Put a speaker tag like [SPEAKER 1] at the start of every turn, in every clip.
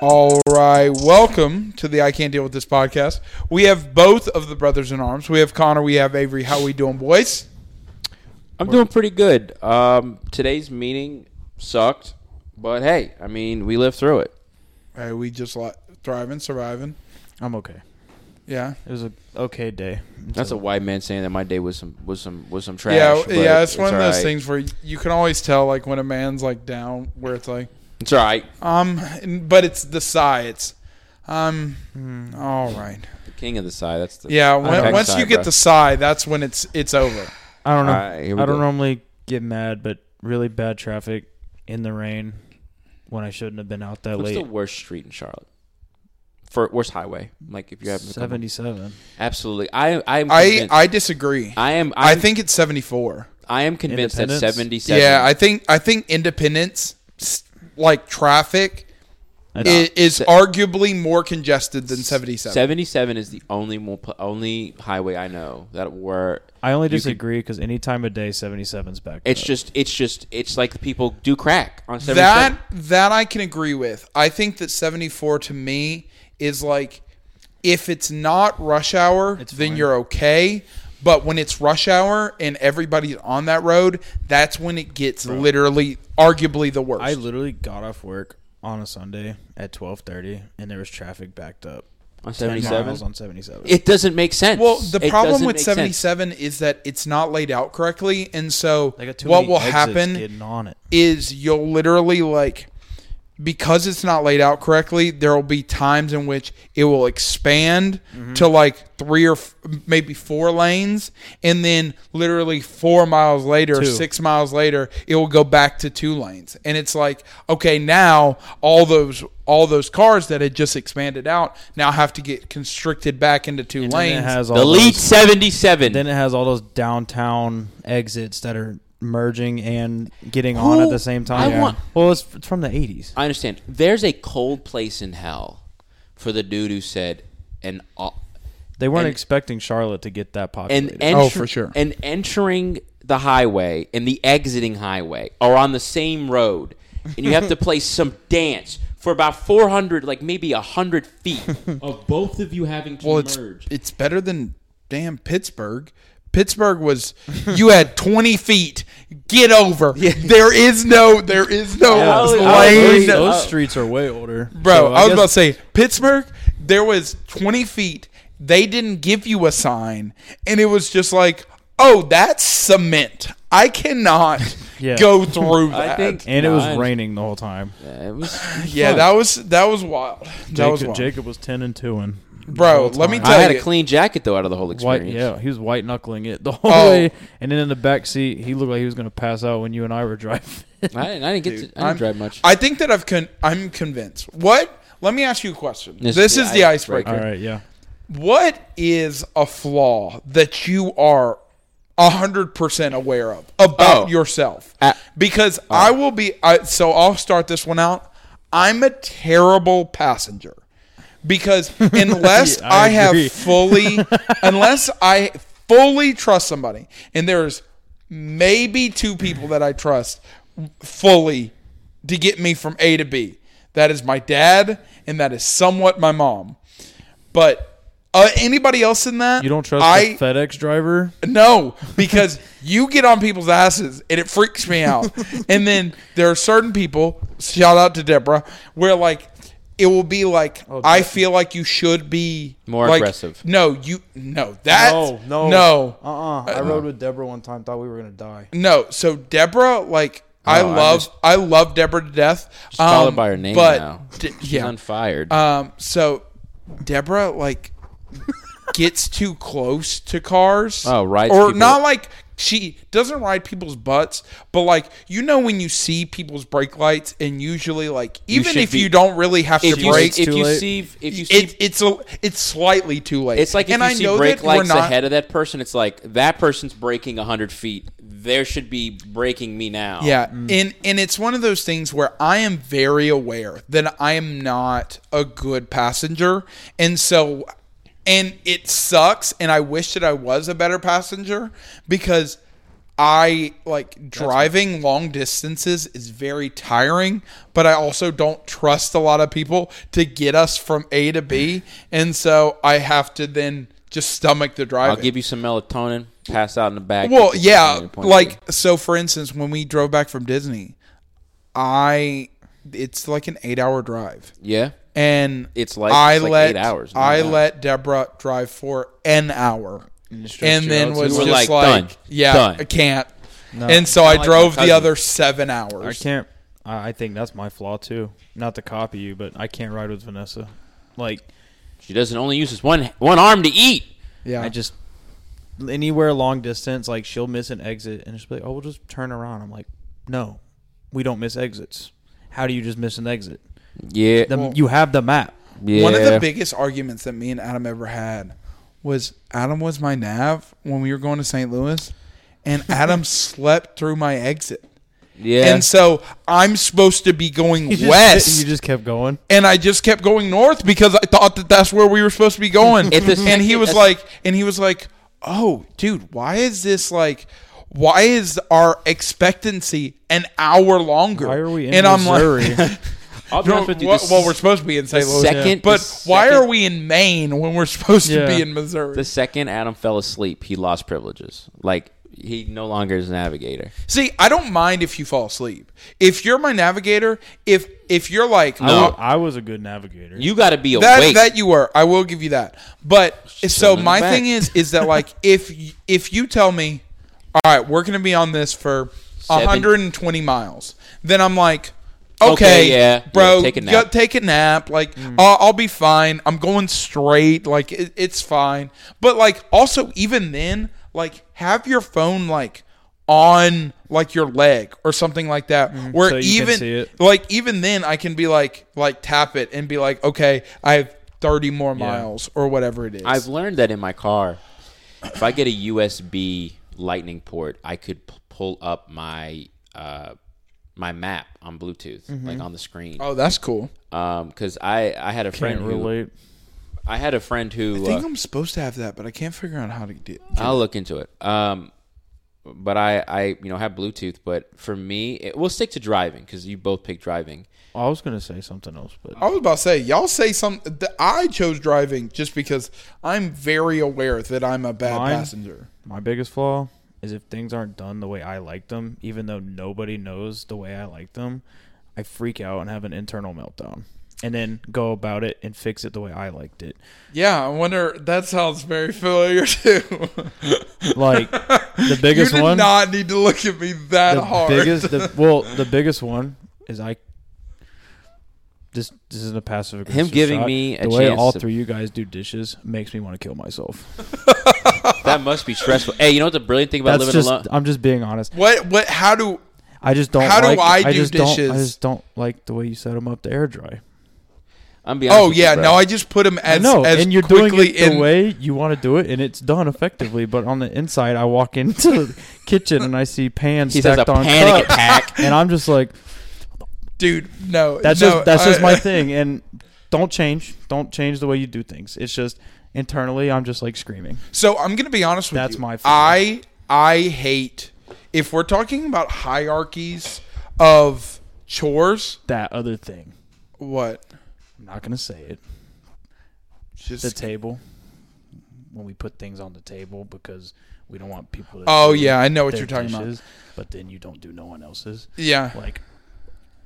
[SPEAKER 1] All right, welcome to the I Can't Deal with This podcast. We have both of the brothers in arms. We have Connor. We have Avery. How we doing, boys?
[SPEAKER 2] I'm doing pretty good. Um, today's meeting sucked, but hey, I mean, we lived through it.
[SPEAKER 1] Hey, we just li thriving, surviving.
[SPEAKER 3] I'm okay.
[SPEAKER 1] Yeah,
[SPEAKER 3] It was a okay day.
[SPEAKER 2] That's a white man saying that my day was some was some was some trash.
[SPEAKER 1] yeah,
[SPEAKER 2] but
[SPEAKER 1] yeah. It's, one of those
[SPEAKER 2] alright.
[SPEAKER 1] things where you can always tell, like when a man's like down, where it's like,
[SPEAKER 2] It's all right.
[SPEAKER 1] um, but it's the sigh. It's, um, all right.
[SPEAKER 2] The king of the side. That's the
[SPEAKER 1] Yeah,
[SPEAKER 2] Hmm. the
[SPEAKER 1] when,
[SPEAKER 2] king
[SPEAKER 1] once
[SPEAKER 2] side,
[SPEAKER 1] you get
[SPEAKER 2] bro.
[SPEAKER 1] the sigh, that's when it's it's over.
[SPEAKER 3] I don't know.
[SPEAKER 2] Alright, here we
[SPEAKER 3] I don't
[SPEAKER 2] go.
[SPEAKER 3] normally get mad, but really bad traffic in the rain when I shouldn't have been out that
[SPEAKER 2] What's the
[SPEAKER 3] late.
[SPEAKER 2] worst street in Charlotte? For worst highway, like if you have
[SPEAKER 3] Seventy-seven.
[SPEAKER 2] Absolutely, I I am
[SPEAKER 1] I
[SPEAKER 2] convinced, I,
[SPEAKER 1] I disagree. I,
[SPEAKER 2] am i think
[SPEAKER 1] think it's seventy four.
[SPEAKER 2] I am convinced that
[SPEAKER 3] Independence?
[SPEAKER 2] seventy seven.
[SPEAKER 1] Yeah, I think I think Independence, s- like traffic, i- is, arguably more congested than seventy seven.
[SPEAKER 2] seventy seven is the only mo- pl- only highway I know that where
[SPEAKER 3] I only
[SPEAKER 2] you could-
[SPEAKER 3] disagree because any time of day, 77's back.
[SPEAKER 2] It's
[SPEAKER 3] up.
[SPEAKER 2] just it's just it's like the people do crack on seventy seven.
[SPEAKER 1] That that I can agree with. I think that seventy four to me is like if it's not rush hour, then you're okay. But when it's rush hour and everybody's on that road, that's when it gets literally arguably the worst.
[SPEAKER 3] I literally got off work on a Sunday at twelve thirty, and there was traffic backed up.
[SPEAKER 2] On
[SPEAKER 3] 10
[SPEAKER 2] 77?
[SPEAKER 3] miles on seventy-seven.
[SPEAKER 2] It doesn't make sense.
[SPEAKER 1] Well, the
[SPEAKER 2] It
[SPEAKER 1] problem
[SPEAKER 2] doesn't
[SPEAKER 1] with
[SPEAKER 2] make sense.
[SPEAKER 1] 77 is that it's not laid out correctly. And so,
[SPEAKER 3] I got too
[SPEAKER 1] what
[SPEAKER 3] many
[SPEAKER 1] will
[SPEAKER 3] exits
[SPEAKER 1] happen
[SPEAKER 3] Getting on it.
[SPEAKER 1] is you'll literally, like, because it's not laid out correctly, there will be times in which it will expand
[SPEAKER 3] Mm-hmm.
[SPEAKER 1] to like three or f- maybe four lanes. And then, literally, four miles later,
[SPEAKER 3] Two.
[SPEAKER 1] six miles later, it will go back to two lanes. And it's like, okay, now all those. All those cars that had just expanded out now have to get constricted back into two
[SPEAKER 3] And then
[SPEAKER 1] lanes.
[SPEAKER 3] it has all
[SPEAKER 2] the lead
[SPEAKER 3] those-
[SPEAKER 2] seventy seven.
[SPEAKER 3] Then it has all those downtown exits that are merging and getting on at
[SPEAKER 2] Who-
[SPEAKER 3] the same time.
[SPEAKER 2] I Yeah. want-
[SPEAKER 3] well, it's, it's from the eighties.
[SPEAKER 2] I understand. There's a cold place in hell for the dude who said an au-
[SPEAKER 3] They weren't
[SPEAKER 2] And-
[SPEAKER 3] expecting Charlotte to get that populated.
[SPEAKER 2] and
[SPEAKER 1] Oh,
[SPEAKER 2] enter-
[SPEAKER 1] for sure.
[SPEAKER 2] and entering the highway and the exiting highway are on the same road, and you have to play some dance for about four hundred, like maybe hundred feet of both of you having to
[SPEAKER 1] Well, it's
[SPEAKER 2] merge.
[SPEAKER 1] it's better than damn Pittsburgh. Pittsburgh was you had twenty feet. Get over. There is no there is no
[SPEAKER 2] Yeah. I would- I would
[SPEAKER 1] lane.
[SPEAKER 2] agree.
[SPEAKER 3] those
[SPEAKER 2] uh,
[SPEAKER 3] streets are way older,
[SPEAKER 1] Bro,
[SPEAKER 3] So
[SPEAKER 1] I, was
[SPEAKER 3] guess-
[SPEAKER 1] about to say Pittsburgh. There was twenty feet. They didn't give you a sign, and it was just like, oh, that's cement. I cannot
[SPEAKER 3] Yeah.
[SPEAKER 1] go through
[SPEAKER 2] I
[SPEAKER 1] that.
[SPEAKER 2] think-
[SPEAKER 3] and it
[SPEAKER 2] No,
[SPEAKER 3] was
[SPEAKER 2] I-
[SPEAKER 3] raining the whole time.
[SPEAKER 2] Yeah, it was
[SPEAKER 1] yeah, that was that was wild. That
[SPEAKER 3] Jacob,
[SPEAKER 1] was wild,
[SPEAKER 3] Jacob was ten and two and
[SPEAKER 1] bro. Let me tell
[SPEAKER 2] I had
[SPEAKER 1] you,
[SPEAKER 2] a clean jacket though out of the whole
[SPEAKER 3] white.
[SPEAKER 2] experience.
[SPEAKER 3] Yeah, he was white knuckling it the whole
[SPEAKER 1] Oh.
[SPEAKER 3] way, and then in the back seat, he looked like he was going to pass out when you and I were driving.
[SPEAKER 2] I didn't, I didn't get to. I didn't
[SPEAKER 1] I'm-
[SPEAKER 2] drive much.
[SPEAKER 1] I think that I've con- I'm convinced. What? Let me ask you a question. This,
[SPEAKER 2] This is
[SPEAKER 1] is
[SPEAKER 2] the
[SPEAKER 1] the
[SPEAKER 2] icebreaker.
[SPEAKER 1] icebreaker.
[SPEAKER 3] All right, yeah.
[SPEAKER 1] What is a flaw that you are hundred percent aware of about
[SPEAKER 2] Oh.
[SPEAKER 1] yourself?
[SPEAKER 2] Uh,
[SPEAKER 1] because I will be. I, so I'll start this one out. I'm a terrible passenger because unless
[SPEAKER 3] I
[SPEAKER 1] I,
[SPEAKER 3] agree.
[SPEAKER 1] have fully, unless I fully trust somebody, and there's maybe two people that I trust fully to get me from A to B. That is my dad, and that is somewhat my mom. But uh, anybody else in that,
[SPEAKER 3] You don't trust
[SPEAKER 1] I
[SPEAKER 3] the FedEx driver?
[SPEAKER 1] no, because you get on people's asses and it freaks me out. and then there are certain people, shout out to Deborah, where like it will be like I feel like you should be
[SPEAKER 2] Oh, More
[SPEAKER 1] like-
[SPEAKER 2] aggressive.
[SPEAKER 1] No, you no that no no
[SPEAKER 3] Uh-uh. I rode with Deborah one time. Thought we were going to die.
[SPEAKER 1] no. So Deborah, like I
[SPEAKER 2] No, I
[SPEAKER 1] love
[SPEAKER 2] just-
[SPEAKER 1] I love Deborah to death. Just
[SPEAKER 2] call her by her name
[SPEAKER 1] but
[SPEAKER 2] now.
[SPEAKER 1] d-
[SPEAKER 2] She's
[SPEAKER 1] yeah,
[SPEAKER 2] unfired.
[SPEAKER 1] um, so Deborah like gets too close to cars.
[SPEAKER 2] Oh, rides
[SPEAKER 1] Or
[SPEAKER 2] people-
[SPEAKER 1] not like she doesn't ride people's butts, but like you know when you see people's brake lights, and usually like even
[SPEAKER 2] should
[SPEAKER 1] if
[SPEAKER 2] be-
[SPEAKER 1] you don't really have to
[SPEAKER 2] if you
[SPEAKER 1] brake,
[SPEAKER 2] if
[SPEAKER 3] too
[SPEAKER 2] you
[SPEAKER 3] late.
[SPEAKER 2] see if you see
[SPEAKER 1] it, it's a it's slightly too late.
[SPEAKER 2] it's like if
[SPEAKER 1] and
[SPEAKER 2] you
[SPEAKER 1] I
[SPEAKER 2] see
[SPEAKER 1] know
[SPEAKER 2] brake
[SPEAKER 1] that we're
[SPEAKER 2] lights
[SPEAKER 1] not,
[SPEAKER 2] ahead of that person, it's like that person's braking hundred feet. There should be braking me now. Mm.
[SPEAKER 1] Yeah, and and it's one of those things where I am very aware that I am not a good passenger, and so and it sucks, and I wish that I was a better passenger because I like driving long distances is very tiring, but I also don't trust a lot of people to get us from A to B,
[SPEAKER 2] Mm.
[SPEAKER 1] and so I have to then just stomach the driving.
[SPEAKER 2] I'll give you some melatonin. Pass out in the back.
[SPEAKER 1] Well,
[SPEAKER 2] Get you some
[SPEAKER 1] yeah,
[SPEAKER 2] melatonin, point
[SPEAKER 1] like so. For instance, when we drove back from Disney, I it's like an eight-hour drive,
[SPEAKER 2] B. yeah.
[SPEAKER 1] and
[SPEAKER 2] It's like-
[SPEAKER 1] I
[SPEAKER 2] it's like
[SPEAKER 1] let
[SPEAKER 2] eight hours, no
[SPEAKER 1] I
[SPEAKER 2] doubt.
[SPEAKER 1] let Deborah drive for an hour, and then was
[SPEAKER 2] You were
[SPEAKER 1] just
[SPEAKER 2] like,
[SPEAKER 1] like,
[SPEAKER 2] "Done.
[SPEAKER 1] yeah,
[SPEAKER 2] Done."
[SPEAKER 1] I can't. and so I drove the
[SPEAKER 2] cousin.
[SPEAKER 1] other seven hours.
[SPEAKER 3] I can't. I I think that's my flaw too. Not to copy you, but I can't ride with Vanessa. Like
[SPEAKER 2] She doesn't only use this one one arm to eat.
[SPEAKER 1] Yeah,
[SPEAKER 3] I just anywhere long distance, like she'll miss an exit and she'll be like, "Oh, we'll just turn around." I'm like, "No, we don't miss exits. How do you just miss an exit?
[SPEAKER 2] Yeah.
[SPEAKER 3] The, you have the map.
[SPEAKER 2] yeah.
[SPEAKER 1] One of the biggest arguments that me and Adam ever had was Adam was my nav when we were going to St. Louis, and Adam slept through my exit.
[SPEAKER 2] Yeah.
[SPEAKER 1] And so I'm supposed to be going
[SPEAKER 3] You just-
[SPEAKER 1] west,
[SPEAKER 3] You just kept going.
[SPEAKER 1] and I just kept going north because I thought that that's where we were supposed to be going.
[SPEAKER 2] At the
[SPEAKER 1] and he
[SPEAKER 2] second-
[SPEAKER 1] was like, and he was like, "Oh, dude, why is this like?" Why is our expectancy an hour longer?
[SPEAKER 3] Why are we in
[SPEAKER 1] and
[SPEAKER 3] Missouri?
[SPEAKER 1] I'm like,
[SPEAKER 2] I'll be
[SPEAKER 1] No,
[SPEAKER 2] honest with you,
[SPEAKER 1] wha-
[SPEAKER 2] this-
[SPEAKER 1] well, we're supposed to be in St. Louis,
[SPEAKER 2] second-
[SPEAKER 1] yeah. but
[SPEAKER 2] the
[SPEAKER 1] why
[SPEAKER 2] second-
[SPEAKER 1] are we in Maine when we're supposed
[SPEAKER 3] Yeah.
[SPEAKER 1] to be in Missouri?
[SPEAKER 2] the second Adam fell asleep, he lost privileges. Like he no longer is a navigator.
[SPEAKER 1] See, I don't mind if you fall asleep. If you're my navigator, if if you're like
[SPEAKER 3] I,
[SPEAKER 2] No.
[SPEAKER 3] wa- I was a good navigator.
[SPEAKER 2] You got to be
[SPEAKER 1] that
[SPEAKER 2] awake.
[SPEAKER 1] that you were, I will give you that. But so
[SPEAKER 2] holding it
[SPEAKER 1] my
[SPEAKER 2] back.
[SPEAKER 1] thing is, is that like if y- if you tell me, all right, we're going to be on this for
[SPEAKER 2] Seven-
[SPEAKER 1] 120 miles, then I'm like. Okay,
[SPEAKER 2] Okay, yeah,
[SPEAKER 1] bro,
[SPEAKER 2] yeah, take a nap. Mm.
[SPEAKER 1] go- take a nap. Like, I'll, I'll be fine. I'm going straight. Like, it, it's fine. But like, also, even then, like, have your phone like on like your leg or something like that,
[SPEAKER 2] Mm,
[SPEAKER 1] where
[SPEAKER 3] so you
[SPEAKER 1] even
[SPEAKER 3] can see it.
[SPEAKER 1] like even then I can be like like tap it and be like, okay, I have thirty more miles or whatever it is.
[SPEAKER 2] I've learned that in my car, if I get a USB Lightning port, I could p- pull up my uh, my map on Bluetooth, like on the screen.
[SPEAKER 1] oh, that's cool.
[SPEAKER 2] Because I I had a friend
[SPEAKER 3] can't
[SPEAKER 2] who
[SPEAKER 3] relate.
[SPEAKER 2] I had a friend who
[SPEAKER 1] I think
[SPEAKER 2] uh,
[SPEAKER 1] I'm supposed to have that, but I can't figure out how to get.
[SPEAKER 2] I'll look into it. Um, but I, I, you know, have Bluetooth. But for me, it, we'll stick to driving because you both pick driving.
[SPEAKER 3] I was gonna say something else, but
[SPEAKER 1] I was about to say, y'all say something. Th- I chose driving just because I'm very aware that I'm a bad
[SPEAKER 3] Mine?
[SPEAKER 1] passenger.
[SPEAKER 3] my biggest flaw is if things aren't done the way I like them, even though nobody knows the way I like them, I freak out and have an internal meltdown, and then go about it and fix it the way I liked it.
[SPEAKER 1] Yeah, I wonder. That sounds very familiar too.
[SPEAKER 3] Like the
[SPEAKER 1] you
[SPEAKER 3] biggest
[SPEAKER 1] did
[SPEAKER 3] one.
[SPEAKER 1] not need to look at me that
[SPEAKER 3] the
[SPEAKER 1] hard.
[SPEAKER 3] biggest the, well the biggest one is i this this isn't a passive aggressive
[SPEAKER 2] Him giving
[SPEAKER 3] shot.
[SPEAKER 2] me a
[SPEAKER 3] the way
[SPEAKER 2] chance
[SPEAKER 3] all
[SPEAKER 2] to-
[SPEAKER 3] three of you guys do dishes makes me want to kill myself
[SPEAKER 2] That must be stressful. Hey, you know what the brilliant thing about
[SPEAKER 3] that's
[SPEAKER 2] living
[SPEAKER 3] just
[SPEAKER 2] alone?
[SPEAKER 3] i'm just being honest
[SPEAKER 1] what? What? How do? oh,
[SPEAKER 3] i just don't
[SPEAKER 1] How do
[SPEAKER 3] like-
[SPEAKER 1] I do
[SPEAKER 3] just
[SPEAKER 1] dishes?
[SPEAKER 3] don't, i just don't like the way you set them up to air dry
[SPEAKER 2] I'm being. honest
[SPEAKER 1] Oh
[SPEAKER 2] with you,
[SPEAKER 1] yeah,
[SPEAKER 2] bro.
[SPEAKER 1] no, I just put them
[SPEAKER 3] I
[SPEAKER 1] as
[SPEAKER 3] know,
[SPEAKER 1] as
[SPEAKER 3] and you're doing
[SPEAKER 1] quickly
[SPEAKER 3] it the
[SPEAKER 1] in
[SPEAKER 3] way you want to do it, and it's done effectively. But on the inside, I walk into the kitchen and I see pans
[SPEAKER 2] He says a
[SPEAKER 3] stacked on
[SPEAKER 2] panic
[SPEAKER 3] cup,
[SPEAKER 2] attack.
[SPEAKER 3] and I'm just like,
[SPEAKER 1] dude. No,
[SPEAKER 3] That's
[SPEAKER 1] no,
[SPEAKER 3] just that's just
[SPEAKER 1] I-
[SPEAKER 3] my thing. And don't change. Don't change the way you do things. It's just internally I'm just like screaming.
[SPEAKER 1] So I'm gonna be honest with
[SPEAKER 3] That's
[SPEAKER 1] you.
[SPEAKER 3] my favorite.
[SPEAKER 1] I I hate if we're talking about hierarchies of chores.
[SPEAKER 3] That other thing.
[SPEAKER 1] What?
[SPEAKER 3] I'm not gonna say it.
[SPEAKER 1] Just
[SPEAKER 3] The table. When we put things on the table because we don't want people to
[SPEAKER 1] Oh,
[SPEAKER 3] do
[SPEAKER 1] yeah, I know what
[SPEAKER 3] their
[SPEAKER 1] you're talking about.
[SPEAKER 3] dishes, But then you don't do no one else's.
[SPEAKER 1] yeah,
[SPEAKER 3] Like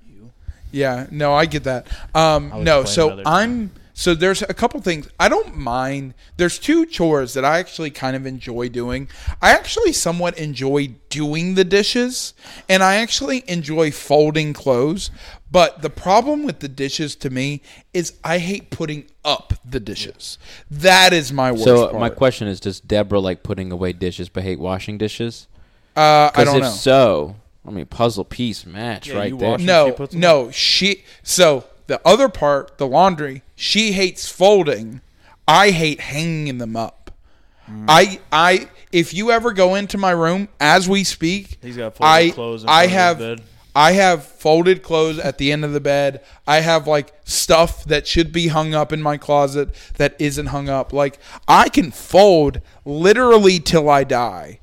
[SPEAKER 3] you.
[SPEAKER 1] yeah. No, I get that. Um,
[SPEAKER 3] I'll
[SPEAKER 1] no,
[SPEAKER 3] explain
[SPEAKER 1] so
[SPEAKER 3] another time.
[SPEAKER 1] I'm so there's a couple things I don't mind. There's two chores that I actually kind of enjoy doing. I actually somewhat enjoy doing the dishes, and I actually enjoy folding clothes. But the problem with the dishes to me is I hate putting up the dishes. That is my worst
[SPEAKER 2] So
[SPEAKER 1] part.
[SPEAKER 2] my question is: Does Deborah like putting away dishes but hate washing dishes?
[SPEAKER 1] Uh, I
[SPEAKER 2] Because
[SPEAKER 1] don't
[SPEAKER 2] if
[SPEAKER 1] know.
[SPEAKER 2] so, I mean, puzzle piece match
[SPEAKER 3] Yeah,
[SPEAKER 2] right
[SPEAKER 3] you
[SPEAKER 2] there.
[SPEAKER 3] wash-
[SPEAKER 1] no,
[SPEAKER 3] she puts them
[SPEAKER 1] no, she. So the other part, the laundry, she hates folding. I hate hanging them up.
[SPEAKER 3] Hmm.
[SPEAKER 1] I, I. If you ever go into my room as we speak,
[SPEAKER 3] He's got folded
[SPEAKER 1] I,
[SPEAKER 3] clothes in
[SPEAKER 1] I
[SPEAKER 3] front of his
[SPEAKER 1] have.
[SPEAKER 3] bed.
[SPEAKER 1] I have folded clothes at the end of the bed. I have like stuff that should be hung up in my closet that isn't hung up. Like I can fold literally till I die.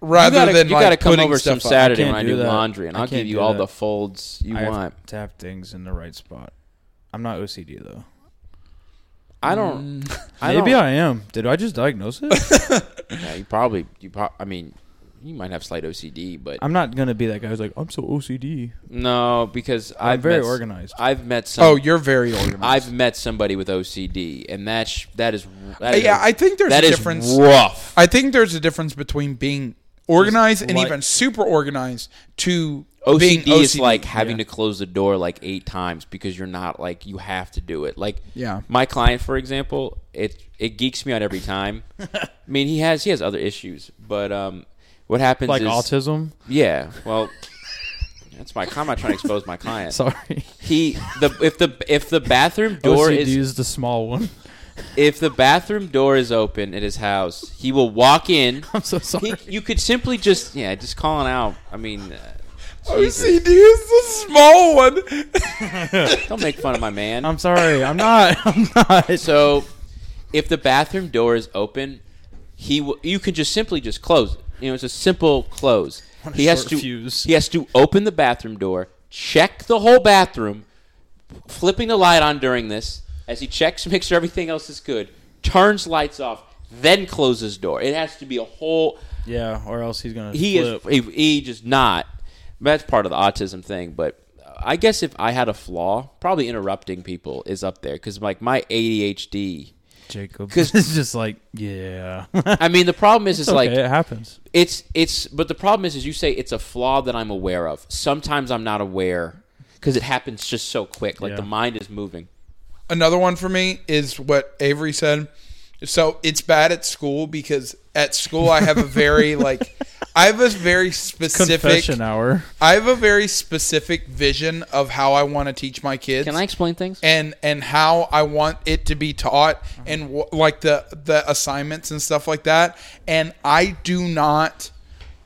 [SPEAKER 1] rather
[SPEAKER 2] you gotta,
[SPEAKER 1] than
[SPEAKER 2] you
[SPEAKER 1] like
[SPEAKER 2] gotta come
[SPEAKER 1] putting
[SPEAKER 2] over some
[SPEAKER 1] stuff up.
[SPEAKER 2] Saturday when
[SPEAKER 3] can't
[SPEAKER 2] I
[SPEAKER 3] do
[SPEAKER 2] do
[SPEAKER 3] that.
[SPEAKER 2] laundry, and
[SPEAKER 3] I
[SPEAKER 2] I'll give
[SPEAKER 3] can't
[SPEAKER 2] you
[SPEAKER 3] do
[SPEAKER 2] all
[SPEAKER 3] that.
[SPEAKER 2] the folds you
[SPEAKER 3] I have
[SPEAKER 2] want.
[SPEAKER 3] to have things in the right spot. I'm not OCD though.
[SPEAKER 2] I don't.
[SPEAKER 3] Mm.
[SPEAKER 2] I
[SPEAKER 3] Maybe
[SPEAKER 2] don't-
[SPEAKER 3] I am. Did I just diagnose it?
[SPEAKER 2] Yeah, you probably. You. Pro- I mean, you might have slight OCD, but
[SPEAKER 3] I'm not gonna be that guy who's like, I'm so OCD.
[SPEAKER 2] no, because i
[SPEAKER 3] I'm
[SPEAKER 2] have
[SPEAKER 3] very
[SPEAKER 2] met, s-
[SPEAKER 3] organized.
[SPEAKER 2] I've met some.
[SPEAKER 1] Oh, you're very organized.
[SPEAKER 2] I've met somebody with OCD, and that's that is. That is
[SPEAKER 1] Uh, yeah, I think there's
[SPEAKER 2] that
[SPEAKER 1] a
[SPEAKER 2] is
[SPEAKER 1] difference.
[SPEAKER 2] rough.
[SPEAKER 1] I think there's a difference between being organized and
[SPEAKER 3] like-
[SPEAKER 1] even super organized to
[SPEAKER 2] OCD,
[SPEAKER 1] being OCD.
[SPEAKER 2] is like having to close the door like eight times because you're not like you have to do it. Like
[SPEAKER 1] Yeah.
[SPEAKER 2] my client, for example, it it geeks me out every time. I mean, he has he has other issues, but um, what happens
[SPEAKER 3] Like
[SPEAKER 2] is
[SPEAKER 3] autism.
[SPEAKER 2] yeah. Well, that's my. I'm not trying to expose my client.
[SPEAKER 3] Sorry.
[SPEAKER 2] He the if the if the bathroom door
[SPEAKER 3] OCD
[SPEAKER 2] is
[SPEAKER 3] is the small one.
[SPEAKER 2] if the bathroom door is open at his house, he will walk in.
[SPEAKER 3] I'm so sorry.
[SPEAKER 2] He, you could simply just yeah, just calling out. I mean, uh, Jesus.
[SPEAKER 1] OCD is the small one.
[SPEAKER 2] don't make fun of my man.
[SPEAKER 3] I'm sorry. I'm not. I'm not.
[SPEAKER 2] So, if the bathroom door is open, he w- you can just simply just close it. You know, it's a simple close.
[SPEAKER 3] a
[SPEAKER 2] He has
[SPEAKER 3] short
[SPEAKER 2] to
[SPEAKER 3] fuse.
[SPEAKER 2] he has to open the bathroom door, check the whole bathroom, flipping the light on during this as he checks, makes sure everything else is good, turns lights off, then closes door. It has to be a whole.
[SPEAKER 3] Yeah, or else he's gonna.
[SPEAKER 2] He
[SPEAKER 3] flip.
[SPEAKER 2] is he, he just not. That's part of the autism thing, but. I guess if I had a flaw, probably interrupting people is up there because like my ADHD
[SPEAKER 3] Jacob.
[SPEAKER 2] 'Cause-
[SPEAKER 3] it's just like, yeah.
[SPEAKER 2] I mean, the problem is, it's,
[SPEAKER 3] okay,
[SPEAKER 2] like
[SPEAKER 3] it happens.
[SPEAKER 2] it's it's. But the problem is, is you say it's a flaw that I'm aware of. Sometimes I'm not aware because it happens just so quick. Like
[SPEAKER 3] Yeah.
[SPEAKER 2] the mind is moving.
[SPEAKER 1] Another one for me is what Avery said. So it's bad at school because at school I have a very like I have a very specific
[SPEAKER 3] Confession hour.
[SPEAKER 1] I have a very specific vision of how I want to teach my kids.
[SPEAKER 2] Can I explain things?
[SPEAKER 1] and and how I want it to be taught
[SPEAKER 3] Mm-hmm.
[SPEAKER 1] and wh- like the the assignments and stuff like that. And I do not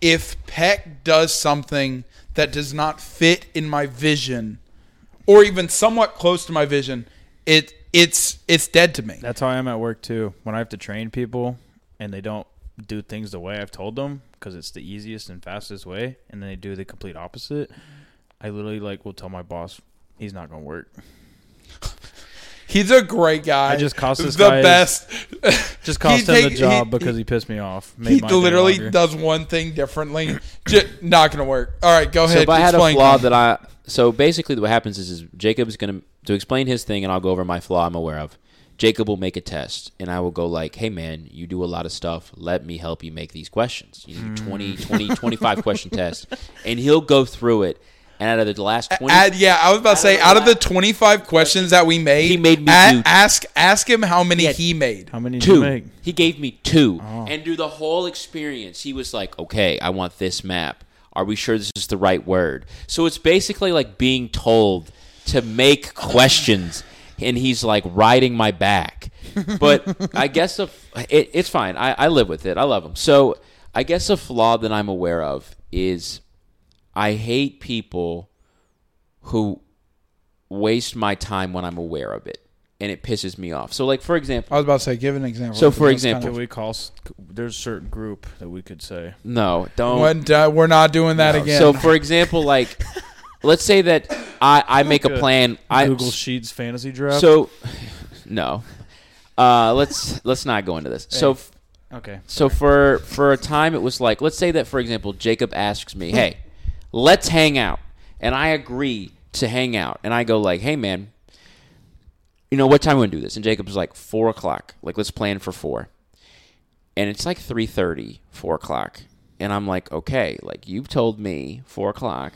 [SPEAKER 1] if Peck does something that does not fit in my vision or even somewhat close to my vision, it it's it's dead to me.
[SPEAKER 3] That's how I am at work too. When I have to train people and they don't do things the way I've told them because it's the easiest and fastest way, and then they do the complete opposite, I literally like will tell my boss he's not gonna work.
[SPEAKER 1] He's a great guy.
[SPEAKER 3] I just cost this
[SPEAKER 1] the
[SPEAKER 3] guy his-
[SPEAKER 1] best.
[SPEAKER 3] Just cost
[SPEAKER 1] He
[SPEAKER 3] him
[SPEAKER 1] take-
[SPEAKER 3] the job
[SPEAKER 1] he-
[SPEAKER 3] because he, pissed me off. Made
[SPEAKER 1] He
[SPEAKER 3] my day
[SPEAKER 1] literally
[SPEAKER 3] longer.
[SPEAKER 1] does one thing differently. Ju- not gonna work. All right, go
[SPEAKER 2] So
[SPEAKER 1] ahead.
[SPEAKER 2] if I had a
[SPEAKER 1] explain.
[SPEAKER 2] flaw that I so basically what happens is, is Jacob's gonna to explain his thing and I'll go over my flaw I'm aware of. Jacob will make a test and I will go like, "Hey man, you do a lot of stuff. Let me help you make these questions. You
[SPEAKER 3] Mm.
[SPEAKER 2] do 20, 20, 25 question test." And he'll go through it and out of the last 20
[SPEAKER 1] Add, yeah, I was about to say,
[SPEAKER 2] of
[SPEAKER 1] out
[SPEAKER 2] the
[SPEAKER 1] of the
[SPEAKER 2] last-
[SPEAKER 1] 25 questions that we made,
[SPEAKER 2] He made me
[SPEAKER 1] a-
[SPEAKER 2] do-
[SPEAKER 1] ask ask him how many he made.
[SPEAKER 3] How many did you
[SPEAKER 2] two.
[SPEAKER 3] make?
[SPEAKER 2] He gave me two, and through the whole experience, he was like, "Okay, I want this map. Are we sure this is the right word?" So it's basically like being told to make questions, and he's like riding my back. But I guess a, it, it's fine. I, I live with it. I love him. So I guess a flaw that I'm aware of is I hate people who waste my time when I'm aware of it. And it pisses me off. So, like for example,
[SPEAKER 1] I was about to say, give an example.
[SPEAKER 2] So, for
[SPEAKER 1] That's kind
[SPEAKER 2] example-
[SPEAKER 3] Can we call? s- There's a certain group that we could say.
[SPEAKER 2] No,
[SPEAKER 1] of-
[SPEAKER 2] don't.
[SPEAKER 1] What- uh, we're not doing that again.
[SPEAKER 2] So, for example, like, let's say that I, I make a
[SPEAKER 3] Good.
[SPEAKER 2] plan. I
[SPEAKER 3] Google Sheets fantasy draft.
[SPEAKER 2] so no. Uh, let's let's not go into this. So f-
[SPEAKER 3] okay,
[SPEAKER 2] so for for a time it was like let's say that for example Jacob asks me, "Hey, let's hang out." And I agree to hang out. And I go like, "Hey man, you know what time we want to do this?" And Jacob's like, four o'clock. Like let's plan for four. And it's like 3.30, 4 o'clock. And I'm like, okay, like you've told me 4 o'clock.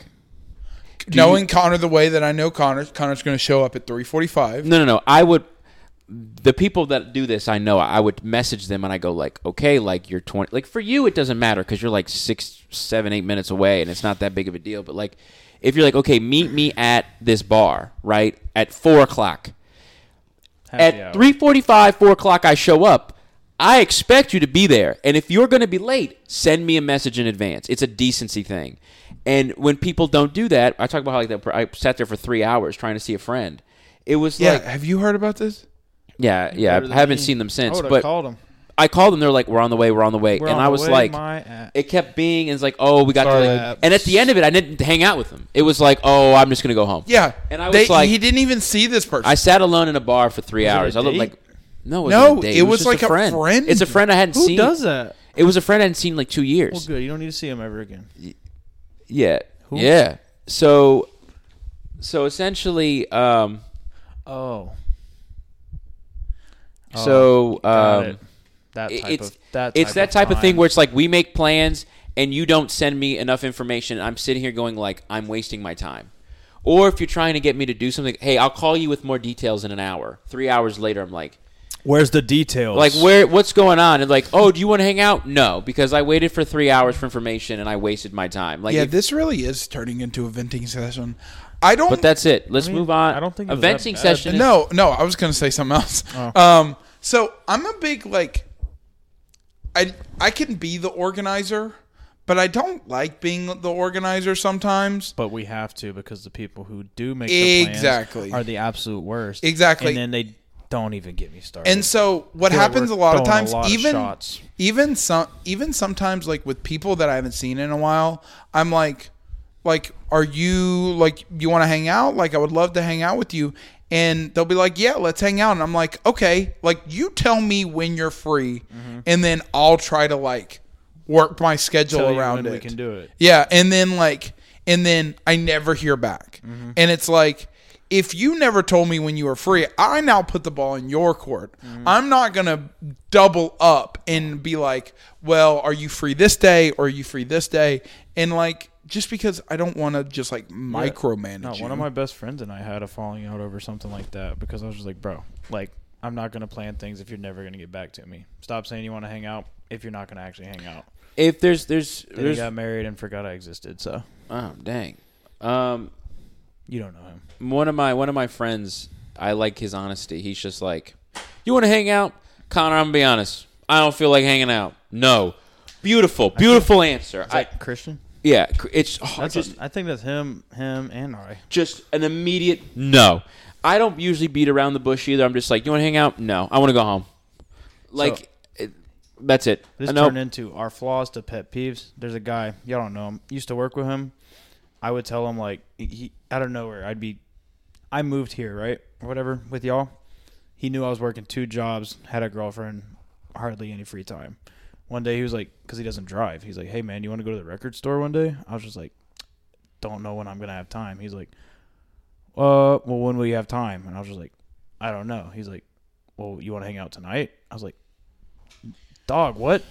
[SPEAKER 1] Knowing Connor the way that I know Connor, Connor's going to show up at 3:45.
[SPEAKER 2] No, no, no. I would the people that do this, I know. I would message them and I go like, okay, like you're twenty. Like for you, it doesn't matter because you're like six, seven, eight minutes away, and it's not that big of a deal. But like, if you're like, okay, meet me at this bar, right, at four o'clock.
[SPEAKER 3] Happy hour.
[SPEAKER 2] at three forty-five, four o'clock, I show up. I expect you to be there, and if you're going to be late, send me a message in advance. It's a decency thing. And when people don't do that, I talk about how like that. I sat there for three hours trying to see a friend. It was
[SPEAKER 1] yeah,
[SPEAKER 2] like
[SPEAKER 1] have you heard about this?
[SPEAKER 2] yeah, yeah.
[SPEAKER 3] Better
[SPEAKER 2] I
[SPEAKER 3] than
[SPEAKER 2] haven't
[SPEAKER 3] me.
[SPEAKER 2] seen them
[SPEAKER 3] I
[SPEAKER 2] since,
[SPEAKER 3] would have
[SPEAKER 2] but
[SPEAKER 3] called him.
[SPEAKER 2] I called them. They're like, "We're on the way. We're on the way."
[SPEAKER 3] We're
[SPEAKER 2] and
[SPEAKER 3] on
[SPEAKER 2] I
[SPEAKER 3] the
[SPEAKER 2] was
[SPEAKER 3] way,
[SPEAKER 2] like,
[SPEAKER 3] my ass.
[SPEAKER 2] it kept being, and it's like, "Oh, we got
[SPEAKER 3] Sorry,
[SPEAKER 2] to."
[SPEAKER 3] laps.
[SPEAKER 2] Like, and at the end of it, I didn't hang out with them. It was like, "Oh, I'm just gonna go home."
[SPEAKER 1] Yeah,
[SPEAKER 2] And I was
[SPEAKER 1] They-
[SPEAKER 2] like,
[SPEAKER 1] he didn't even see this person.
[SPEAKER 2] I sat alone in a bar for three hours. I looked
[SPEAKER 3] date?
[SPEAKER 2] like no, it
[SPEAKER 1] No,
[SPEAKER 2] wasn't a date.
[SPEAKER 1] it was
[SPEAKER 2] just
[SPEAKER 1] like a
[SPEAKER 2] friend.
[SPEAKER 1] friend.
[SPEAKER 2] It's a friend I hadn't
[SPEAKER 3] Who
[SPEAKER 2] seen.
[SPEAKER 3] does that?
[SPEAKER 2] It was a friend I hadn't seen in, like two years.
[SPEAKER 3] Well, good. You don't need to see him ever again.
[SPEAKER 2] Yeah. Yeah. So, so essentially, um,
[SPEAKER 3] Oh,
[SPEAKER 2] so
[SPEAKER 3] got
[SPEAKER 2] um,
[SPEAKER 3] it. That
[SPEAKER 2] it-
[SPEAKER 3] type
[SPEAKER 2] it's
[SPEAKER 3] of that.
[SPEAKER 2] it's
[SPEAKER 3] type
[SPEAKER 2] that
[SPEAKER 3] of
[SPEAKER 2] type of thing
[SPEAKER 3] time.
[SPEAKER 2] where it's like we make plans and you don't send me enough information. I'm sitting here going like I'm wasting my time. Or if you're trying to get me to do something, hey, I'll call you with more details in an hour. Three hours later, I'm like,
[SPEAKER 3] Where's the details?
[SPEAKER 2] like where what's going on and like oh do you want to hang out no because i waited for three hours for information and i wasted my time like
[SPEAKER 1] yeah,
[SPEAKER 2] if-
[SPEAKER 1] this really is turning into a venting session. I don't.
[SPEAKER 2] but that's it let's
[SPEAKER 3] I mean,
[SPEAKER 2] move on
[SPEAKER 3] I don't think it
[SPEAKER 2] a
[SPEAKER 3] was that
[SPEAKER 2] venting
[SPEAKER 3] bad.
[SPEAKER 2] session is-
[SPEAKER 1] no, no, I was gonna say something else. Um, so I'm a big like, I I can be the organizer, but I don't like being the organizer sometimes.
[SPEAKER 3] but we have to because the people who do make the
[SPEAKER 1] Exactly.
[SPEAKER 3] plans are the absolute worst.
[SPEAKER 1] Exactly.
[SPEAKER 3] and then they don't even get me started.
[SPEAKER 1] And so what
[SPEAKER 3] Boy,
[SPEAKER 1] happens a
[SPEAKER 3] we're
[SPEAKER 1] lot of
[SPEAKER 3] throwing a
[SPEAKER 1] times,
[SPEAKER 3] lot of
[SPEAKER 1] even
[SPEAKER 3] shots.
[SPEAKER 1] even some even sometimes like with people that I haven't seen in a while, I'm like, like, are you like you want to hang out? Like I would love to hang out with you. And they'll be like, yeah, let's hang out. And I'm like, okay, like you tell me when you're free,
[SPEAKER 3] Mm-hmm.
[SPEAKER 1] and then I'll try to like work my schedule
[SPEAKER 3] Tell you
[SPEAKER 1] around
[SPEAKER 3] when
[SPEAKER 1] it.
[SPEAKER 3] we can do it.
[SPEAKER 1] Yeah, and then like, and then I never hear back,
[SPEAKER 3] Mm-hmm.
[SPEAKER 1] and it's like, if you never told me when you were free, I now put the ball in your court.
[SPEAKER 3] Mm-hmm.
[SPEAKER 1] I'm not gonna double up and be like, well, are you free this day or are you free this day, and like. Just because I don't want to just like micromanage
[SPEAKER 3] No,
[SPEAKER 1] you.
[SPEAKER 3] one of my best friends and I had a falling out over something like that because I was just like, bro, like I'm not gonna plan things if you're never gonna get back to me. Stop saying you want to hang out if you're not gonna actually hang out.
[SPEAKER 2] if there's there's,
[SPEAKER 3] Then he
[SPEAKER 2] there's
[SPEAKER 3] got married and forgot I existed, so
[SPEAKER 2] oh dang um
[SPEAKER 3] you don't know him.
[SPEAKER 2] one of my one of my friends i like his honesty he's just like you want to hang out connor i'm gonna be honest i don't feel like hanging out no beautiful beautiful answer I,
[SPEAKER 3] Christian?
[SPEAKER 2] yeah it's oh,
[SPEAKER 3] That's
[SPEAKER 2] just-
[SPEAKER 3] a, I think that's him, him, and I.
[SPEAKER 2] just an immediate no. I don't usually beat around the bush either. I'm just like, you want to hang out? No, I want to go home. Like, it, that's it.
[SPEAKER 3] This
[SPEAKER 2] Uh, nope.
[SPEAKER 3] turned into our flaws to pet peeves. There's a guy, y'all don't know him. Used to work with him. I would tell him like he- he out of nowhere. I'd be, I moved here right or whatever with y'all. He knew I was working two jobs, had a girlfriend, hardly any free time. One day he was like, because he doesn't drive. He's like, hey man, you want to go to the record store one day? I was just like, don't know when I'm gonna have time. He's like, uh, well, when will you have time? And I was just like, I don't know. He's like, well, you want to hang out tonight? I was like, dog, what?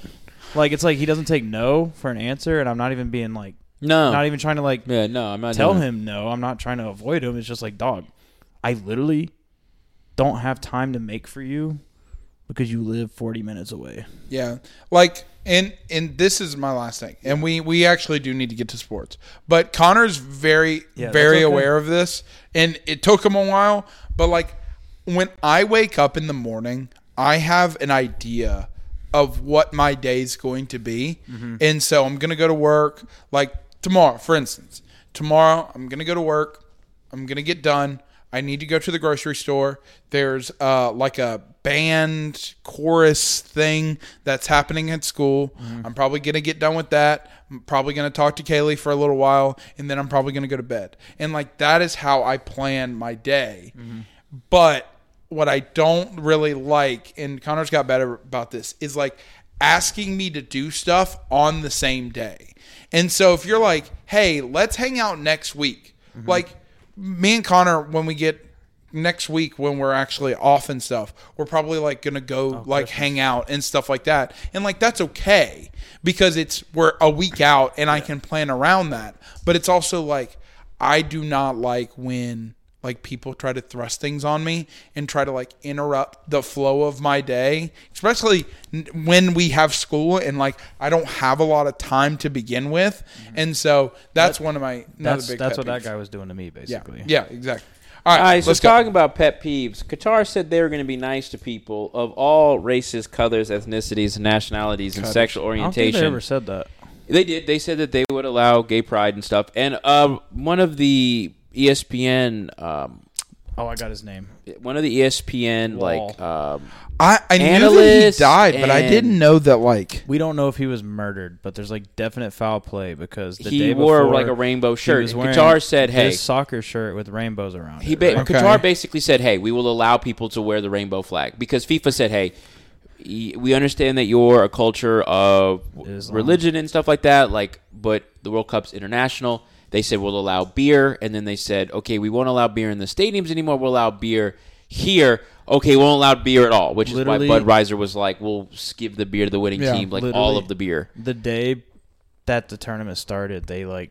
[SPEAKER 3] Like, it's like he doesn't take no for an answer, and I'm not even being like,
[SPEAKER 2] no.
[SPEAKER 3] not even trying to like
[SPEAKER 2] yeah, no, I'm not.
[SPEAKER 3] tell
[SPEAKER 2] doing it.
[SPEAKER 3] him no. I'm not trying to avoid him. It's just like, dog, I literally don't have time to make for you because you live 40 minutes away.
[SPEAKER 1] Yeah. Like and and this is my last thing. And we we actually do need to get to sports. But Connor's very
[SPEAKER 3] Yeah,
[SPEAKER 1] very
[SPEAKER 3] that's okay.
[SPEAKER 1] aware of this and it took him a while, but like when I wake up in the morning, I have an idea of what my day's going to be.
[SPEAKER 3] Mm-hmm.
[SPEAKER 1] And so I'm going to go to work like tomorrow, for instance. Tomorrow I'm going to go to work. I'm gonna get done. I need to go to the grocery store. There's uh, like a band chorus thing that's happening at school. I'm probably gonna get done with that. I'm probably gonna talk to Kaylee for a little while, and then I'm probably gonna go to bed. And like that is how I plan my day. But what I don't really like, and Connor's got better about this, is like asking me to do stuff on the same day. And so if you're like, hey, let's hang out next week, like me and Connor, when we get next week when we're actually off and stuff we're probably like gonna go
[SPEAKER 3] Oh,
[SPEAKER 1] like hang out and stuff like that and like that's okay because it's we're a week out and i can plan around that but it's also like I do not like when like people try to thrust things on me and try to like interrupt the flow of my day, especially n- when we have school and like I don't have a lot of time to begin with, and so that's one of my another
[SPEAKER 3] Mm-hmm. That's
[SPEAKER 1] big
[SPEAKER 3] that's
[SPEAKER 1] pet
[SPEAKER 3] what that
[SPEAKER 1] peeves.
[SPEAKER 3] guy was doing to me, basically.
[SPEAKER 1] Yeah, yeah, exactly. All right,
[SPEAKER 2] All right, so
[SPEAKER 1] let's go.
[SPEAKER 2] talking about pet peeves, Qatar said they were going to be nice to people of all races, colors, ethnicities, nationalities, and sexual
[SPEAKER 3] I don't think they
[SPEAKER 2] orientation.
[SPEAKER 3] ever said that.
[SPEAKER 2] They did. They said that they would E allow gay pride and stuff. And uh, one of the ESPN um,
[SPEAKER 3] Oh, I got his name.
[SPEAKER 2] one of the E ESPN
[SPEAKER 3] Wall.
[SPEAKER 2] like um,
[SPEAKER 1] I, I knew that he
[SPEAKER 2] Analysts
[SPEAKER 1] died, but I
[SPEAKER 2] and-
[SPEAKER 1] didn't know that. Like,
[SPEAKER 3] We don't know if he was murdered, but there's like definite foul play because the
[SPEAKER 2] he
[SPEAKER 3] day
[SPEAKER 2] wore
[SPEAKER 3] before,
[SPEAKER 2] like a rainbow
[SPEAKER 3] he
[SPEAKER 2] shirt.
[SPEAKER 3] was
[SPEAKER 2] And
[SPEAKER 3] wearing
[SPEAKER 2] Qatar said, "Hey."
[SPEAKER 3] this soccer shirt with rainbows around."
[SPEAKER 2] He
[SPEAKER 3] it,
[SPEAKER 2] ba-
[SPEAKER 3] right?
[SPEAKER 1] Okay.
[SPEAKER 2] Qatar basically said, "Hey, we will allow people to wear the rainbow flag because FIFA said, "Hey, y- we understand that you're a culture of
[SPEAKER 3] Islam.
[SPEAKER 2] religion and stuff like that, like but the World Cup's international." They said we'll allow beer and then they said, "Okay, we won't allow beer in the stadiums anymore. We'll allow beer here." Okay, we won't allow beer at all, which
[SPEAKER 3] Literally-
[SPEAKER 2] is why Budweiser was like, "We'll s- give the beer to the winning
[SPEAKER 1] Yeah,
[SPEAKER 2] team, like all
[SPEAKER 3] literally.
[SPEAKER 2] of the beer."
[SPEAKER 3] the day that the tournament started, they like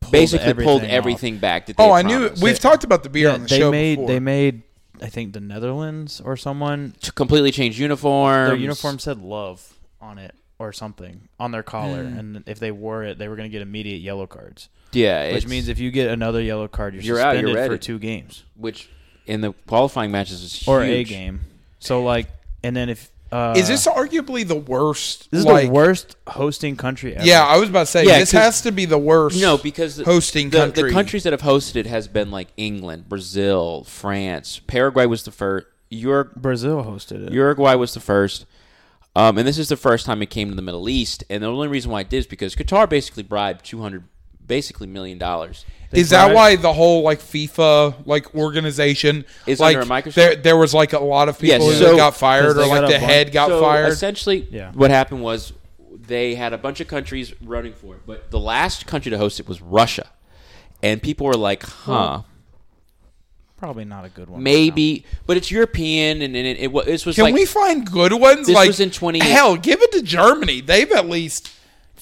[SPEAKER 3] pulled
[SPEAKER 2] Basically, pulled
[SPEAKER 3] off.
[SPEAKER 2] everything back. That they
[SPEAKER 1] oh, I
[SPEAKER 2] had
[SPEAKER 1] knew.
[SPEAKER 2] promised.
[SPEAKER 1] We've talked about the beer on the
[SPEAKER 3] they
[SPEAKER 1] show
[SPEAKER 3] made
[SPEAKER 1] before.
[SPEAKER 3] they made I think the Netherlands or someone
[SPEAKER 2] T- completely changed uniforms.
[SPEAKER 3] their uniform said love on it or something on their collar,
[SPEAKER 1] Hmm.
[SPEAKER 3] and if they wore it, they were going to get immediate yellow cards.
[SPEAKER 2] yeah,
[SPEAKER 3] Which
[SPEAKER 2] it's-
[SPEAKER 3] means if you get another yellow card, you're,
[SPEAKER 2] You're out, you're
[SPEAKER 3] suspended for
[SPEAKER 2] ready.
[SPEAKER 3] two games
[SPEAKER 2] which in the qualifying matches is
[SPEAKER 3] or a
[SPEAKER 2] huge.
[SPEAKER 3] game. So like, and then if uh,
[SPEAKER 1] is this arguably the worst?
[SPEAKER 3] this is
[SPEAKER 1] like,
[SPEAKER 3] the worst hosting country ever?
[SPEAKER 1] Yeah, I was about to say
[SPEAKER 2] Yeah,
[SPEAKER 1] this
[SPEAKER 2] 'cause-
[SPEAKER 1] has to be the worst.
[SPEAKER 2] No, because the,
[SPEAKER 1] hosting
[SPEAKER 2] the,
[SPEAKER 1] country.
[SPEAKER 2] the countries that have hosted it has been like England, Brazil, France, Paraguay was the first. Ur-
[SPEAKER 3] Brazil hosted it.
[SPEAKER 2] Uruguay was the first, um, and this is the first time it came to the Middle East. And the only reason why it did is because Qatar basically bribed two hundred, basically million dollars.
[SPEAKER 1] is that
[SPEAKER 3] brought-
[SPEAKER 1] why the whole like FIFA like organization
[SPEAKER 2] Is
[SPEAKER 1] like
[SPEAKER 2] under a microscope?
[SPEAKER 1] there there was like a lot of people
[SPEAKER 2] Yes,
[SPEAKER 1] who
[SPEAKER 2] so-
[SPEAKER 1] got fired
[SPEAKER 3] Because
[SPEAKER 1] or
[SPEAKER 3] they
[SPEAKER 1] like
[SPEAKER 3] got a
[SPEAKER 1] the
[SPEAKER 3] bunch-
[SPEAKER 1] head got
[SPEAKER 2] so
[SPEAKER 1] fired?
[SPEAKER 2] Essentially,
[SPEAKER 3] Yeah.
[SPEAKER 2] what happened was they had a bunch of countries running for it, but the last country to host it was Russia, and people were like, "Huh."
[SPEAKER 3] probably not a good one.
[SPEAKER 2] Maybe, but it's European, and, and it, it, wa- this was
[SPEAKER 1] Can
[SPEAKER 2] like
[SPEAKER 1] we find good ones?
[SPEAKER 2] This
[SPEAKER 1] like
[SPEAKER 2] was in 20
[SPEAKER 1] Hell, give it to Germany. They've at least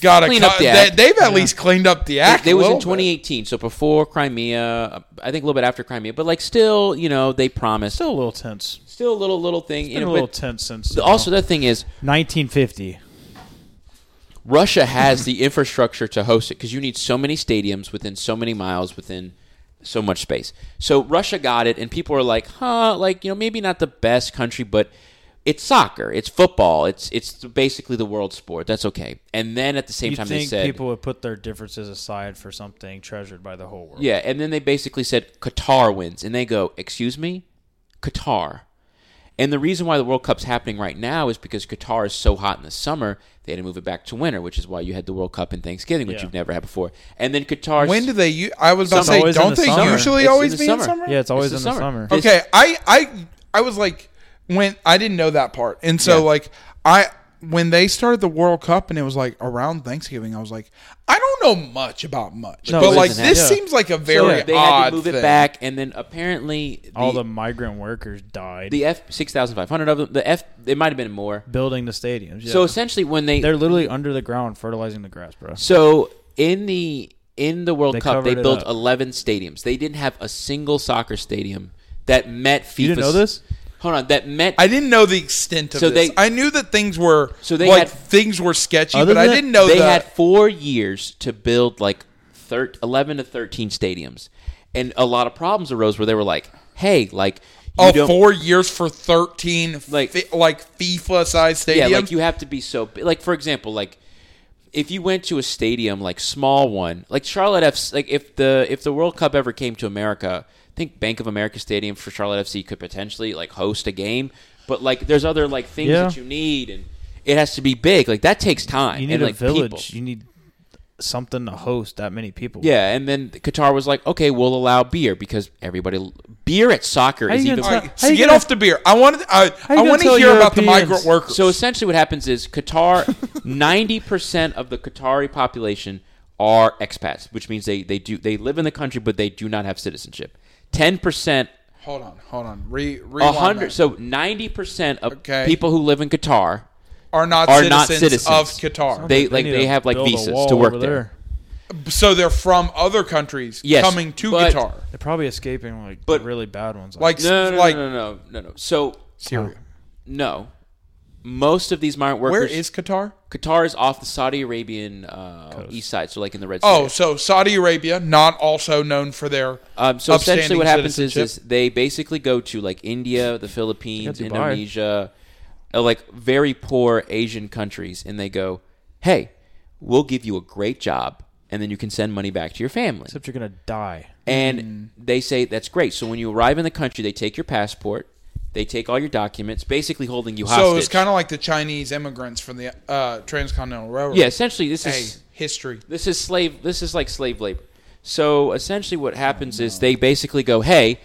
[SPEAKER 1] got a
[SPEAKER 2] Clean
[SPEAKER 1] co-
[SPEAKER 2] up the
[SPEAKER 1] they,
[SPEAKER 2] act.
[SPEAKER 1] They've at least cleaned up the act.
[SPEAKER 2] they
[SPEAKER 1] a
[SPEAKER 2] was in
[SPEAKER 1] little bit.
[SPEAKER 2] 2018, so before Crimea, I think a little bit after Crimea, but like still, you know, they promised
[SPEAKER 3] Still a little tense.
[SPEAKER 2] still a little little thing. you
[SPEAKER 3] Been
[SPEAKER 2] know,
[SPEAKER 3] a little
[SPEAKER 2] but
[SPEAKER 3] tense since
[SPEAKER 2] the- also, the thing is,
[SPEAKER 3] 1950.
[SPEAKER 2] Russia has the infrastructure to host it because you need so many stadiums within so many miles within so much space. So Russia got it, and people are like, "Huh, like you know, maybe not the best country, but it's soccer, it's football, it's it's basically the world sport. That's okay." And then at the same
[SPEAKER 3] You
[SPEAKER 2] time,
[SPEAKER 3] think
[SPEAKER 2] they said,
[SPEAKER 3] people would put their differences aside for something treasured by the whole world?
[SPEAKER 2] Yeah, and then they basically said Qatar wins, and they go, "Excuse me, Qatar." And the reason why the World Cup's happening right now is because Qatar is so hot in the summer, they had to move it back to winter, which is why you had the World Cup in Thanksgiving, which
[SPEAKER 3] Yeah.
[SPEAKER 2] you've never had before. And then Qatar,
[SPEAKER 1] When do they? u- I was about
[SPEAKER 2] Summer.
[SPEAKER 1] to
[SPEAKER 2] Always
[SPEAKER 1] say,
[SPEAKER 3] in
[SPEAKER 1] don't
[SPEAKER 3] the
[SPEAKER 1] they
[SPEAKER 3] summer.
[SPEAKER 1] usually
[SPEAKER 2] It's in
[SPEAKER 1] always
[SPEAKER 2] the
[SPEAKER 1] be
[SPEAKER 2] summer.
[SPEAKER 1] in summer?
[SPEAKER 3] Yeah, it's always
[SPEAKER 2] the
[SPEAKER 3] in the
[SPEAKER 2] summer.
[SPEAKER 3] summer.
[SPEAKER 2] It's-
[SPEAKER 1] Okay, I I I was like when I didn't know that part, and so like I when they started the World Cup and it was like around Thanksgiving, I was like, I don't know much about much,
[SPEAKER 3] No,
[SPEAKER 1] but
[SPEAKER 2] it
[SPEAKER 1] like
[SPEAKER 2] doesn't
[SPEAKER 1] this
[SPEAKER 3] happen.
[SPEAKER 1] seems like a very
[SPEAKER 2] they
[SPEAKER 1] odd
[SPEAKER 2] had to move
[SPEAKER 1] thing.
[SPEAKER 2] it back, and then apparently the,
[SPEAKER 3] All the migrant workers died
[SPEAKER 2] the F six thousand five hundred of them, the F it might have been more.
[SPEAKER 3] building the stadiums. Yeah.
[SPEAKER 2] So essentially, when they
[SPEAKER 3] they're literally under the ground fertilizing the grass, bro.
[SPEAKER 2] So in the in the World
[SPEAKER 3] They
[SPEAKER 2] Cup, they
[SPEAKER 3] covered it
[SPEAKER 2] built
[SPEAKER 3] up.
[SPEAKER 2] eleven stadiums. They didn't have a single soccer stadium that met FIFA.
[SPEAKER 3] You didn't know this?
[SPEAKER 2] Hold on, that met.
[SPEAKER 1] I didn't know the extent of
[SPEAKER 2] So
[SPEAKER 1] this.
[SPEAKER 2] they-
[SPEAKER 1] I knew that things were
[SPEAKER 2] So they
[SPEAKER 1] like
[SPEAKER 2] had-
[SPEAKER 1] things were sketchy,
[SPEAKER 3] Other
[SPEAKER 1] but I
[SPEAKER 3] than-
[SPEAKER 1] didn't know
[SPEAKER 2] they
[SPEAKER 1] that.
[SPEAKER 2] had four years to build like thir- eleven to thirteen stadiums, and a lot of problems arose where they were like, "Hey, like." You
[SPEAKER 1] Oh,
[SPEAKER 2] don't,
[SPEAKER 1] four years for thirteen
[SPEAKER 2] Like-
[SPEAKER 1] like like FIFA size stadiums.
[SPEAKER 2] Yeah, like you have to be so bi- like for example, like if you went to a stadium like small one, like Charlotte FC, like if the if the World Cup ever came to America, I think Bank of America Stadium for Charlotte FC could potentially like host a game, but like there's other like things
[SPEAKER 3] Yeah.
[SPEAKER 2] that you need and it has to be big. Like that takes time.
[SPEAKER 3] You need
[SPEAKER 2] and,
[SPEAKER 3] a
[SPEAKER 2] like,
[SPEAKER 3] village.
[SPEAKER 2] people.
[SPEAKER 3] You need something to host that many people.
[SPEAKER 2] Yeah, and then Qatar was like, "Okay, we'll allow beer because everybody beer at soccer
[SPEAKER 3] How
[SPEAKER 2] is
[SPEAKER 3] you
[SPEAKER 2] even
[SPEAKER 3] gonna
[SPEAKER 1] All right,
[SPEAKER 3] How
[SPEAKER 1] so
[SPEAKER 3] you
[SPEAKER 1] get
[SPEAKER 3] gonna-
[SPEAKER 1] off the beer. I want to. I,
[SPEAKER 3] you
[SPEAKER 1] I
[SPEAKER 3] gonna
[SPEAKER 1] want to
[SPEAKER 3] tell
[SPEAKER 1] hear about the
[SPEAKER 3] Europeans-
[SPEAKER 1] migrant workers.
[SPEAKER 2] So essentially, what happens is Qatar, ninety percent of the Qatari population are expats, which means they they do they live in the country, but they do not have citizenship. Ten percent,
[SPEAKER 1] Hold on, hold on. Re,
[SPEAKER 2] a
[SPEAKER 1] rewind
[SPEAKER 2] hundred,
[SPEAKER 1] that.
[SPEAKER 2] so ninety percent of
[SPEAKER 1] Okay.
[SPEAKER 2] people who live in Qatar,
[SPEAKER 1] are not
[SPEAKER 2] are
[SPEAKER 1] citizens,
[SPEAKER 2] not
[SPEAKER 1] of
[SPEAKER 2] citizens.
[SPEAKER 1] Qatar.
[SPEAKER 2] they like
[SPEAKER 3] need
[SPEAKER 2] they
[SPEAKER 3] to
[SPEAKER 2] have like
[SPEAKER 3] build a
[SPEAKER 2] visas
[SPEAKER 3] wall
[SPEAKER 2] to work
[SPEAKER 3] over
[SPEAKER 2] there.
[SPEAKER 1] so they're from other countries
[SPEAKER 2] Yes,
[SPEAKER 1] coming to
[SPEAKER 2] but-
[SPEAKER 1] Qatar,
[SPEAKER 3] They're probably escaping like
[SPEAKER 2] But-
[SPEAKER 3] the really bad ones.
[SPEAKER 1] like
[SPEAKER 2] No, no,
[SPEAKER 1] like
[SPEAKER 2] no, no, no, no, no. So
[SPEAKER 1] Syria.
[SPEAKER 2] no, most of these migrant
[SPEAKER 1] Where
[SPEAKER 2] workers.
[SPEAKER 1] is Qatar?
[SPEAKER 2] Qatar is off the Saudi Arabian uh, east side, so like in the Red Sea.
[SPEAKER 1] Oh,
[SPEAKER 2] area.
[SPEAKER 1] so Saudi Arabia, not also known for their
[SPEAKER 2] Um, so essentially,
[SPEAKER 1] upstanding
[SPEAKER 2] what happens is, is
[SPEAKER 1] citizenship.
[SPEAKER 2] they basically go to like India, the Philippines,
[SPEAKER 3] Yeah, Dubai.
[SPEAKER 2] Indonesia, uh, like very poor Asian countries, and they go, "Hey, we'll give you a great job, and then you can send money back to your family.
[SPEAKER 3] Except you're gonna die.
[SPEAKER 2] And they say that's great. So when you arrive in the country, they take your passport, they take all your documents, basically holding you hostage.
[SPEAKER 1] So it's kind of like the Chinese immigrants from the uh, Transcontinental Railroad.
[SPEAKER 2] yeah. Essentially, this
[SPEAKER 1] Hey,
[SPEAKER 2] is
[SPEAKER 1] history.
[SPEAKER 2] this is slave. This is like slave labor. So essentially, what happens is they basically go, "Hey,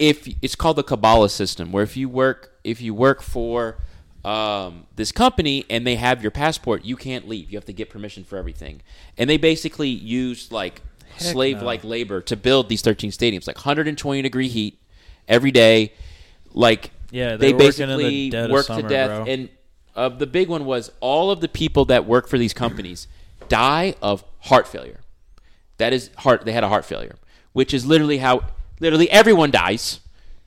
[SPEAKER 2] if it's called the Kabbalah system, where if you work if you work for um, this company and they have your passport, you can't leave. You have to get permission for everything." And they basically use like slave like labor to build these 13 stadiums, like 120 degree heat every day. Like
[SPEAKER 3] Yeah,
[SPEAKER 2] they,
[SPEAKER 3] they were working in the
[SPEAKER 2] basically
[SPEAKER 3] dead of
[SPEAKER 2] work to
[SPEAKER 3] summer,
[SPEAKER 2] death
[SPEAKER 3] bro.
[SPEAKER 2] and and uh, the big one was all of the people that work for these companies die of heart failure. That is heart. They had a heart failure, which is literally how literally everyone dies.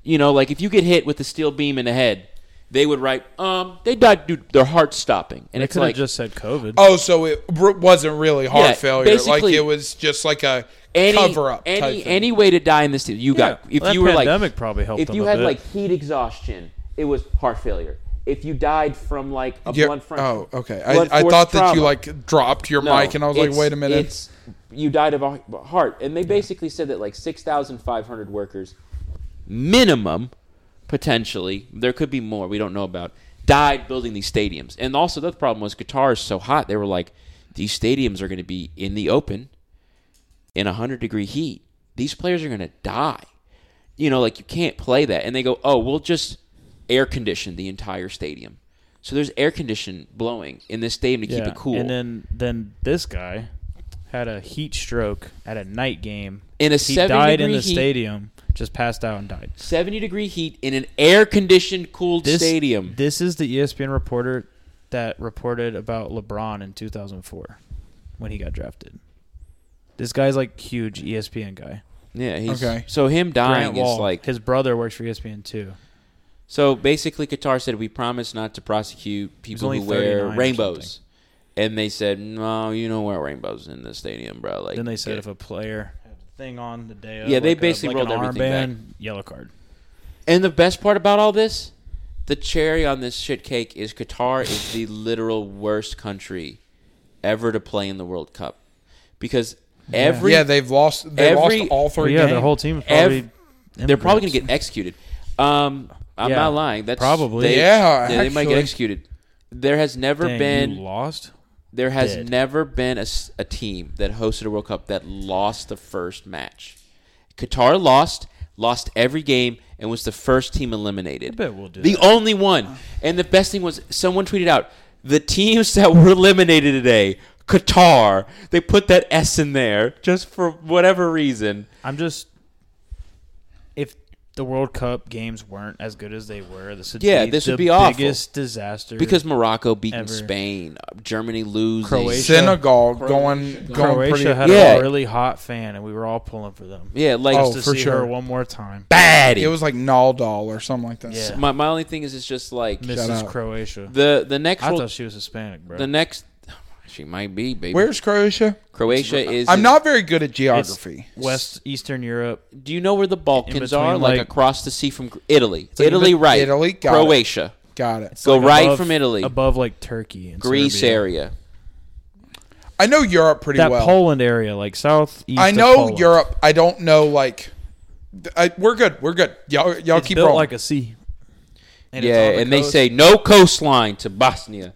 [SPEAKER 2] You know, like if you get hit with a steel beam in the head, they would write, um, they died due to their heart stopping, and
[SPEAKER 3] They
[SPEAKER 2] it's
[SPEAKER 3] could have
[SPEAKER 2] like
[SPEAKER 3] just said COVID.
[SPEAKER 1] Oh, so it r- wasn't really heart
[SPEAKER 2] Yeah,
[SPEAKER 1] failure. Like
[SPEAKER 2] basically-
[SPEAKER 1] it was just like a
[SPEAKER 2] any
[SPEAKER 1] cover up.
[SPEAKER 2] any
[SPEAKER 1] type thing.
[SPEAKER 2] any way to die in this. You got
[SPEAKER 3] Yeah,
[SPEAKER 2] if
[SPEAKER 3] that
[SPEAKER 2] you were like
[SPEAKER 3] pandemic probably helped
[SPEAKER 2] If
[SPEAKER 3] them
[SPEAKER 2] you
[SPEAKER 3] a
[SPEAKER 2] had
[SPEAKER 3] bit.
[SPEAKER 2] like heat exhaustion, it was heart failure. If you died from like a
[SPEAKER 1] Yeah,
[SPEAKER 2] blood front,
[SPEAKER 1] oh, okay. I,
[SPEAKER 2] blood
[SPEAKER 1] I
[SPEAKER 2] force
[SPEAKER 1] thought that you
[SPEAKER 2] trauma.
[SPEAKER 1] like dropped your
[SPEAKER 2] No,
[SPEAKER 1] mic, and I was like,
[SPEAKER 2] it's-
[SPEAKER 1] wait a minute.
[SPEAKER 2] It's you died of a heart, and they basically said that like six thousand five hundred workers, minimum, potentially there could be more we don't know about, died building these stadiums. And also the other problem was Qatar is so hot. They were like, these stadiums are going to be in the open, in hundred degree heat. These players are going to die. You know, like you can't play that. And they go, oh, we'll just air condition the entire stadium. So there's air condition blowing in this stadium to keep it cool.
[SPEAKER 3] And then then this guy had a heat stroke at a night game.
[SPEAKER 2] In a
[SPEAKER 3] he
[SPEAKER 2] 70
[SPEAKER 3] died in
[SPEAKER 2] degree
[SPEAKER 3] the
[SPEAKER 2] heat.
[SPEAKER 3] stadium, just passed out and died.
[SPEAKER 2] 70 degree heat in an air conditioned, cooled
[SPEAKER 3] This
[SPEAKER 2] stadium.
[SPEAKER 3] This is the E ESPN reporter that reported about LeBron in 2004 when he got drafted. This guy's like huge E ESPN guy.
[SPEAKER 2] yeah, he's,
[SPEAKER 1] Okay.
[SPEAKER 2] so him dying
[SPEAKER 3] Grant Wall,
[SPEAKER 2] is like
[SPEAKER 3] his brother works for E ESPN too.
[SPEAKER 2] so. Basically, Qatar said we promise not to prosecute people
[SPEAKER 3] only
[SPEAKER 2] who wear
[SPEAKER 3] 39 or
[SPEAKER 2] rainbows, and they said no, you don't wear rainbows in the stadium, bro. Like
[SPEAKER 3] Then they said
[SPEAKER 2] yeah.
[SPEAKER 3] if a player had a thing on the day of,
[SPEAKER 2] Yeah, they
[SPEAKER 3] like a-
[SPEAKER 2] basically
[SPEAKER 3] like an
[SPEAKER 2] rolled everything back.
[SPEAKER 3] armband, yellow card.
[SPEAKER 2] and the best part about all this, the cherry on this shit cake is Qatar is the literal worst country ever to play in the World Cup because every
[SPEAKER 1] yeah, they've lost. They
[SPEAKER 2] every-
[SPEAKER 1] lost all
[SPEAKER 3] Well,
[SPEAKER 1] three.
[SPEAKER 3] yeah,
[SPEAKER 1] games.
[SPEAKER 3] their whole team. is
[SPEAKER 2] Ev-
[SPEAKER 3] Probably
[SPEAKER 2] they're probably going
[SPEAKER 3] immigrants.
[SPEAKER 2] to get executed. Um, I'm
[SPEAKER 3] Yeah,
[SPEAKER 2] not lying. That's
[SPEAKER 3] probably.
[SPEAKER 2] they,
[SPEAKER 1] Yeah,
[SPEAKER 2] they, they might get
[SPEAKER 1] actually.
[SPEAKER 2] executed. There has never
[SPEAKER 3] Dang, you
[SPEAKER 2] been
[SPEAKER 3] lost.
[SPEAKER 2] there has
[SPEAKER 3] dead.
[SPEAKER 2] never been a, s- a team that hosted a World Cup that lost the first match. Qatar lost, lost every game, and was the first team eliminated.
[SPEAKER 3] I bet we'll do
[SPEAKER 2] the
[SPEAKER 3] that.
[SPEAKER 2] only one. And the best thing was someone tweeted out the teams that were eliminated today. Qatar. They put that S in there just for whatever reason.
[SPEAKER 3] I'm just if the World Cup games weren't as good as they were, this would
[SPEAKER 2] Yeah,
[SPEAKER 3] be
[SPEAKER 2] this
[SPEAKER 3] the
[SPEAKER 2] would be awful.
[SPEAKER 3] biggest disaster
[SPEAKER 2] Because Morocco beating
[SPEAKER 3] Ever.
[SPEAKER 2] Spain, Germany losing.
[SPEAKER 3] Croatia.
[SPEAKER 1] Senegal going going
[SPEAKER 3] Croatia
[SPEAKER 1] pretty.
[SPEAKER 3] had
[SPEAKER 2] Yeah.
[SPEAKER 3] a really hot fan, and we were all pulling for them.
[SPEAKER 2] Yeah, like
[SPEAKER 1] Oh,
[SPEAKER 3] to
[SPEAKER 1] for
[SPEAKER 3] see
[SPEAKER 1] sure.
[SPEAKER 3] her one more time,
[SPEAKER 2] bad.
[SPEAKER 1] it was like Naldal or something like that.
[SPEAKER 3] Yeah.
[SPEAKER 2] my, my only thing is it's just like
[SPEAKER 1] Shout
[SPEAKER 3] Mrs.
[SPEAKER 1] out.
[SPEAKER 3] Croatia.
[SPEAKER 2] the the next
[SPEAKER 3] I
[SPEAKER 2] world-
[SPEAKER 3] thought she was Hispanic, bro.
[SPEAKER 2] the next she might be baby.
[SPEAKER 1] Where's Croatia?
[SPEAKER 2] Croatia is
[SPEAKER 1] I'm
[SPEAKER 2] in-
[SPEAKER 1] not very good at
[SPEAKER 3] It's
[SPEAKER 1] geography.
[SPEAKER 3] West Eastern Europe.
[SPEAKER 2] Do you know where the Balkans
[SPEAKER 3] between,
[SPEAKER 2] are? Like,
[SPEAKER 3] like-
[SPEAKER 2] across the sea from Gr- Italy.
[SPEAKER 3] like in
[SPEAKER 2] Italy
[SPEAKER 3] bet-
[SPEAKER 2] right.
[SPEAKER 1] Italy, got it.
[SPEAKER 2] Croatia.
[SPEAKER 1] Got it.
[SPEAKER 3] It's
[SPEAKER 2] Go
[SPEAKER 3] like
[SPEAKER 2] right
[SPEAKER 3] above-
[SPEAKER 2] from Italy.
[SPEAKER 3] above like Turkey and
[SPEAKER 2] Greece
[SPEAKER 3] Serbia.
[SPEAKER 2] area.
[SPEAKER 1] I know Europe pretty
[SPEAKER 3] That
[SPEAKER 1] well.
[SPEAKER 3] Poland area, like southeast.
[SPEAKER 1] I
[SPEAKER 3] of
[SPEAKER 1] know
[SPEAKER 3] Poland.
[SPEAKER 1] Europe. I don't know like. th- I, we're good. We're good. Y'all, y'all
[SPEAKER 3] It's
[SPEAKER 1] keep
[SPEAKER 3] built
[SPEAKER 1] rolling.
[SPEAKER 3] like a sea. And it's
[SPEAKER 2] yeah,
[SPEAKER 3] on the
[SPEAKER 2] and they
[SPEAKER 3] coast. Hmm.
[SPEAKER 2] say no coastline to Bosnia.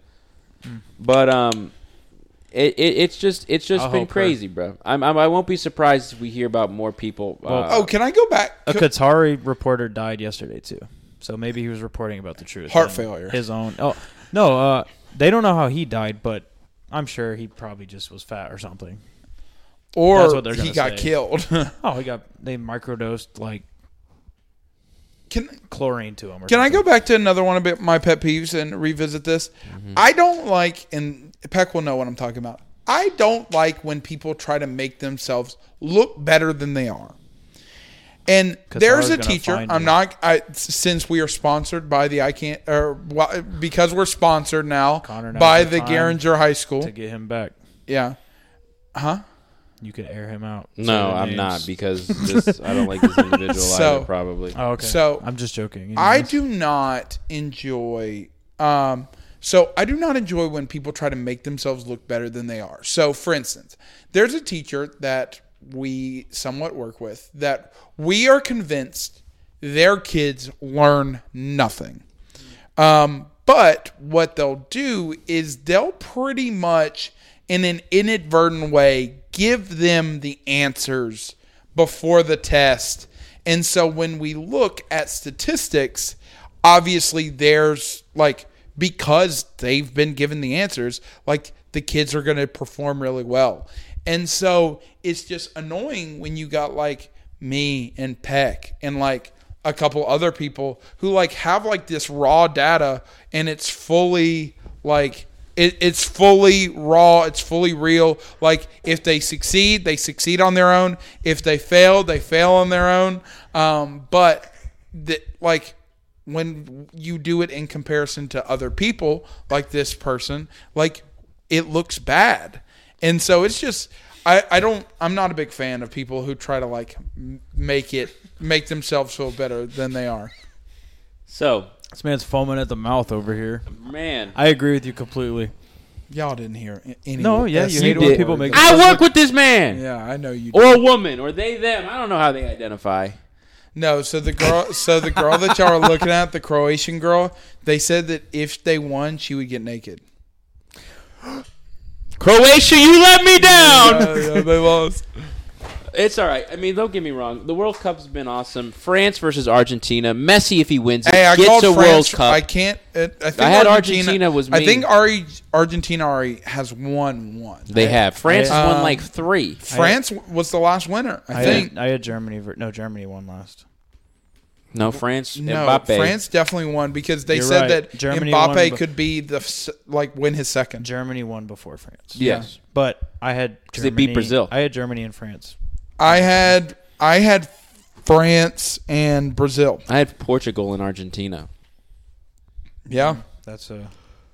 [SPEAKER 2] But um it, it, it's just it's just
[SPEAKER 3] I'll
[SPEAKER 2] been
[SPEAKER 3] hope her.
[SPEAKER 2] crazy, bro. I'm, I'm I won't be surprised if we hear about more people. uh,
[SPEAKER 1] oh, can I go back?
[SPEAKER 3] A
[SPEAKER 1] Co-
[SPEAKER 3] Qatari reporter died yesterday too, so maybe he was reporting about the truth.
[SPEAKER 1] Heart
[SPEAKER 3] on
[SPEAKER 1] failure.
[SPEAKER 3] His own. Oh no, uh, they don't know how he died, but I'm sure he probably just was fat or something.
[SPEAKER 1] or
[SPEAKER 3] That's what they're
[SPEAKER 1] he
[SPEAKER 3] gonna
[SPEAKER 1] got
[SPEAKER 3] say.
[SPEAKER 1] killed.
[SPEAKER 3] Oh, he got they microdosed like
[SPEAKER 1] can
[SPEAKER 3] chlorine to him. Or
[SPEAKER 1] Can I
[SPEAKER 3] something.
[SPEAKER 1] go back to another one of my pet peeves and revisit this?
[SPEAKER 3] Mm-hmm.
[SPEAKER 1] I don't like, and Peck will know what I'm talking about. I don't like when people try to make themselves look better than they are. And there's
[SPEAKER 3] Katara's
[SPEAKER 1] a
[SPEAKER 3] gonna
[SPEAKER 1] teacher.
[SPEAKER 3] find
[SPEAKER 1] I'm
[SPEAKER 3] you.
[SPEAKER 1] not. I since we are sponsored by the I can't or why- because we're sponsored now
[SPEAKER 3] Connor now's
[SPEAKER 1] by
[SPEAKER 3] the
[SPEAKER 1] the
[SPEAKER 3] time
[SPEAKER 1] Garinger High School.
[SPEAKER 3] to get him back?
[SPEAKER 1] yeah.
[SPEAKER 3] You could air him out. Say
[SPEAKER 2] No,
[SPEAKER 3] their
[SPEAKER 2] I'm not
[SPEAKER 3] names.
[SPEAKER 2] because this, I don't like this individual
[SPEAKER 1] So-
[SPEAKER 2] either.
[SPEAKER 3] uh,
[SPEAKER 2] Probably.
[SPEAKER 3] Oh, okay.
[SPEAKER 1] So-
[SPEAKER 3] I'm just joking.
[SPEAKER 1] I do not enjoy. Um, So I do not enjoy when people try to make themselves look better than they are. So, for instance, there's a teacher that we somewhat work with that we are convinced their kids learn nothing. Um, but what they'll do is they'll pretty much, in an inadvertent way, give them the answers before the test. And so when we look at statistics, obviously there's like, because they've been given the answers, like the kids are going to perform really well. And so it's just annoying when you got like me and Peck and like a couple other people who like have like this raw data and it's fully like it, it's fully raw it's fully real like if they succeed they succeed on their own if they fail they fail on their own um, but that like when you do it in comparison to other people like this person like it looks bad and so it's just I, I don't I'm not a big fan of people who try to like m- make it make themselves feel better than they are.
[SPEAKER 2] So,
[SPEAKER 3] This man's foaming at the mouth over here.
[SPEAKER 2] man,
[SPEAKER 3] I agree with you completely.
[SPEAKER 1] Y'all didn't hear a- any.
[SPEAKER 3] No,
[SPEAKER 1] of
[SPEAKER 3] yeah,
[SPEAKER 1] this.
[SPEAKER 3] you hate it when people make-
[SPEAKER 2] I work with this man
[SPEAKER 1] Yeah, I know you. Did.
[SPEAKER 2] or a woman or they them. I don't know how they identify.
[SPEAKER 1] No, so the girl, so the girl that y'all are looking at, the Croatian girl, they said that if they won, she would get naked.
[SPEAKER 2] Croatia, you let me
[SPEAKER 3] Oh,
[SPEAKER 2] down.
[SPEAKER 1] Yeah, yeah, they lost.
[SPEAKER 2] It's all right. I mean, don't get me wrong. The World Cup's been awesome. France versus Argentina. Messi, if he wins, it,
[SPEAKER 1] Hey, I
[SPEAKER 2] gets
[SPEAKER 1] called
[SPEAKER 2] a World
[SPEAKER 1] France.
[SPEAKER 2] Cup.
[SPEAKER 1] I can't. It, I, think
[SPEAKER 2] I had Argentina
[SPEAKER 1] Argentina
[SPEAKER 2] was
[SPEAKER 1] I
[SPEAKER 2] me.
[SPEAKER 1] think Ari, Argentina already has won one.
[SPEAKER 2] they have. France
[SPEAKER 1] I-
[SPEAKER 2] won
[SPEAKER 1] Um,
[SPEAKER 2] like three.
[SPEAKER 1] France was the last winner. I,
[SPEAKER 3] I
[SPEAKER 1] think.
[SPEAKER 3] had, I had Germany. Ver- no, Germany won last.
[SPEAKER 2] No, France.
[SPEAKER 1] No,
[SPEAKER 2] Mbappe.
[SPEAKER 1] France definitely won because they
[SPEAKER 3] You're
[SPEAKER 1] said
[SPEAKER 3] right.
[SPEAKER 1] that
[SPEAKER 3] Germany won,
[SPEAKER 1] Mbappe
[SPEAKER 3] but-
[SPEAKER 1] could be the s- like win his second.
[SPEAKER 3] Germany won before France.
[SPEAKER 2] Yes.
[SPEAKER 3] But I had
[SPEAKER 2] 'Cause they beat
[SPEAKER 3] Germany-
[SPEAKER 2] Brazil.
[SPEAKER 3] I had Germany and France.
[SPEAKER 1] I had I had France and Brazil.
[SPEAKER 2] I had Portugal and Argentina.
[SPEAKER 1] Yeah,
[SPEAKER 3] That's a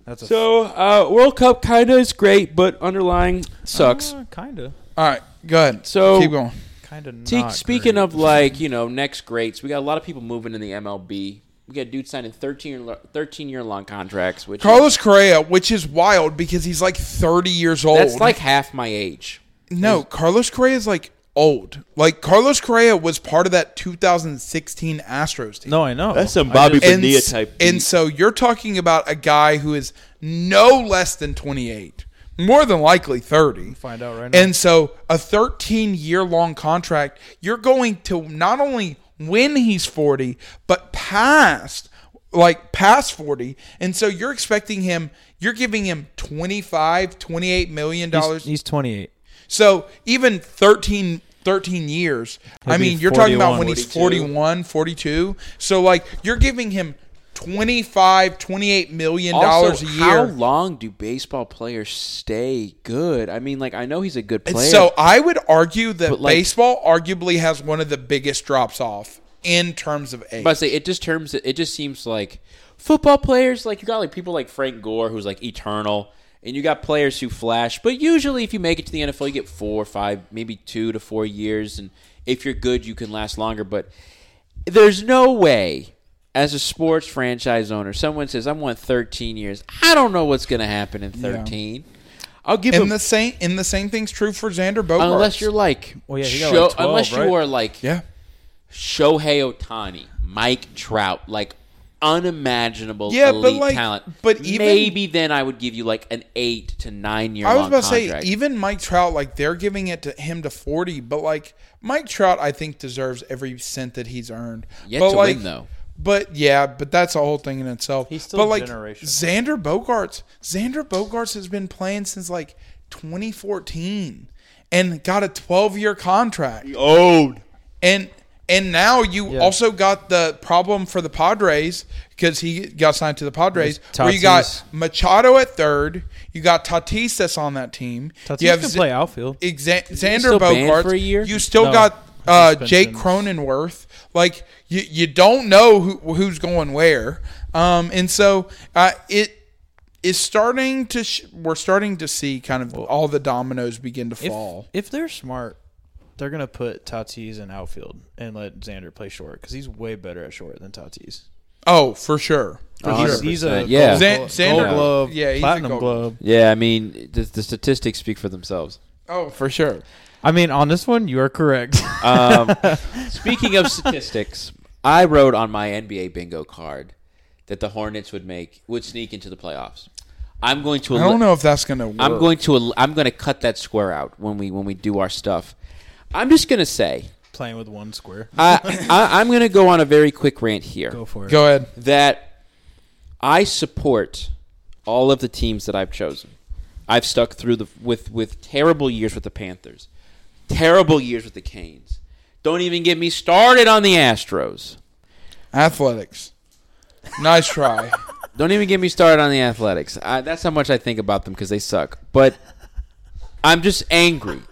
[SPEAKER 3] that's a
[SPEAKER 2] So uh, World Cup kind of is great, but underlying sucks.
[SPEAKER 1] Uh,
[SPEAKER 3] kind of
[SPEAKER 1] all right, go ahead.
[SPEAKER 2] So-
[SPEAKER 1] keep going.
[SPEAKER 3] kind of
[SPEAKER 2] Te- speaking of like you know next greats, we got a lot of people moving in the MLB. We got dudes signing 13 year, 13 year long contracts, which
[SPEAKER 1] Carlos Correa, which is wild because he's like 30 years old.
[SPEAKER 2] that's like half my age.
[SPEAKER 1] no, Carlos Correa is like old. Like Carlos Correa was part of that 2016 Astros team.
[SPEAKER 3] No, I know.
[SPEAKER 2] That's some
[SPEAKER 3] I
[SPEAKER 2] Bobby
[SPEAKER 3] just-
[SPEAKER 2] Bonilla
[SPEAKER 1] and, s-
[SPEAKER 2] type
[SPEAKER 1] and
[SPEAKER 2] beat.
[SPEAKER 1] so you're talking about a guy who is no less than 28, more than likely 30.
[SPEAKER 3] find out right now.
[SPEAKER 1] And so a 13 year long contract, you're going to not only when he's 40, but past like past 40. And so you're expecting him, you're giving him 25, 28 million
[SPEAKER 3] he's,
[SPEAKER 1] dollars.
[SPEAKER 3] he's 28.
[SPEAKER 1] So even 13 13 years. I
[SPEAKER 3] He'll be
[SPEAKER 1] mean, you're talking about when
[SPEAKER 3] 41.
[SPEAKER 1] he's 41, 42. So like you're giving him 25, 28 million dollars
[SPEAKER 2] Also,
[SPEAKER 1] a
[SPEAKER 2] how
[SPEAKER 1] year.
[SPEAKER 2] long do baseball players stay good? I mean, like I know he's a good
[SPEAKER 1] And
[SPEAKER 2] player.
[SPEAKER 1] So I would argue that
[SPEAKER 2] But, like-
[SPEAKER 1] baseball arguably has one of the biggest drops off in terms of age.
[SPEAKER 2] But I say it just terms it just seems like football players like you got like people like Frank Gore who's like eternal and you got players who flash but usually if you make it to the NFL you get 4 or 5 maybe 2 to 4 years and if you're good you can last longer but there's no way as a sports franchise owner someone says I want 13 years I don't know what's going to happen in 13 I'll give him
[SPEAKER 1] and the same and the same thing's true for Xander Bogarts.
[SPEAKER 2] unless you're like
[SPEAKER 3] Well, yeah, he got,
[SPEAKER 2] Sho-
[SPEAKER 3] like, 12,
[SPEAKER 2] unless
[SPEAKER 3] right?
[SPEAKER 2] you are like
[SPEAKER 1] yeah.
[SPEAKER 2] Shohei Otani, Mike Trout, like unimaginable
[SPEAKER 1] Yeah, but,
[SPEAKER 2] elite
[SPEAKER 1] like,
[SPEAKER 2] talent.
[SPEAKER 1] but even-
[SPEAKER 2] maybe then I would give you like an eight to nine year.
[SPEAKER 1] I was
[SPEAKER 2] long
[SPEAKER 1] about to say,
[SPEAKER 2] contract.
[SPEAKER 1] even Mike Trout, like they're giving it to him to forty, but like Mike Trout, I think deserves every cent that he's earned.
[SPEAKER 2] Yet
[SPEAKER 1] but
[SPEAKER 2] to
[SPEAKER 1] like,
[SPEAKER 2] win, though.
[SPEAKER 1] But yeah, but that's a whole thing in itself.
[SPEAKER 3] He's still
[SPEAKER 1] but like
[SPEAKER 3] generational.
[SPEAKER 1] Xander Bogarts, Xander Bogarts has been playing since like 2014, and got a 12 year contract. Old. And and now you also got the problem for the Padres because he got signed to the Padres, where you
[SPEAKER 3] Tatis.
[SPEAKER 1] got Machado at third. You got Tatis that's on that team.
[SPEAKER 3] Tatis
[SPEAKER 1] you have
[SPEAKER 3] can
[SPEAKER 1] Z-
[SPEAKER 3] play outfield.
[SPEAKER 1] Exa- Xander
[SPEAKER 2] still banned
[SPEAKER 1] Bogarts.
[SPEAKER 2] for a year?
[SPEAKER 1] You still
[SPEAKER 3] No.
[SPEAKER 1] got uh,
[SPEAKER 3] Suspensions.
[SPEAKER 1] Jake Cronenworth. Like you, you don't know who who's going where. Um, and so uh, it is starting to. Sh- we're starting to see kind of all the dominoes begin to
[SPEAKER 3] If,
[SPEAKER 1] fall.
[SPEAKER 3] if they're smart, they're gonna put Tatis in outfield and let Xander play short because he's way better at short than Tatis.
[SPEAKER 1] Oh, for sure.
[SPEAKER 3] He's,
[SPEAKER 2] 100%.
[SPEAKER 3] he's a
[SPEAKER 2] Yeah.
[SPEAKER 3] gold,
[SPEAKER 1] Zan-
[SPEAKER 3] gold
[SPEAKER 1] Xander-
[SPEAKER 3] glove,
[SPEAKER 1] yeah, he's a
[SPEAKER 3] platinum
[SPEAKER 1] gold-
[SPEAKER 3] glove.
[SPEAKER 2] Yeah, I mean, the, the statistics speak for themselves.
[SPEAKER 1] Oh, for sure.
[SPEAKER 3] I mean, on this one, you are correct.
[SPEAKER 2] Um, speaking of statistics, I wrote on my NBA bingo card that the Hornets would make would sneak into the playoffs. I'm going to.
[SPEAKER 1] I
[SPEAKER 2] el-
[SPEAKER 1] don't know if that's gonna work.
[SPEAKER 2] I'm going to. el- I'm going to cut that square out when we when we do our stuff. I'm just going to say
[SPEAKER 3] Playing with one square.
[SPEAKER 2] I, I I'm going to go on a very quick rant here
[SPEAKER 3] Go for it.
[SPEAKER 1] Go ahead.
[SPEAKER 2] that I support all of the teams that I've chosen. I've stuck through the with with terrible years with the Panthers, terrible years with the Canes. Don't even get me started on the Astros.
[SPEAKER 1] Athletics. Nice try.
[SPEAKER 2] Don't even get me started on the Athletics. I, that's how much I think about them because they suck. But I'm just angry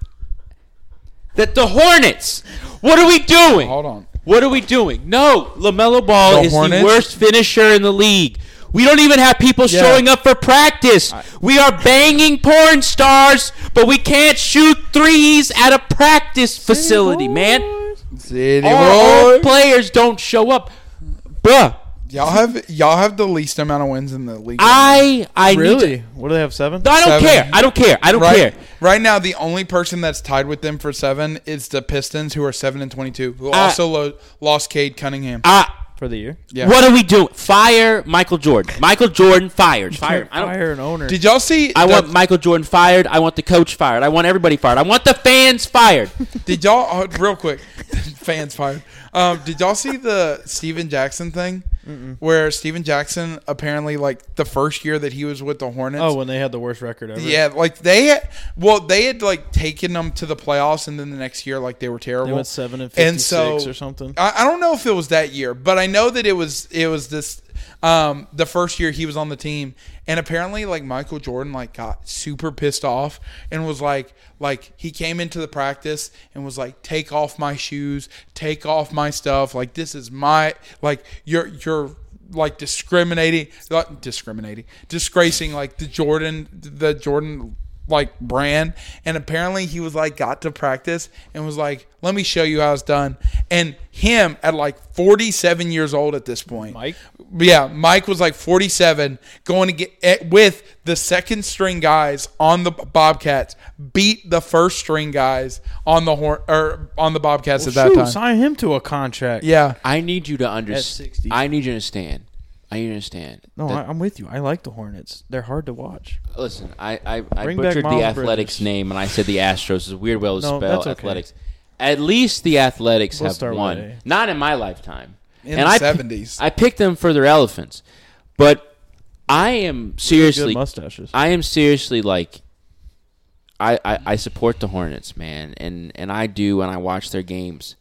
[SPEAKER 2] that the Hornets. What are we doing?
[SPEAKER 1] Hold on.
[SPEAKER 2] What are we doing? No, LaMelo Ball
[SPEAKER 1] The
[SPEAKER 2] is
[SPEAKER 1] Hornets?
[SPEAKER 2] the worst finisher in the league. We don't even have people
[SPEAKER 1] Yeah.
[SPEAKER 2] showing up for practice. we are banging porn stars, but we can't shoot threes at a practice facility, man.
[SPEAKER 1] City
[SPEAKER 2] Our
[SPEAKER 1] boy.
[SPEAKER 2] own players don't show up. Bruh,
[SPEAKER 1] Oh, Y'all have y'all have the least amount of wins in the league.
[SPEAKER 2] Ah! I I need
[SPEAKER 3] Really?
[SPEAKER 2] to,
[SPEAKER 3] What do they have seven?
[SPEAKER 2] I don't
[SPEAKER 1] Seven.
[SPEAKER 2] care. I don't care. I don't
[SPEAKER 1] right,
[SPEAKER 2] care.
[SPEAKER 1] right now, the only person that's tied with them for seven is the Pistons, who are seven and twenty-two, who also lo- lost Cade Cunningham.
[SPEAKER 2] Uh, I,
[SPEAKER 3] for the year.
[SPEAKER 1] Yeah.
[SPEAKER 2] Uh, What are we doing? Fire Michael Jordan. Michael Jordan fired. Fire. him. I don't,
[SPEAKER 3] Fire an owner.
[SPEAKER 1] Did y'all see?
[SPEAKER 2] I
[SPEAKER 1] the-
[SPEAKER 2] want Michael Jordan fired. I want the coach fired. I want everybody fired. I want the fans fired.
[SPEAKER 1] Did y'all oh, real quick? fans fired. Um, did y'all see the Steven Jackson thing? Where Steven Jackson apparently like the first year that he was with the Hornets.
[SPEAKER 3] oh, when they had the worst record ever.
[SPEAKER 1] yeah, like they had, well they had like taken them to the playoffs, and then the next year like they were terrible.
[SPEAKER 3] They went seven and
[SPEAKER 1] And
[SPEAKER 3] fifty-six
[SPEAKER 1] so-
[SPEAKER 3] or something.
[SPEAKER 1] I, I don't know if it was that year, but I know that it was it was this um the first year he was on the team and apparently like Michael Jordan like got super pissed off and was like like he came into the practice and was like take off my shoes, take off my stuff, like this is my like you're you're like discriminating not discriminating disgracing like the Jordan the Jordan like brand and apparently he was like got to practice and was like let me show you how it's done and him at like 47 years old at this point
[SPEAKER 3] Mike?
[SPEAKER 1] yeah mike was like 47 going to get eh, with the second string guys on the bobcats beat the first string guys on the horn or on the bobcats at that
[SPEAKER 3] Shoot,
[SPEAKER 1] time
[SPEAKER 3] sign him to a contract.
[SPEAKER 1] yeah
[SPEAKER 2] I need you to
[SPEAKER 3] At
[SPEAKER 2] understand.
[SPEAKER 3] 60.
[SPEAKER 2] I need you to understand. I need you to understand.
[SPEAKER 3] No,
[SPEAKER 2] that-
[SPEAKER 3] I, I'm with you. I like the Hornets. They're hard to watch.
[SPEAKER 2] listen, I, I, I
[SPEAKER 3] Bring back
[SPEAKER 2] butchered the
[SPEAKER 3] Miles
[SPEAKER 2] Athletics
[SPEAKER 3] Bridges.
[SPEAKER 2] name and I said the Astros is a weird way to
[SPEAKER 3] No,
[SPEAKER 2] spell
[SPEAKER 3] that's okay.
[SPEAKER 2] Athletics. At least the Athletics
[SPEAKER 3] We'll
[SPEAKER 2] have
[SPEAKER 3] start with
[SPEAKER 2] won.
[SPEAKER 3] A.
[SPEAKER 2] Not in my lifetime.
[SPEAKER 1] In the
[SPEAKER 2] and I,
[SPEAKER 1] 70s.
[SPEAKER 2] I picked them for their elephants. But I am seriously
[SPEAKER 3] Good mustaches.
[SPEAKER 2] I am seriously like, I, I I support the Hornets, man, and and I do, and I watch their games.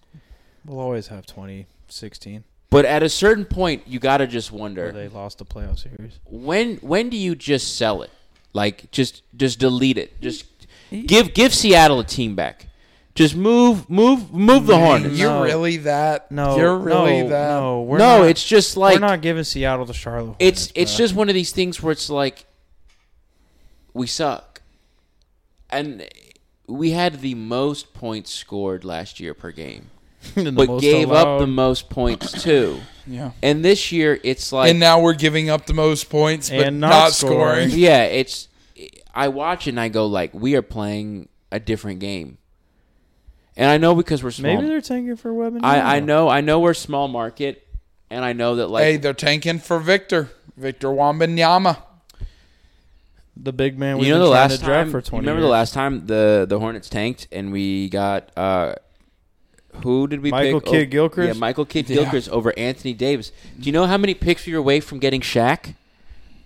[SPEAKER 3] We'll always have 2016
[SPEAKER 2] But at a certain point, you gotta just
[SPEAKER 3] where
[SPEAKER 2] wonder
[SPEAKER 3] they lost the playoff series.
[SPEAKER 2] when when do you just sell it? Like just just delete it. Just give give Seattle a team back. Just move move move the Hornets.
[SPEAKER 1] you're
[SPEAKER 3] No.
[SPEAKER 1] really that
[SPEAKER 3] No,
[SPEAKER 1] you're really
[SPEAKER 3] no,
[SPEAKER 1] that
[SPEAKER 3] No, we're
[SPEAKER 2] No,
[SPEAKER 3] not,
[SPEAKER 2] it's just
[SPEAKER 3] we're
[SPEAKER 2] like
[SPEAKER 3] not giving Seattle to Charlotte.
[SPEAKER 2] it's
[SPEAKER 3] Hornets,
[SPEAKER 2] it's
[SPEAKER 3] bro.
[SPEAKER 2] just one of these things where it's like we suck and we had the most points scored last year per game
[SPEAKER 3] And the
[SPEAKER 2] but
[SPEAKER 3] most
[SPEAKER 2] gave up the
[SPEAKER 3] allowed.
[SPEAKER 2] most points too
[SPEAKER 1] yeah
[SPEAKER 2] and this year it's like
[SPEAKER 1] and now we're giving up the most points but
[SPEAKER 3] And
[SPEAKER 1] not,
[SPEAKER 3] not
[SPEAKER 1] scoring.
[SPEAKER 3] scoring.
[SPEAKER 2] yeah it's i watch and i go like we are playing a different game and i know because we're small
[SPEAKER 3] Maybe they're tanking for Webber.
[SPEAKER 2] I, I know i know we're small market and i know that like
[SPEAKER 1] hey they're tanking for victor victor wambanyama
[SPEAKER 3] the big man. We've
[SPEAKER 2] you know
[SPEAKER 3] been
[SPEAKER 2] the
[SPEAKER 3] trying
[SPEAKER 2] last
[SPEAKER 3] to draft
[SPEAKER 2] time,
[SPEAKER 3] for 20.
[SPEAKER 2] you remember
[SPEAKER 3] years.
[SPEAKER 2] the last time the the Hornets tanked and we got uh who did we
[SPEAKER 3] Michael
[SPEAKER 2] pick? Oh,
[SPEAKER 3] Kidd Gilchrist?
[SPEAKER 2] Yeah, Michael Kidd
[SPEAKER 1] Yeah.
[SPEAKER 2] Gilchrist over Anthony Davis. Do you know how many picks we were away from getting Shaq?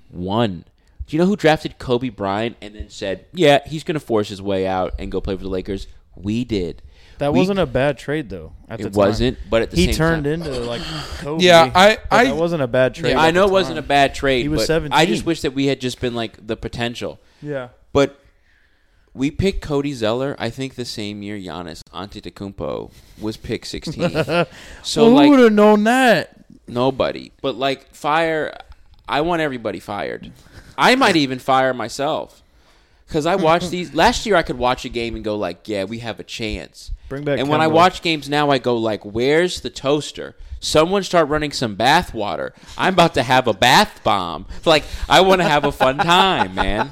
[SPEAKER 2] One. Do you know who drafted Kobe Bryant and then said, "Yeah, he's going to force his way out and go play for the Lakers"? We did.
[SPEAKER 3] That
[SPEAKER 2] We-
[SPEAKER 3] wasn't a bad trade though. At the
[SPEAKER 2] It
[SPEAKER 3] time.
[SPEAKER 2] wasn't, but at the
[SPEAKER 3] he
[SPEAKER 2] same
[SPEAKER 3] turned
[SPEAKER 2] time-
[SPEAKER 3] into like Kobe.
[SPEAKER 1] Yeah, I-
[SPEAKER 3] but
[SPEAKER 1] I-
[SPEAKER 3] that wasn't a bad trade.
[SPEAKER 2] Yeah,
[SPEAKER 3] at
[SPEAKER 2] I
[SPEAKER 3] the
[SPEAKER 2] know it wasn't a
[SPEAKER 3] time.
[SPEAKER 2] bad trade.
[SPEAKER 3] He was
[SPEAKER 2] but
[SPEAKER 3] 17.
[SPEAKER 2] I just wish that we had just been like the potential.
[SPEAKER 3] Yeah,
[SPEAKER 2] But we picked Cody Zeller. I think the same year Giannis Antetokounmpo was picked 16. so
[SPEAKER 3] who would
[SPEAKER 2] like
[SPEAKER 3] have known that?
[SPEAKER 2] nobody. But like fire, I want everybody fired. I might even fire myself. Because I watch these last year, I could watch a game and go like, "Yeah, we have a chance."
[SPEAKER 3] Bring back
[SPEAKER 2] And when I
[SPEAKER 3] Kemba.
[SPEAKER 2] watch games now, I go like, "Where's the toaster?" Someone start running some bath water. I'm about to have a bath bomb. Like I want to have a fun time, man.